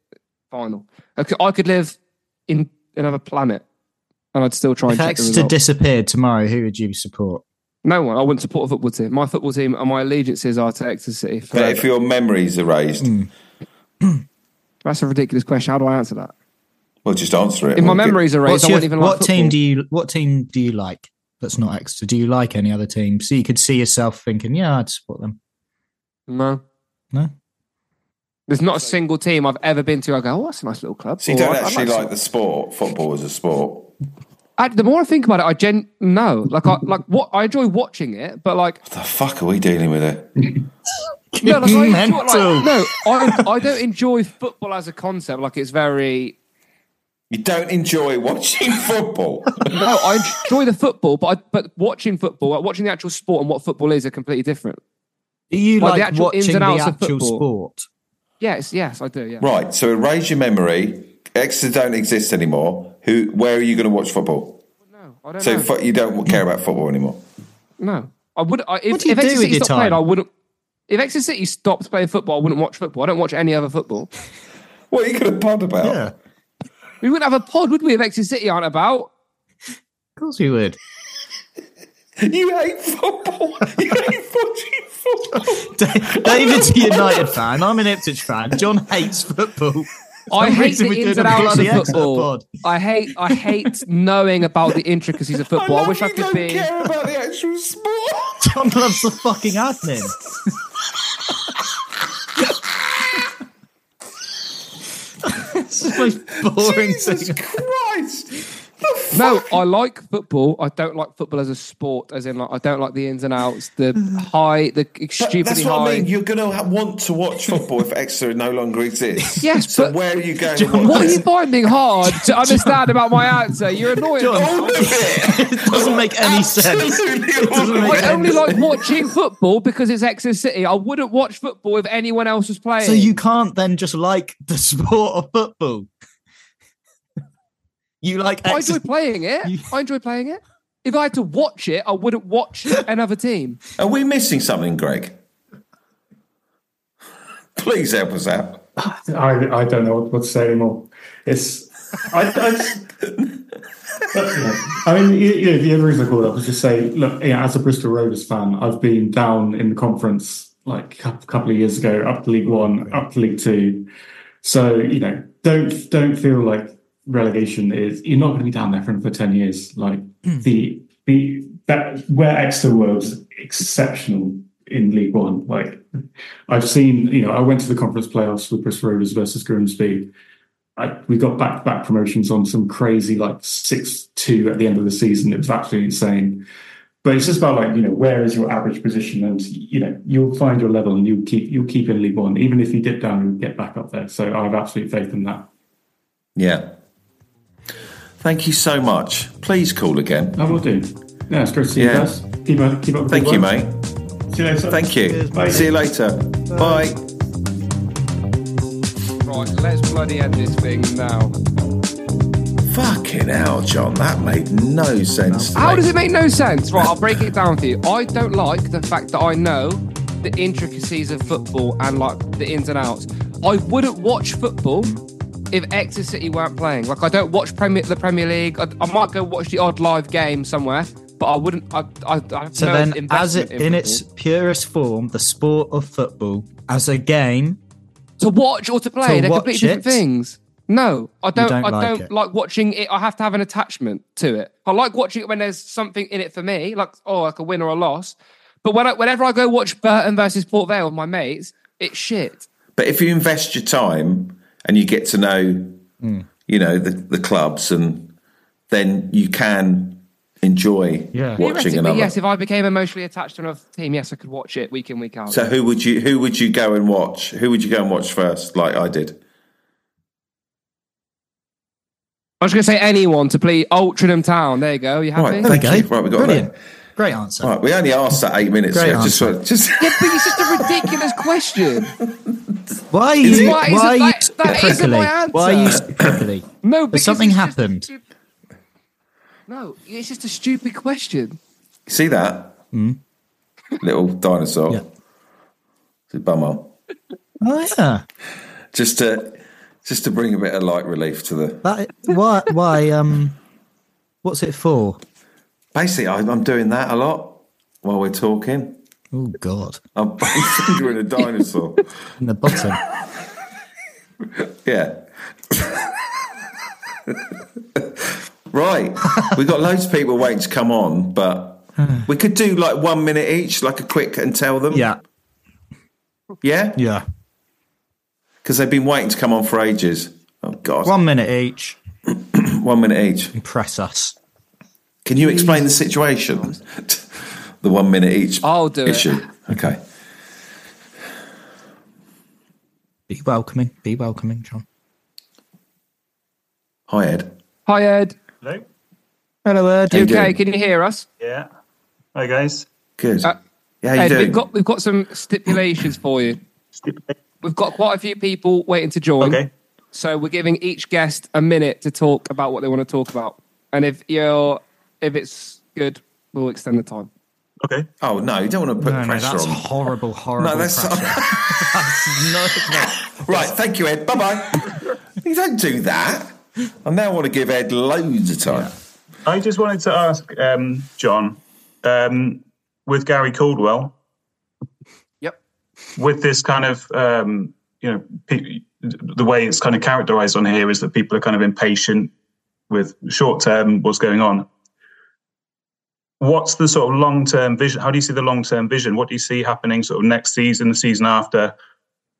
C: final. I could, I could live in another planet, and I'd still try and
A: If
C: check the
A: Exeter
C: result.
A: disappeared tomorrow, who would you support?
C: no one. I wouldn't support a football team. My football team and my allegiances are to Exeter City.
B: But
C: forever.
B: if your memory's erased,
C: That's a ridiculous question. How do I answer that?
B: well, just answer it.
C: If my
B: We'll get-
C: memories are erased,
A: What's
C: I
A: your-
C: wouldn't even like
A: what team
C: football.
A: do you what team do you like? That's not Exeter. Do you like any other team? So you could see yourself thinking, yeah, I'd support them.
C: No.
A: No?
C: There's not a single team I've ever been to. I go, oh, that's a nice little club.
B: So you
C: Or,
B: don't
C: "I'd- I'd
B: actually
C: to-
B: like the sport, football as a sport.
C: I, the more I think about it, I gen no like I like what I enjoy watching it, but like
B: What the fuck are we dealing with it?
C: no, like, I enjoy, like,
A: Mental.
C: no, I I don't enjoy football as a concept. Like it's very
B: You don't enjoy watching football.
C: no, I enjoy the football, but I, but watching football, like, watching the actual sport and what football is are completely different.
A: Do you
C: Well,
A: like,
C: the actual ins and
A: watching the
C: outs of
A: actual
C: football.
A: sport?
C: Yes, yes, I do. Yeah,
B: right, so erase your memory. Exeter don't exist anymore. Who? Where are you going to watch football?
C: no, I don't
B: So
C: know.
B: fu- you don't care about football anymore.
C: no, I would. I, if,
A: What do you
C: if
A: do
C: Exeter
A: with
C: City
A: your
C: stopped playing,
A: time?
C: I wouldn't. If Exeter City stopped playing football, I wouldn't watch football. I don't watch any other football.
B: What are you going to pod about?
A: Yeah, of
C: We wouldn't have a pod, would we? If Exeter City aren't about.
A: course we would.
B: You hate football. You hate watching football.
A: David's a United fan. I'm an Ipswich fan. John hates football.
C: I
A: Some
C: hate
A: reason
C: the
A: we're
C: ins
A: doing
C: and
A: a
C: outs of
A: bloody Exeter
C: football.
A: pod.
C: I hate I hate knowing about the intricacies of football. I,
B: love
C: wish I
B: you
C: could
B: don't
C: be.
B: care about the actual sport.
A: John loves the fucking admin. this is the most boring
B: Jesus
A: thing.
B: Christ! The
C: No,
B: fuck?
C: I like football. I don't like football as a sport, as in like I don't like the ins and outs, the high, the
B: But
C: stupidly
B: that's what
C: high.
B: I mean. You're going to ha- want to watch football if Exeter no longer exists.
C: Yes,
B: So
C: but-
B: where are you going to watch
C: What are
B: it?
C: you finding hard to understand about my answer? You're annoying.
A: John,
B: All of it.
A: it doesn't make any sense.
B: Absolutely all
A: doesn't
B: of
A: make
C: I
B: it.
C: only like watching football because it's Exeter City. I wouldn't watch football if anyone else was playing.
A: So you can't then just like the sport of football. You like
C: I
A: Exeter-
C: enjoy playing
A: You-
C: it. I enjoy playing it. If I had to watch it, I wouldn't watch another team.
B: Are we missing something, Greg? Please help us out.
I: I, I don't know what, what to say anymore. It's I, I just- But, yeah. I mean, you, you know, the other reason I called up was just say, look, you know, as a Bristol Rovers fan, I've been down in the conference like a cou- couple of years ago, up to League One, up to League Two. So you know, don't don't feel like relegation is. You're not going to be down there for, for ten years. Like the the that where Exeter were was exceptional in League One. Like I've seen, you know, I went to the conference playoffs with Bristol Rovers versus Grimsby. I, we got back to back promotions on some crazy like six two at the end of the season. It was absolutely insane. But it's just about like you know where is your average position, and you know you'll find your level and you'll keep you'll keep in League One, even if you dip down and get back up there. So I have absolute faith in that.
B: Yeah. Thank you so much. Please call again.
I: I will do. Yeah, it's great to see
B: Yeah.
I: you guys. Keep up, keep up. With
B: Thank
I: the
B: you,
I: good work.
B: mate.
I: See you later.
B: Thank you.
I: Bye.
B: See you later. Bye.
C: Right, let's bloody end this thing now.
B: Fucking hell, John. That made no sense. to
C: How
B: me.
C: does it make no sense? Right, I'll break it down for you. I don't like the fact that I know the intricacies of football and like the ins and outs. I wouldn't watch football if Exeter City weren't playing. Like I don't watch Premier the Premier League. I, I might go watch the odd live game somewhere, but I wouldn't. I, I, I have
A: So
C: no
A: then, as
C: investment
A: it, in its
C: football.
A: purest form, the sport of football as a game,
C: to watch or to play,
A: To
C: they're
A: watch
C: completely different
A: it?
C: things. No, I don't.
A: don't
C: I
A: like
C: don't
A: it.
C: like watching it. I have to have an attachment to it. I like watching it when there's something in it for me, like oh, like a win or a loss. But when I, whenever I go watch Burton versus Port Vale with my mates, it's shit.
B: But if you invest your time and you get to know,
C: Hmm.
B: you know, the, the clubs, and then you can enjoy
A: Yeah.
B: watching
C: Theoretically,
B: another.
C: yes, if I became emotionally attached to another team, yes, I could watch it week in week out.
B: so who would you who would you go and watch? Who would you go and watch first? Like I did.
C: I was going to say anyone to play Altrincham Town. There you go. You happy?
B: Right, thank
A: There we
B: you.
A: go.
B: Right, we got
A: Brilliant.
B: that.
A: Great answer.
B: All right, we only asked that eight minutes.
A: Great
B: ago. Just, just
C: Yeah, but it's just a ridiculous question.
A: Why are
C: Is
A: you?
C: it- Why
A: Why,
C: is
A: are
C: it
A: you
C: that- that isn't
A: prickly?
C: my
A: Why are you
C: answer?
A: prickly?
C: No,
A: Has
C: because
A: something
C: it's just
A: happened?
C: stupid- No, it's just a stupid question.
B: see that little dinosaur.
A: Mm. Yeah.
B: It's a bummer.
A: Oh yeah.
B: Just to just to bring a bit of light relief to the.
A: That why why um, what's it for?
B: Basically, I, I'm doing that a lot while we're talking.
A: Oh God,
B: I'm fingering a dinosaur.
A: in the bottom.
B: Yeah. right. We've got loads of people waiting to come on, but we could do like one minute each, like a quick and tell them.
A: yeah,
B: Yeah?
A: yeah.
B: Because they've been waiting to come on for ages. Oh, God.
A: One minute each.
B: one minute each.
A: Impress us.
B: Can you explain the situation? the one minute each
C: I'll do it.
B: issue. Okay.
A: Be welcoming. Be welcoming, John.
B: Hi, Ed.
C: Hi, Ed.
J: Hello?
A: Hello, Ed.
B: How you
C: okay?
B: doing?
C: Can you hear us?
J: Yeah. Hi, guys.
B: Good.
C: Uh,
B: yeah, how you
C: Ed,
B: doing?
C: we've got we've got some stipulations for you. We've got quite a few people waiting to join.
J: Okay.
C: So we're giving each guest a minute to talk about what they want to talk about. And if you're if it's good, we'll extend the time.
J: Okay.
B: oh, no, you don't want to put
A: No, no,
B: pressure
A: that's
B: on.
A: horrible, horrible
B: No, that's-
A: pressure. that's no,
B: Right, thank you, Ed. Bye bye. you don't do that. I now want to give Ed loads of time.
J: I just wanted to ask um, John, um, with Gary Caldwell,
C: Yep.
J: with this kind of um, you know pe- the way it's kind of characterized on here is that people are kind of impatient with short term what's going on what's the sort of long term vision how do you see the long term vision what do you see happening sort of next season the season after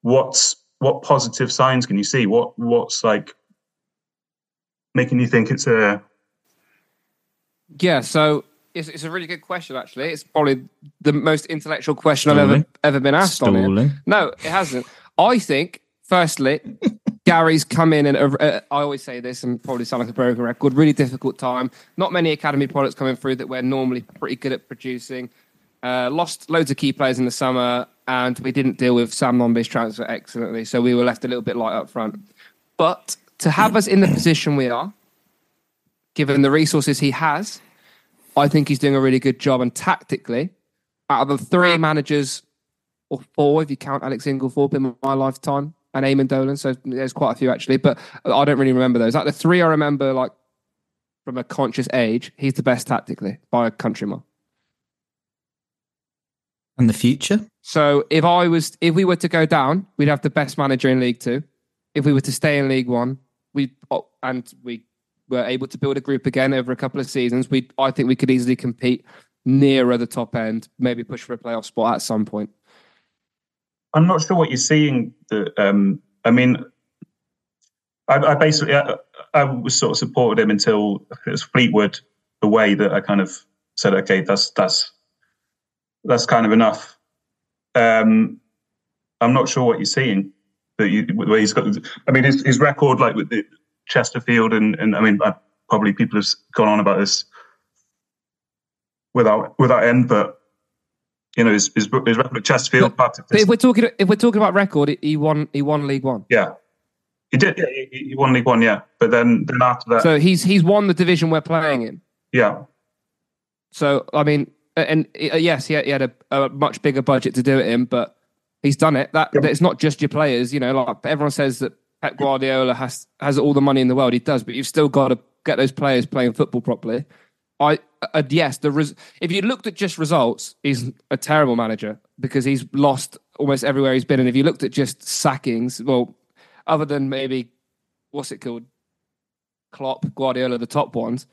J: what's what positive signs can you see what what's like making you think it's a
C: Yeah, so it's, it's a really good question actually. It's probably the most intellectual question I've ever
A: Stalling.
C: ever been asked on it.
A: Stalling.
C: No, it hasn't. I think firstly Gary's come in and uh, I always say this and probably sound like a broken record. Really difficult time. Not many academy products coming through that we're normally pretty good at producing. Uh, lost loads of key players in the summer, and we didn't deal with Sam Nombe's transfer excellently, so we were left a little bit light up front. But to have us in the position we are, given the resources he has, I think he's doing a really good job. And tactically, out of the three managers, or four if you count Alex Inglethorpe in my lifetime, and Eamon Dolan, so there's quite a few actually, but I don't really remember those. Like the three I remember, like from a conscious age, he's the best tactically by a country mile.
A: And the future?
C: So if I was, if we were to go down, we'd have the best manager in League Two. If we were to stay in League One, we oh, and we were able to build a group again over a couple of seasons. We, I think, we could easily compete nearer the top end, maybe push for a playoff spot at some point.
J: I'm not sure what you're seeing. That um, I mean, I, I basically I, I was sort of supported him until it was Fleetwood the way that I kind of said, okay, that's that's that's kind of enough. Um, I'm not sure what you're seeing that you, where he's got. I mean, his, his record like with the Chesterfield and and I mean, I, probably people have gone on about this without without end, but. You know his, his, his record at Chesterfield. part of
C: But
J: this-
C: if we're talking, if we're talking about record, he- he won, he won League One.
J: yeah, he did. Yeah, he, he won League One. Yeah, but then then after that,
C: So he's he's won the division we're playing in.
J: yeah,
C: So I mean, and uh, yes, he had, he had a, a much bigger budget to do it in, but he's done it. That, that it's not just your players. You know, like everyone says that Pep Guardiola has has all the money in the world. He does, but you've still got to get those players playing football properly. I uh, yes, the res- if you looked at just results, he's a terrible manager because he's lost almost everywhere he's been. And if you looked at just sackings, well, other than maybe what's it called, Klopp, Guardiola, the top ones,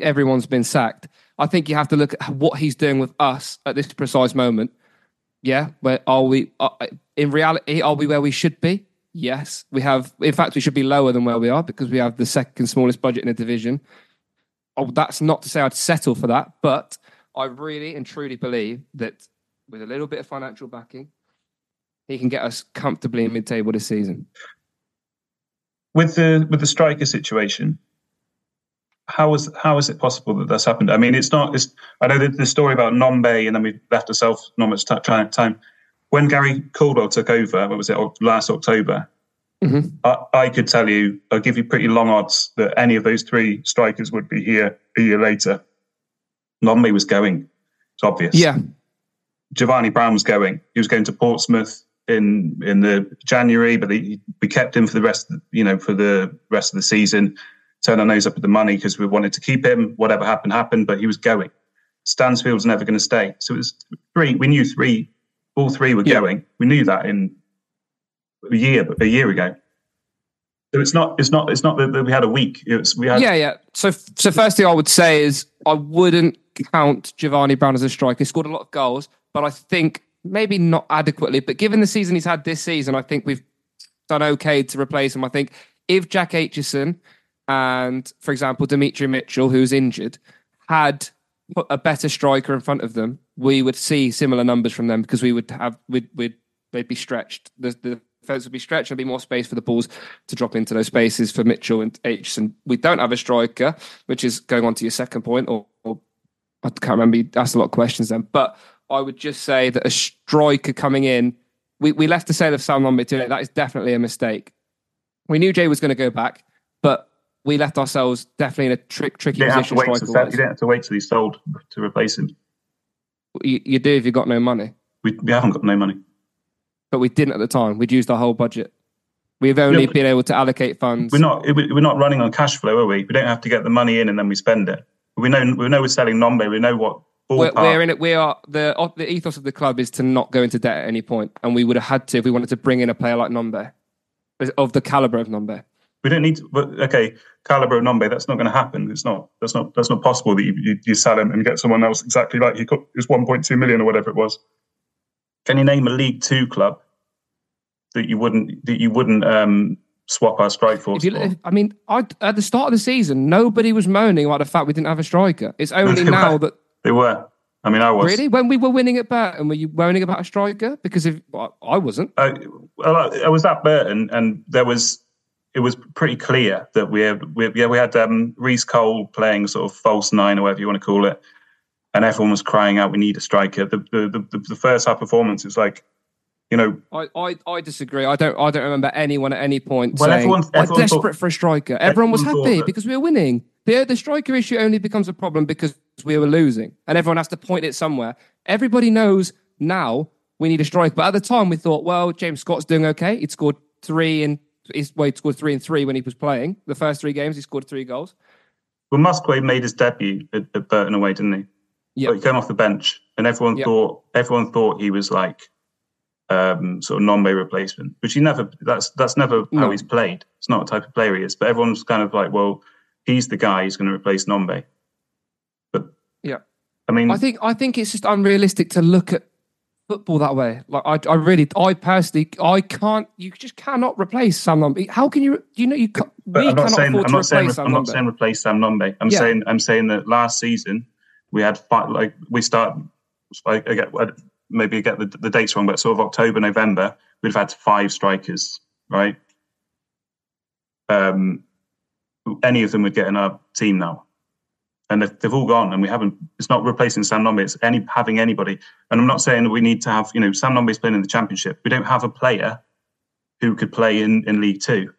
C: everyone's been sacked. I think you have to look at what he's doing with us at this precise moment. Yeah, where are we? Are, in reality, are we where we should be? Yes, we have. In fact, we should be lower than where we are because we have the second smallest budget in the division. Oh, that's not to say I'd settle for that, but I really and truly believe that with a little bit of financial backing, he can get us comfortably in mid-table this season.
J: with the with the striker situation, how is how is it possible that that's happened? I mean, it's not. It's I know the, the story about Nombe, and then we left ourselves not much ti- time. time. When Gary Caldwell took over, what was it Oc- last October?
A: Mm-hmm.
C: Mhm.
J: I, I could tell you, I'll give you pretty long odds that any of those three strikers would be here a year later. Nombe was going. It's obvious.
C: Yeah.
J: Giovanni Brown was going. He was going to Portsmouth in in the January, but he, we kept him for the rest, of the, you know, for the rest of the season. Turned our nose up at the money because we wanted to keep him. Whatever happened, happened, but he was going. Stansfield's never going to stay. So it was three. We knew three. All three were going. We knew that in a year, a year ago. So it's not. It's not. It's not that, that we had a week. It's we had.
C: yeah, yeah. So, so first thing I would say is I wouldn't count Giovanni Brown as a striker. He scored a lot of goals, but I think maybe not adequately. But given the season he's had this season, I think we've done okay to replace him. I think if Jack Aitchison and, for example, Dimitri Mitchell, who's injured, had put a better striker in front of them, we would see similar numbers from them because we would have we'd, we'd they'd be stretched. The, the defense would be stretched. There'd be more space for the balls to drop into those spaces for Mitchell and Aitchison. We don't have a striker, which is going on to your second point, or, or I can't remember. You asked a lot of questions then, but I would just say that a striker coming in, we, we left the sale of Sam Lombard today. That is definitely a mistake. We knew Jay was going to go back, but we left ourselves definitely in a trick,
J: You
C: tricky
J: didn't have to
C: position.
J: wait. Till,
C: striker-wise.
J: you didn't have to wait till he's sold to replace him.
C: You, you do if you've got no money,
J: We, we haven't got no money.
C: but we didn't at the time. We'd used our whole budget. We've only
J: but-
C: been able to allocate funds.
J: We're not it- we're not running on cash flow, are we? We don't have to get the money in and then we spend it. We know we know we're selling Nombe. We know what
C: we're,
J: ballpark.
C: we're in it. We are the of- the ethos of the club is to not go into debt at any point, and we would have had to if we wanted to bring in a player like Nombe, of the caliber of Nombe.
J: we don't need to. But, okay, Calabro Nombe. That's not going to happen. It's not. That's not. That's not possible that you, you, you sell him and get someone else exactly like he got. It was one point two million or whatever it was. Can you name a League Two club that you wouldn't that you wouldn't um, swap our strike force
C: If you,
J: for?
C: if- I mean, I, at the start of the season, nobody was moaning about the fact we didn't have a striker. It's only
J: they
C: now
J: were.
C: that
J: They were. I mean, I was.
C: really, when we were winning at Burton, were you moaning about a striker? Because if well, I wasn't,
J: I, Oh, well, I, I was at Burton, and there was it was pretty clear that we had we, yeah we had um, Reese Cole playing sort of false nine or whatever you want to call it, and everyone was crying out, "We need a striker." The the the, the first half performance is like, you know,
C: I, I, I disagree. I don't I don't remember anyone at any point
J: Well,
C: saying
J: everyone's-
C: "I'm
J: everyone thought-
C: desperate for a striker. Everyone was
J: everyone
C: happy
J: thought that-
C: because we were winning. The, the striker issue only becomes a problem because we were losing, and everyone has to point it somewhere. Everybody knows now we need a striker, but at the time we thought, well, James Scott's doing okay. He'd scored three and he's well, he'd scored three and three when he was playing the first three games. He scored three goals.
J: well, Musgrave made his debut at, at Burton away, didn't he?
C: Yeah.
J: But he came off the bench, and everyone
C: Yeah.
J: thought everyone thought he was like um, sort of non-Bay replacement, which he never. That's that's never
C: No.
J: how he's played. It's not the type of player he is. But everyone's kind of like, well, he's the guy who's going to replace Nombe. But
C: Yeah.
J: I mean,
C: I think I think it's just unrealistic to look at football that way. Like I, I really, I personally, I can't. You just cannot replace Sam Lombard. How can you? You know, you can't.
J: but
C: we
J: I'm not
C: cannot
J: saying
C: afford
J: I'm
C: to
J: not
C: replace
J: saying
C: Sam
J: I'm not
C: Lombard.
J: saying replace Sam Nombe. I'm
C: Yeah.
J: saying I'm saying that last season we had five, like we start. I, I get I maybe I get the, the dates wrong, but sort of October November we'd have had five strikers, right? Um, any of them would get in our team now. and they've, they've all gone. And we haven't. It's not replacing Sam Nombe. It's any having anybody. And I'm not saying that we need to have. You know, Sam Nombe's playing in the championship. We don't have a player who could play in in League Two.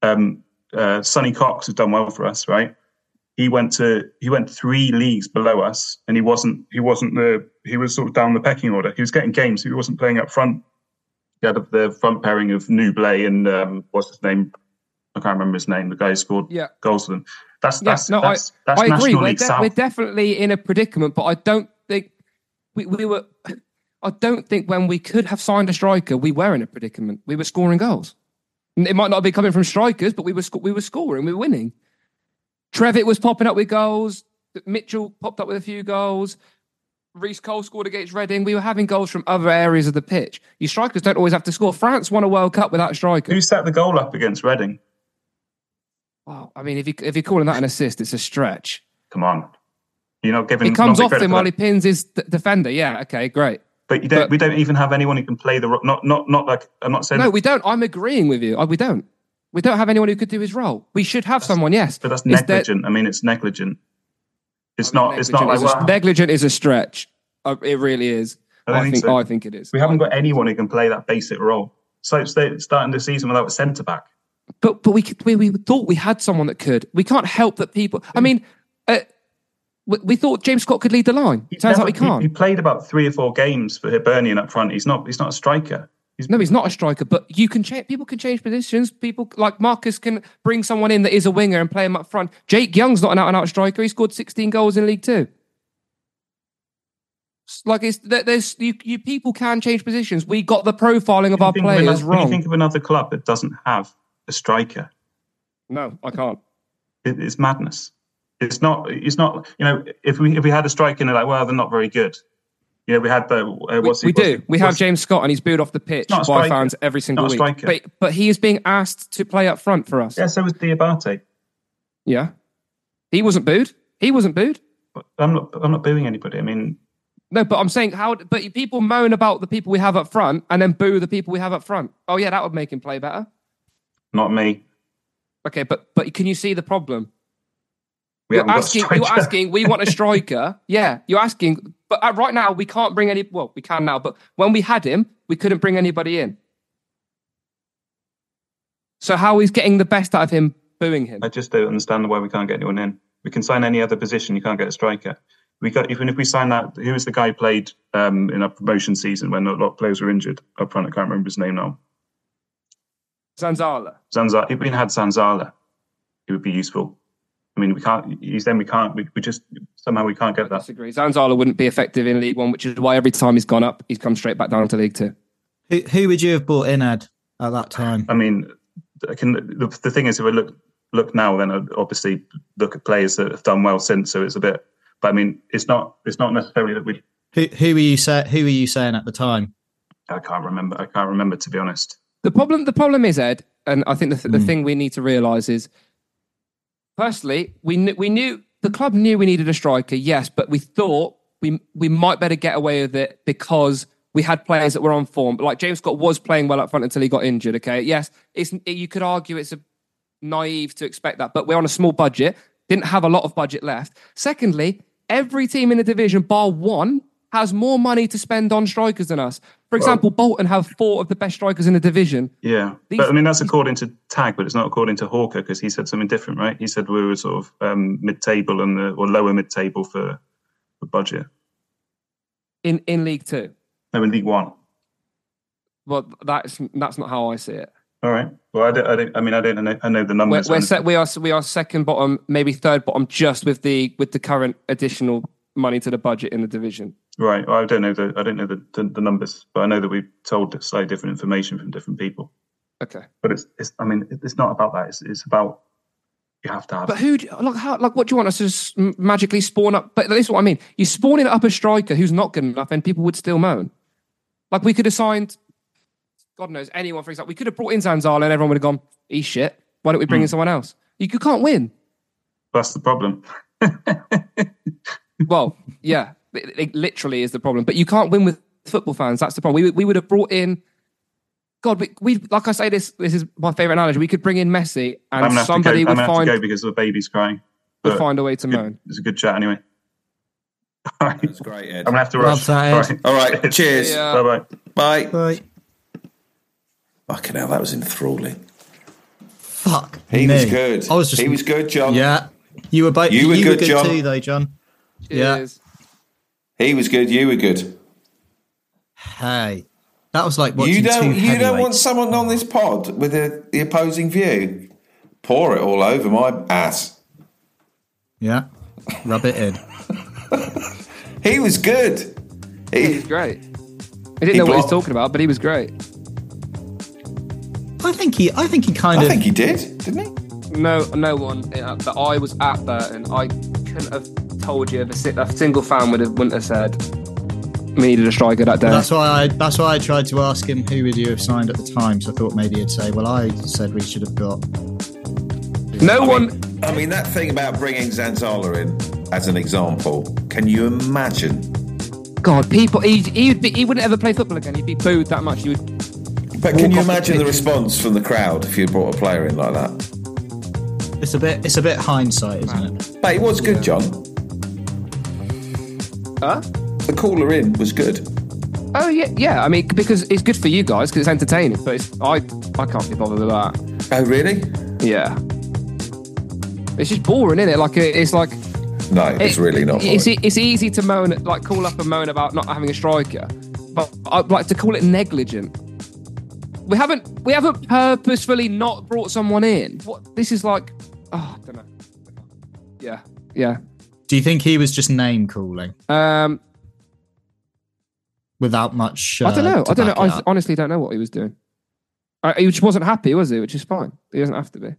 J: Um, uh, Sonny Cox has done well for us, right? He went to he went three leagues below us, and he wasn't he wasn't the he was sort of down the pecking order. He was getting games. He wasn't playing up front. He had the front pairing of Nublé and um, what's his name? I can't remember his name. The guy who scored
C: Yeah.
J: goals for them. That's
C: Yeah,
J: that's
C: no, I-
J: that's, that's
C: I
J: National
C: agree. We're,
J: League
C: de-
J: South.
C: we're definitely in a predicament, but I don't think we, we were. I don't think when we could have signed a striker, we were in a predicament. We were scoring goals. And It might not be coming from strikers, but we were sc- we were scoring. We were winning. Trevitt was popping up with goals. Mitchell popped up with a few goals. Reese Cole scored against Reading. We were having goals from other areas of the pitch. Your strikers don't always have to score. France won a World Cup without strikers.
J: Who set the goal up against Reading?
C: Wow. I mean, if you if you're calling that an assist, it's a stretch.
J: Come on, you're not giving.
C: It comes
J: not
C: off
J: credit
C: him
J: for
C: while
J: that.
C: he pins his d- defender. Yeah, okay, great.
J: But you don't.
C: but-
J: we don't even have anyone who can play the ro- not not not like. I'm not saying.
C: No, we don't. I'm agreeing with you. Uh, We don't. We don't have anyone who could do his role. We should have someone, yes.
J: But that's
C: Is there-
J: negligent. I mean, it's negligent. It's not. It's not like
C: Negligent is a-
J: well,
C: negligent is a stretch. Uh, It really is.
J: I don't
C: I
J: think
C: think
J: so.
C: I think it is.
J: we haven't got anyone who can play that basic role. So sta- starting the season without a centre back.
C: but but we could, we we thought we had someone that could. We can't help that people. I mean, uh, we, we thought James Scott could lead the line.
J: He
C: Turns out
J: never-
C: we
J: he-
C: can't.
J: He, played about three or four games for Hibernian up front. He's not. He's not a striker.
C: no, he's not a striker, but you can change. People can change positions. People like Marcus can bring someone in that is a winger and play him up front. Jake Young's not an out and out striker. He scored 16 goals in League Two. It's Like it's there- there's you, you people can change positions. We got the profiling of our
J: Think of
C: players
J: another- Can you
C: wrong.
J: think of another club that doesn't have a striker?
C: no, I can't.
J: It, it's madness. It's not. It's not. You know, if we if we had a striker, and they're like, well, they're not very good. You know, we had the uh,
C: We,
J: what's
C: we
J: he, what's
C: do.
J: he-
C: We have
J: what's-
C: James Scott, and he's booed off the pitch
J: Not a
C: by
J: striker.
C: fans every single
J: Not a
C: week.
J: striker.
C: But but he is being asked to play up front for us.
J: Yeah, so was Diabate.
C: Yeah, he wasn't booed. He wasn't booed.
J: I'm not. I'm not booing anybody. I mean,
C: No, but I'm saying how. But people moan about the people we have up front and then boo the people we have up front. Oh yeah, that would make him play better.
J: not me.
C: Okay, but but can you see the problem?
J: We
C: you're
J: haven't got a
C: asking. You're
J: striker.
C: asking. We want a striker. yeah, you're asking. But uh, right now we can't bring any. Well, we can now, but when we had him, we couldn't bring anybody in. So how he's getting the best out of him, booing him?
J: I just don't understand why we can't get anyone in. We can sign any other position. You can't get a striker. We got even if we sign that. Who was the guy who played um, in our promotion season when a lot of players were injured up front? I can't remember his name now.
C: Zanzala.
J: Zanzala. If we had Zanzala, it would be useful. I mean, we can't. He's then we can't. We, we just somehow we can't get that.
C: Disagree. Zanzala wouldn't be effective in League One, which is why every time he's gone up, he's come straight back down to League Two.
A: Who, who would you have bought in Ed at that time?
J: I mean, I can. The, the thing is, if I look look now, then I'd obviously look at players that have done well since. So it's a bit. But I mean, it's not. It's not necessarily that we.
A: Who who were you say, who were you saying at the time?
J: I can't remember. I can't remember to be honest.
C: The problem, the problem is Ed, and I think the, th- the thing we need to realise is, firstly, we kn- we knew the club knew we needed a striker, yes, but we thought we we might better get away with it because we had players that were on form. Like James Scott was playing well up front until he got injured. Okay, yes, it's you could argue it's a naive to expect that, but we're on a small budget, didn't have a lot of budget left. Secondly, every team in the division, bar one, has more money to spend on strikers than us. For example, Bolton have four of the best strikers in the division.
J: Yeah,
C: These-
J: but I mean that's according to Tag, but it's not according to Hawker because he said something different, right? He said we were sort of um, mid-table and the, or lower mid-table for for budget.
C: in in League Two.
J: No, in League One.
C: Well, that's that's not how I see it.
J: All right. Well, I don't. I, don't, I mean, I don't know. I know the
C: We're,
J: numbers.
C: we're se- we are we are second bottom, maybe third bottom, just with the with the current additional money to the budget in the division.
J: right. Well, I don't know the. I don't know the, the, the numbers, but I know that we've told slightly different information from different people.
C: Okay,
J: But it's. it's I mean, it's not about that. It's, it's about you have to have.
C: but who do- like how like what do you want us to s- m- magically spawn up? But this is what I mean. You're spawning up a striker who's not good enough, and people would still moan. Like we could have signed, God knows anyone. For example, we could have brought in Zanzala, and everyone would have gone, "He's shit. Why don't we
J: Hmm.
C: bring in someone else?" You, you can't win.
J: that's the problem.
C: Well, yeah, it, it literally is the problem. But you can't win with football fans. That's the problem. We we would have brought in. God, we, we like I say this. This is my favorite analogy. We could bring in Messi,
J: I'm gonna
C: and
J: have to go.
C: somebody
J: I'm
C: would
J: gonna have to go
C: find
J: because the baby's crying.
C: would
J: but
C: find a way to
J: good-
C: moan.
J: It's a good chat anyway. All right.
B: That's great,
J: I'm
B: Ed.
J: gonna have to rush.
A: Love that, Ed.
B: All right. Cheers.
C: Yeah.
J: Bye bye.
B: Bye.
A: Right.
B: Fucking hell, that was enthralling.
A: Fuck.
B: He
A: me.
B: was good.
A: I was just
B: he was good, John.
A: Yeah. You were both
B: You were good, John.
A: too though, John.
C: Cheers.
B: He was good. You were good.
A: Hey. That was like watching
B: you don't.
A: two
B: You don't want
A: heavyweights.
B: someone on this pod with a, the opposing view. Pour it all over my ass.
A: Yeah. Rub it in.
B: He was good.
C: He
B: He,
C: was great. I didn't
B: He
C: know what he was
B: blocked-
C: talking about, but he was great.
A: I think he I think he kind
B: I
A: of
B: think he did, didn't he?
C: No, no one. uh, But I was at Burton. I couldn't have told you if a, si- a single fan would have wouldn't have said we needed a striker that day.
A: That's why I that's why I tried to ask him who would you have signed at the time. So I thought maybe he'd say, "Well, I said we should have got."
C: no one.
B: I mean, that thing about bringing Zanzala in as an example. Can you imagine?
C: God, people. He, he would be. He wouldn't ever play football again. He'd be booed that much. He would
B: But can you imagine the response from the crowd if you brought a player in like that?
A: It's a bit. It's a bit hindsight, isn't it?
B: Mate, it was good, John.
C: Huh?
B: The caller in was good.
C: Oh yeah, yeah. I mean, because it's good for you guys because it's entertaining. But it's, I, I can't be bothered with that.
B: Oh really?
C: Yeah. It's just boring, isn't it? Like it- it's like
B: No, it's
C: It-
B: really not.
C: It's,
B: funny.
C: e- it's easy to moan, like call up and moan about not having a striker, but I'd like to call it negligent. We haven't we haven't purposefully not brought someone in. What this is like? Oh, I don't know. Yeah, yeah.
A: Do you think he was just name calling
C: Um,
A: without much? Uh,
C: I don't know.
A: to
C: I don't know.
A: back it
C: I
A: up?
C: honestly don't know what he was doing. Uh, he just wasn't happy, was he? Which is fine. He doesn't have to be.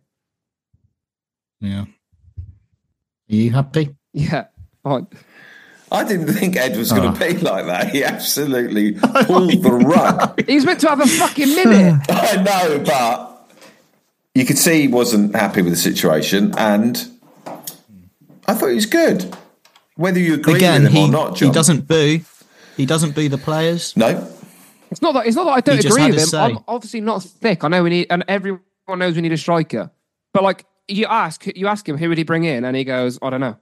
A: yeah. Are you happy?
C: Yeah, fine.
B: I didn't think Ed was
A: Ah.
B: going to be like that. He absolutely pulled the rug.
C: He was meant to have a fucking minute.
B: I know, but you could see he wasn't happy with the situation, and I thought he was good. Whether you agree
A: Again,
B: with him
A: he,
B: or not, John.
A: he doesn't boo. He doesn't boo the players.
B: No,
C: It's not that it's not that I
A: He
C: don't
A: just
C: agree
A: had
C: with him.
A: his say.
C: I'm obviously not thick. I know we need, and everyone knows we need a striker. But like you ask, you ask him, who would he bring in, and he goes, I don't know.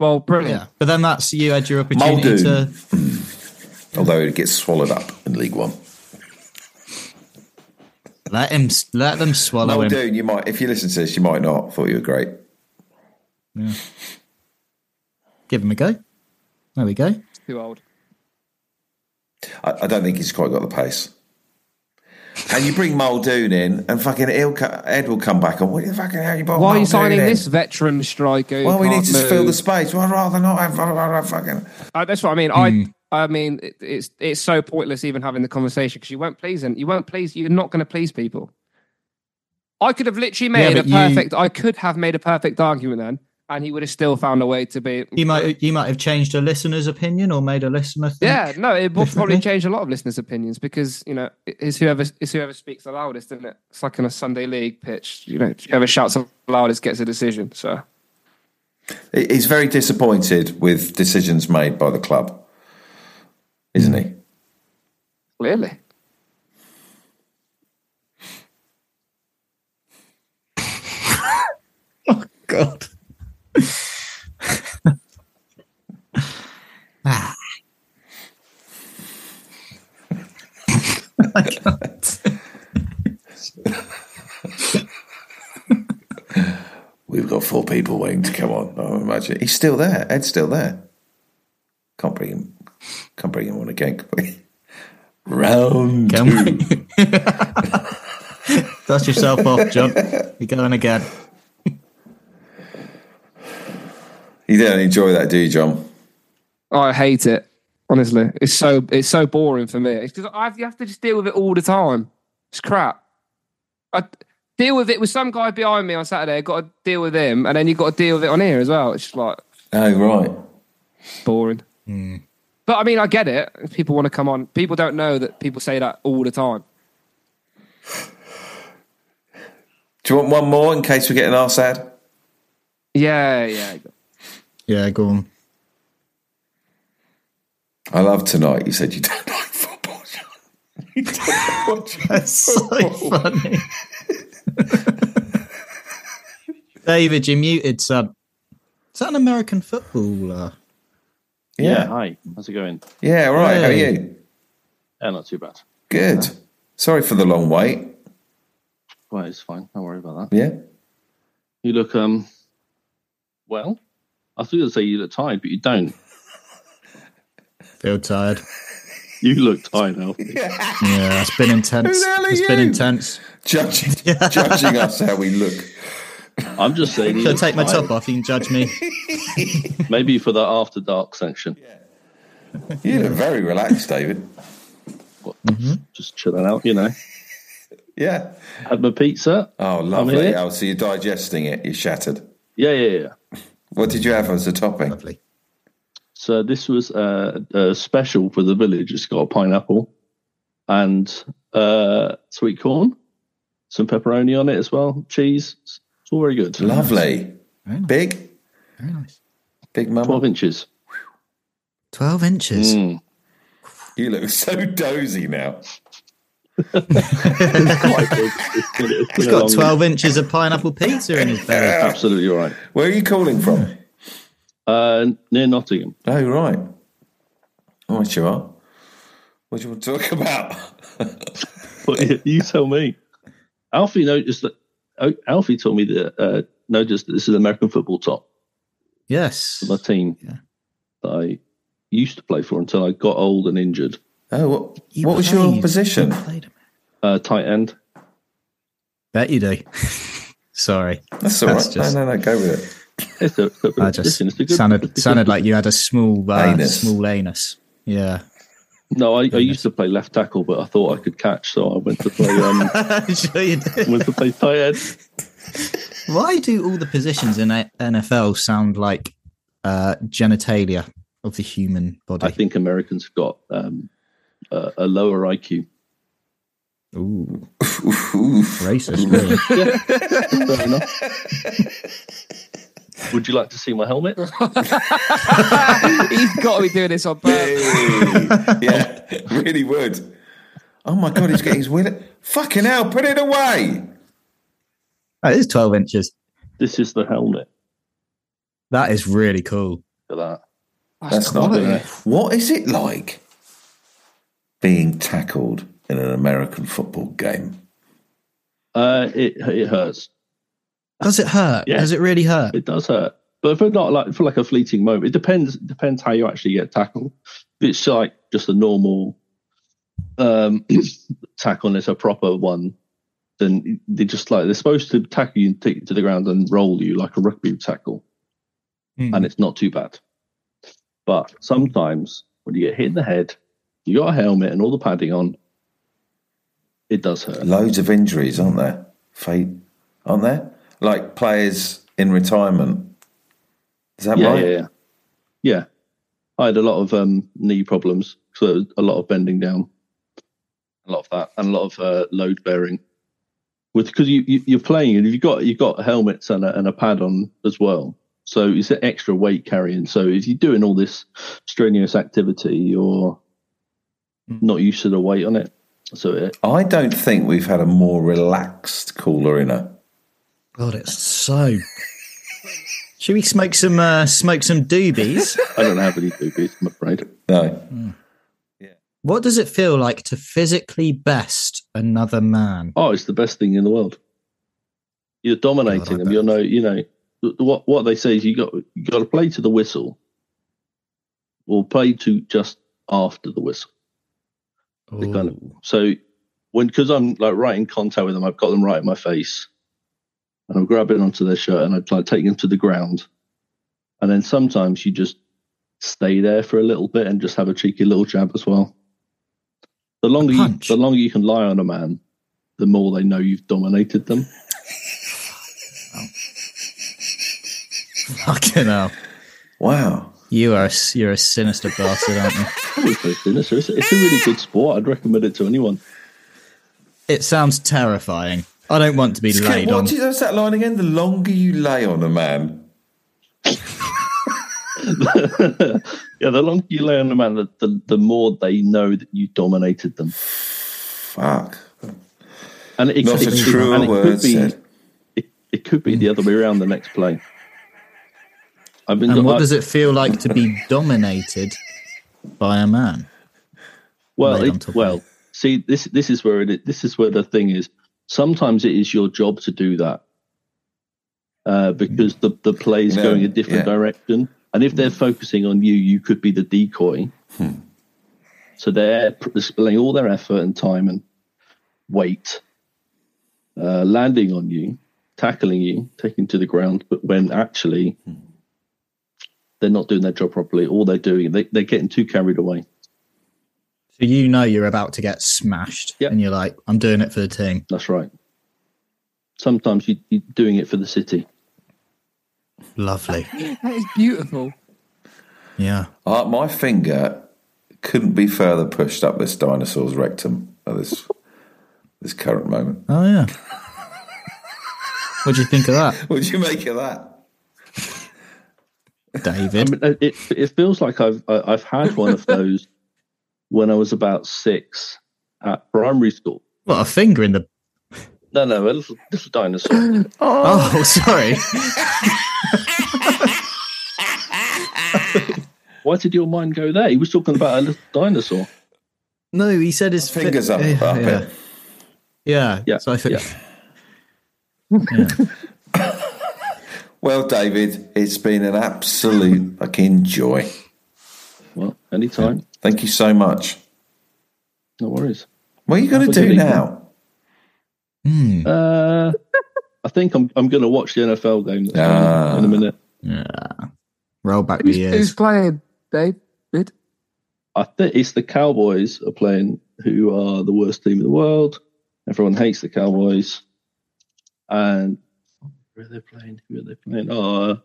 C: Well, brilliant.
A: Yeah, but then that's you had your opportunity
B: Muldoon. Mm.
A: to.
B: although it gets swallowed up in League One.
A: Let him. Let them swallow
B: No,
A: him.
B: dude, you might. If you listen to this, you might not. Thought you were great.
A: Give him a go. There we go.
C: Too old.
B: I, I don't think he's quite got the pace. And you bring Muldoon in, and fucking he'll, co- Ed will come back. And what the fucking hell you brought
C: Why are you
B: Muldoon
C: signing
B: in?
C: this veteran striker? who
B: Well, we
C: can't
B: need to
C: move?
B: fill the space. Well, I'd rather not have blah, blah, blah, fucking.
C: Uh, that's what I mean.
A: Hmm.
C: I I mean, it, it's it's so pointless even having the conversation because you won't please him. You won't please. You're not going to please people. I could have literally
A: Yeah,
C: made a
A: but you-
C: perfect. I could have made a perfect argument then, and he would have still found a way to be.
A: You might. You might have changed a listener's opinion or made a listener. Think.
C: Yeah, no, it will probably
A: Definitely.
C: change a lot of listeners' opinions because you know it- it's whoever it's whoever speaks the loudest, isn't it? It's like in a Sunday league pitch, you know, whoever shouts the loudest gets a decision. So
B: He- He's very disappointed with decisions made by the club, isn't he?
C: clearly,
A: God. Ah. I can't.
B: We've got four people waiting to come on. I imagine he's still there. Ed's still there. Can't bring him. Can't bring him on again. can we? Round
A: Can
B: two.
A: Dust yourself off, John. You're going again.
B: You don't enjoy that, do you, John?
C: Oh, I hate it. Honestly, it's so it's so boring for me. It's because I have, you have to just deal with it all the time. It's crap. I deal with it with some guy behind me on Saturday. I got to deal with him, and then you got to deal with it on here as well. It's just like
B: Oh right.
C: boring. But I mean, I get it. If People want to come on. People don't know that people say that all the time.
B: Do you want one more in case we get an arse ad?
C: Yeah, Uh, yeah.
A: Yeah, go on.
B: I love tonight. You said you don't like football, John. You don't like watching
A: That's so funny. David, you muted sub. Is that an American footballer?
K: Yeah,
B: Yeah.
K: hi. How's it going?
B: Yeah, all right. How are
A: Hey.
B: you?
K: Yeah, not too bad.
B: Good. Sorry for the long wait.
K: Well, it's fine. Don't worry about that.
B: Yeah.
K: You look um, well. I thought you'd say you look tired, but you don't.
A: Feel tired.
K: You look tired, Alfie.
A: Yeah, it's been intense.
B: Who the hell are
A: It's been
B: you?
A: intense.
B: Judging judging us how we look.
K: I'm just saying. You
A: Should I
K: look
A: take my
K: tired.
A: top off? You can judge me.
K: Maybe for the after dark section.
B: You look very relaxed, David.
A: Mm-hmm.
K: Just chilling out, you know.
B: Yeah.
K: Had my pizza.
B: Oh, lovely.
K: here.
B: Oh, so you're digesting it. You're shattered.
K: Yeah, yeah, yeah.
B: What did you have as a topping?
A: Lovely.
K: So this was uh, a special for the village. It's got pineapple and uh, sweet corn, some pepperoni on it as well, cheese. It's all very good.
B: Lovely.
A: Very nice.
B: Big,
A: Very nice.
B: big mama.
K: Twelve inches.
A: 12 inches.
K: Mm.
B: You look so dozy now.
K: Mm.
A: He's got 12 inches of pineapple pizza in his belly.
K: Absolutely right.
B: Where are you calling from?
K: Uh, near Nottingham.
B: Oh, right. Oh, yes, you are. What do you want to talk about?
K: but you tell me. Alfie noticed that. oh, Alfie told me that uh, noticed that this is American football top.
A: Yes,
K: my team that I used to play for until I got old and injured.
B: Oh, what, what was your position?
K: Uh, tight end.
A: Bet you do. Sorry.
B: That's all right. No, no, no, go with it.
K: It's a, it's a-
A: I just
K: listen, it's a good-
A: sounded,
K: it's a
A: sounded
K: good-
A: like you had a small uh,
K: Anus.
A: small anus. Yeah.
K: No, I, I used to play left tackle, but I thought I could catch, so I went to play. Um, Went to play tight end.
A: Why do all the positions in A- NFL sound like uh, genitalia of the human body?
K: I think Americans have got um, a, a lower IQ.
A: Ooh. Racist. really.
K: Yeah, fair enough. Would you like to see my helmet?
C: He's got to be doing this on purpose.
B: yeah, really would. Oh my god, he's getting his wheel. Fucking hell, put it away.
A: Oh, it is 12 inches.
K: This is the helmet.
A: That is really cool.
K: Look at
C: that.
B: That's not it. What is it like being tackled in an American football game?
K: Uh, it it hurts.
A: Does it hurt?
K: Yeah.
A: Does it really hurt?
K: It does hurt, but for not like for like a fleeting moment. It depends. It depends how you actually get tackled. If it's like just a normal um, tackle, and it's a proper one, then they just like they're supposed to tackle you and take you to the ground and roll you like a rugby tackle, and it's not too bad. But sometimes when you get hit in the head, you got a helmet and all the padding on, it does hurt.
B: Loads of injuries, aren't there? Fate, aren't there? Like players in retirement. Is that
K: yeah,
B: right?
K: Yeah, yeah, yeah. I had a lot of um, knee problems, so a lot of bending down, a lot of that, and a lot of uh, load bearing. With because you, you you're playing and you've got you've got helmets and a, and a pad on as well, so it's an extra weight carrying. So if you're doing all this strenuous activity, you're not used to the weight on it. So it,
B: Hmm. I don't think we've had a more relaxed caller in a.
A: God, it's so. Should we smoke some uh, smoke some doobies?
K: I don't have any doobies, I'm afraid.
B: No.
A: What does it feel like to physically best another man?
K: Oh, it's the best thing in the world. You're dominating them. You're no, you know, what what they say is you got you got to play to the whistle, or play to just after the whistle. The kind of- so when because I'm like right in contact with them, I've got them right in my face, and I'm grabbing onto their shirt and I'm like taking them to the ground, and then sometimes you just stay there for a little bit and just have a cheeky little jab as well. The longer you, the longer you can lie on a man, the more they know you've dominated them.
A: Fucking hell.
B: Wow.
A: You are a, s- you're a sinister bastard, aren't you?
K: Probably sinister. It's, it's a really good sport. I'd recommend it to anyone.
A: It sounds terrifying. I don't want to be
B: It's
A: laid
B: good.
A: on.
B: What is, what's that line again? The longer you lay on a man.
K: yeah, the longer you lay on a man, the, the, the more they know that you dominated them.
B: Fuck.
K: And it,
B: Not
K: it,
B: a
K: it-
B: truer
K: and it
B: word
K: could be,
B: said.
K: It, it could be the other way around the next play. I've been.
A: And what
K: I-
A: does it feel like to be dominated by a man?
K: Well,
A: Right, I'm
K: it, well, see, this this is where it this is where the thing is. Sometimes it is your job to do that uh, because the the play is
B: You know,
K: going a different
B: yeah. Mm-hmm.
K: direction, and if they're focusing on you, you could be the decoy.
B: Hmm.
K: So they're p- displaying all their effort and time and weight, uh, landing on you, tackling you, taking to the ground, but when actually
B: Hmm.
K: they're not doing their job properly, all they're doing they, they're getting too carried away.
A: So you know you're about to get smashed, and you're like, "I'm doing it for the team."
K: That's right. Sometimes you, you're doing it for the city.
A: Lovely.
C: That is beautiful.
A: Yeah.
B: Uh, my finger couldn't be further pushed up this dinosaur's rectum at this this current moment.
A: Oh yeah. what do you think of that,
B: What do you make of that?
A: David?
K: I mean, it it feels like I've I- I've had one of those when I was about six at primary school.
A: What a finger in the.
K: No, no, a little, little dinosaur.
A: Oh, sorry.
K: Why did your mind go there? He was talking about a little dinosaur.
A: No, he said his fi-
K: Fingers up,
A: Yeah,
K: up
A: yeah.
K: it.
A: yeah.
K: Yeah,
A: So I think.
B: Well, David, it's been an absolute fucking joy.
K: Well, anytime.
B: Thank you so much.
K: No worries.
B: What are you going
K: Have
B: to
K: a good
B: do
K: evening.
B: now? Hmm.
K: Uh, I think I'm I'm going to watch the NFL game that's
B: Ah.
K: on in a minute.
A: Yeah. Roll back the
C: Who's, who's
A: years.
C: playing, Dave?
K: I think it's the Cowboys are playing, who are the worst team in the world. Everyone hates the Cowboys, and who are they playing? Who are they playing? Oh, uh,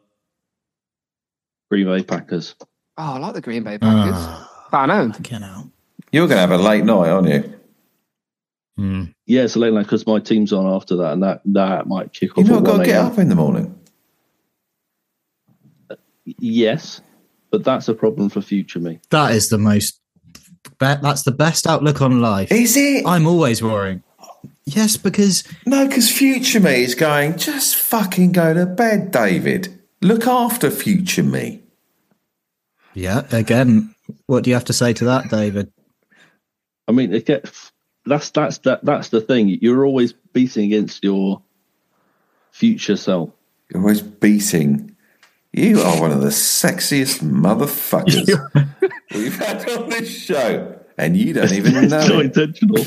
K: Green Bay Packers.
C: Oh, I like the Green Bay Packers. Fan owned.
A: Fucking hell.
B: You're going to have a late night, aren't you?
K: Yeah, it's a late night because my team's on after that, and that that might kick off.
B: You've not
K: at
B: got to
K: 1
B: get
K: a.m..
B: up in the morning.
K: Yes, but that's a problem for future me.
A: That is the most. That, that's the best outlook on life.
B: Is it?
A: I'm always worrying. Yes, because
B: No, because future me is going, just fucking go to bed, David. Look after future me.
A: yeah. Again, what do you have to say to that, David?
K: I mean, it gets that's that's that that's the thing. You're always beating against your future self.
B: You're always beating. You are one of the sexiest motherfuckers we've had on this show. And you don't even
K: it's
B: know.
K: not
B: it.
K: intentional.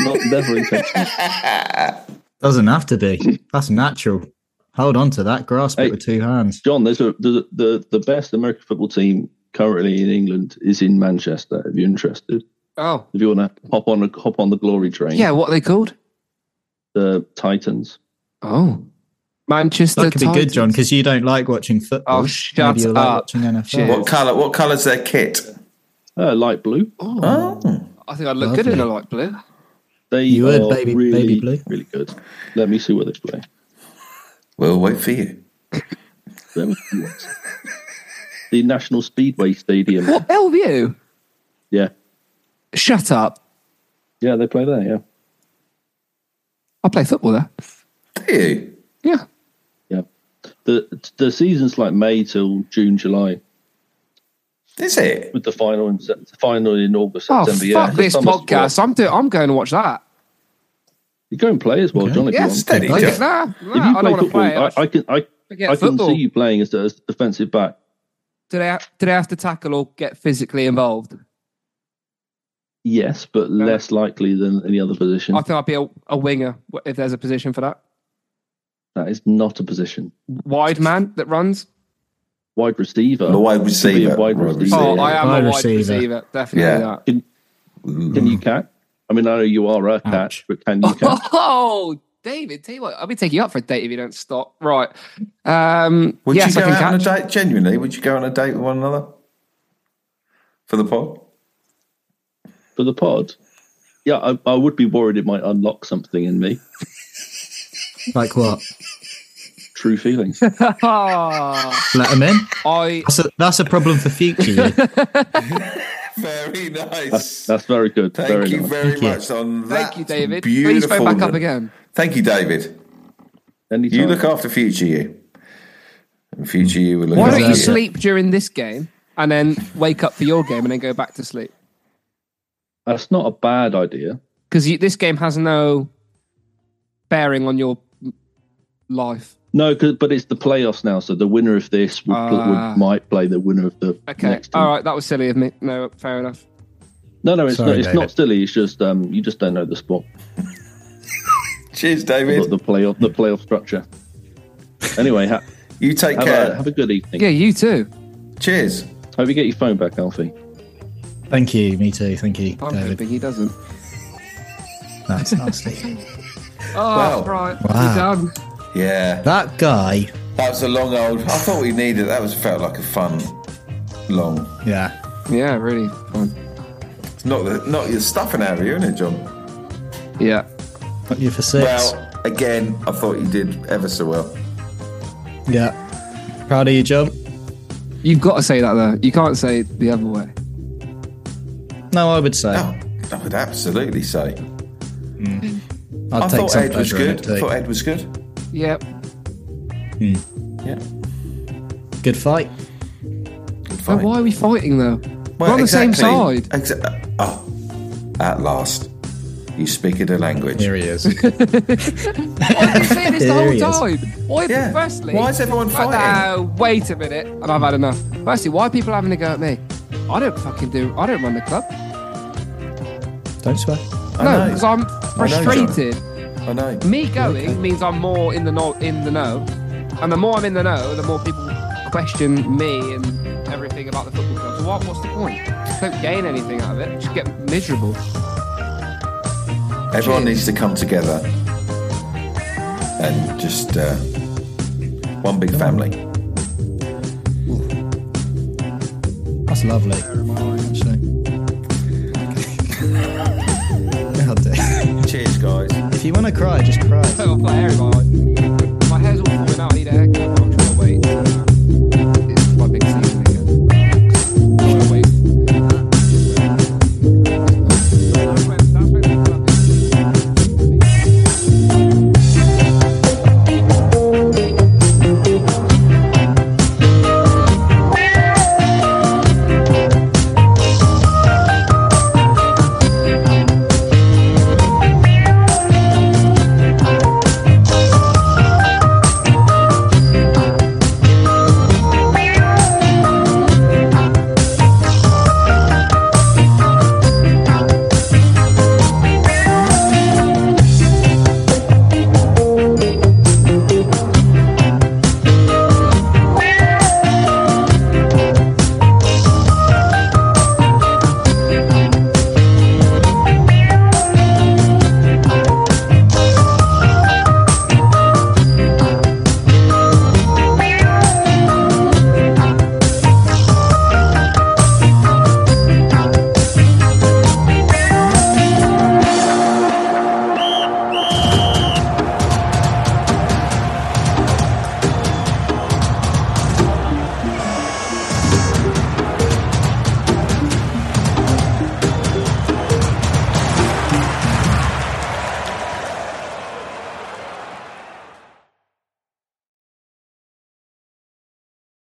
K: not never intentional.
A: Doesn't have to be. That's natural. Hold on to that. Grasp
K: Hey.
A: it with two hands.
K: John, there's a the, the the best American football team currently in England is in Manchester. If you're interested,
C: Oh,
K: if you want to hop on a, hop on the glory train,
C: yeah. What are they called?
K: the Titans.
C: Oh, Manchester.
A: That could be good,
C: Titans.
A: John, because you don't like watching football.
C: Oh, shut
A: Maybe you
C: up.
A: like watching NFL.
C: Shit.
B: What colour? What colour's their kit?
K: Uh, light blue.
B: Oh,
C: I think I'd look good in a light blue.
K: They
A: You
K: are
A: would, baby-
K: really,
A: baby blue.
K: really good. Let me see where they play.
B: we'll wait for you.
K: There we go. the National Speedway Stadium.
C: What Bellevue?
K: Yeah,
C: Shut up.
K: yeah, they play there. Yeah,
C: I play football there.
B: Do you?
C: Yeah.
K: yeah. The the season's like May till June, July,
B: Is it?
K: with the final in Sep- final in August,
C: Oh
K: September. yeah,
C: fuck
K: it's a
C: this
K: summer
C: podcast!
K: sport.
C: I'm doing. I'm going to watch that.
K: You go and play as well, John. If
C: Yeah,
K: you want.
B: steady.
C: Look
B: Yeah.
C: at that. Nah,
K: If you
C: I
K: play
C: don't want to
K: football,
C: play it.
K: I, I can I,
C: Forget
K: I can
C: football.
K: see you playing as a defensive back.
C: Do they have, do they have to tackle or get physically involved?
K: Yes, but less likely than any other position.
C: I think I'd be a, a winger wh- if there's a position for that.
K: that is not a position.
C: Wide man that runs.
K: Wide receiver.
B: The wide
K: You could be a
B: receiver.
K: Wide
B: Wide
K: receiver.
C: Oh,
B: Yeah.
C: I am
A: Wide
C: a wide
A: receiver.
C: receiver. Definitely
B: Yeah. Mm-hmm.
C: that.
K: Can you cat? I mean, I know you are a cat,
A: Ouch.
K: but can you cat?
C: Oh, David, tell you what, I'll be taking you up for a date if you don't stop. Right. Um,
B: Would
C: yes,
B: you
C: I
B: go
C: can
B: out on a
C: catch.
B: date? Genuinely, would you go on a date with one another for the pod?
K: for the pod. Yeah, I, I would be worried it might unlock something in me.
A: Like what?
K: True feelings.
C: Ah,
A: Let them in.
C: I
A: That's a, that's a problem for future you.
B: Very nice.
K: That's, that's very good.
B: Thank
K: very
B: you
K: nice.
B: very
A: you.
B: much on that.
C: thank you, David. Please
B: Beautiful.
C: phone back up again.
B: Thank you, David.
K: Anytime.
B: You look after future you. And future you will look
C: Why
B: after
C: don't you
A: Yeah.
C: sleep during this game and then wake up for your game and then go back to sleep?
K: That's not a bad idea.
C: Because this game has no bearing on your life.
K: No, 'cause- but it's the playoffs now, so the winner of this would, pl-
C: Ah.
K: would might play the winner of the
C: Okay.
K: next. team.
C: All right. That was silly of me. No, fair enough.
K: No, no, it's
A: Sorry,
K: not. It's
A: David.
K: not silly. It's just um, you just don't know the sport,
B: Cheers,
K: or
B: David.
K: the playoff, the playoff structure. Anyway, ha-
B: You take
K: have,
B: care.
K: a, have a good evening.
C: Yeah, you too.
B: Cheers.
K: Hope you get your phone back, Alfie.
A: Thank you. Me too. Thank you,
C: I'm
A: David.
C: hoping he doesn't.
A: That's nasty.
C: Oh,
B: Wow.
C: right.
A: Wow.
C: We're done.
B: Yeah.
A: that guy.
B: That was a long old. I thought we needed. That was felt like a fun, long.
A: Yeah.
C: Yeah, really fun.
B: It's not the not your stuffing out of you, isn't it, John?
C: Yeah.
A: Got you for six.
B: Well, again, I thought you did ever so well.
A: yeah. Proud of you, John.
C: You've got to say that though. You can't say it the other way.
A: No, I would say.
B: Oh, I would absolutely say.
A: I'd
B: I
A: Mm. take
B: thought
A: some
B: Ed was
A: pleasure in
B: good.
A: it
B: I
A: too.
B: thought Ed was good.
C: Yep.
B: Yeah.
A: Good fight.
C: Then why are we fighting though? We're on the same side.
B: exactly. Exa- oh, at last, you speak of the language. Here
A: he is.
C: I've been saying this the
B: There
C: whole
B: he is.
C: time. Why, firstly,
B: Why is everyone
C: Right,
B: fighting?
C: now, wait a minute, and I've had enough. Firstly, why are people having a go at me? I don't fucking do. I don't run the club.
A: Don't swear.
C: no, because I'm
B: I know, John.
C: frustrated.
B: I know.
C: Me going means I'm more in the know, in the know, and the more I'm in the know, the more people question me and everything about the football club. So what, what's the point? Don't gain anything out of it. Just get miserable.
B: Everyone needs to come together and just uh, one big family.
A: That's lovely. Actually. God damn.
B: Cheers, guys.
A: If you want to cry, just cry.
C: I'll put everyone.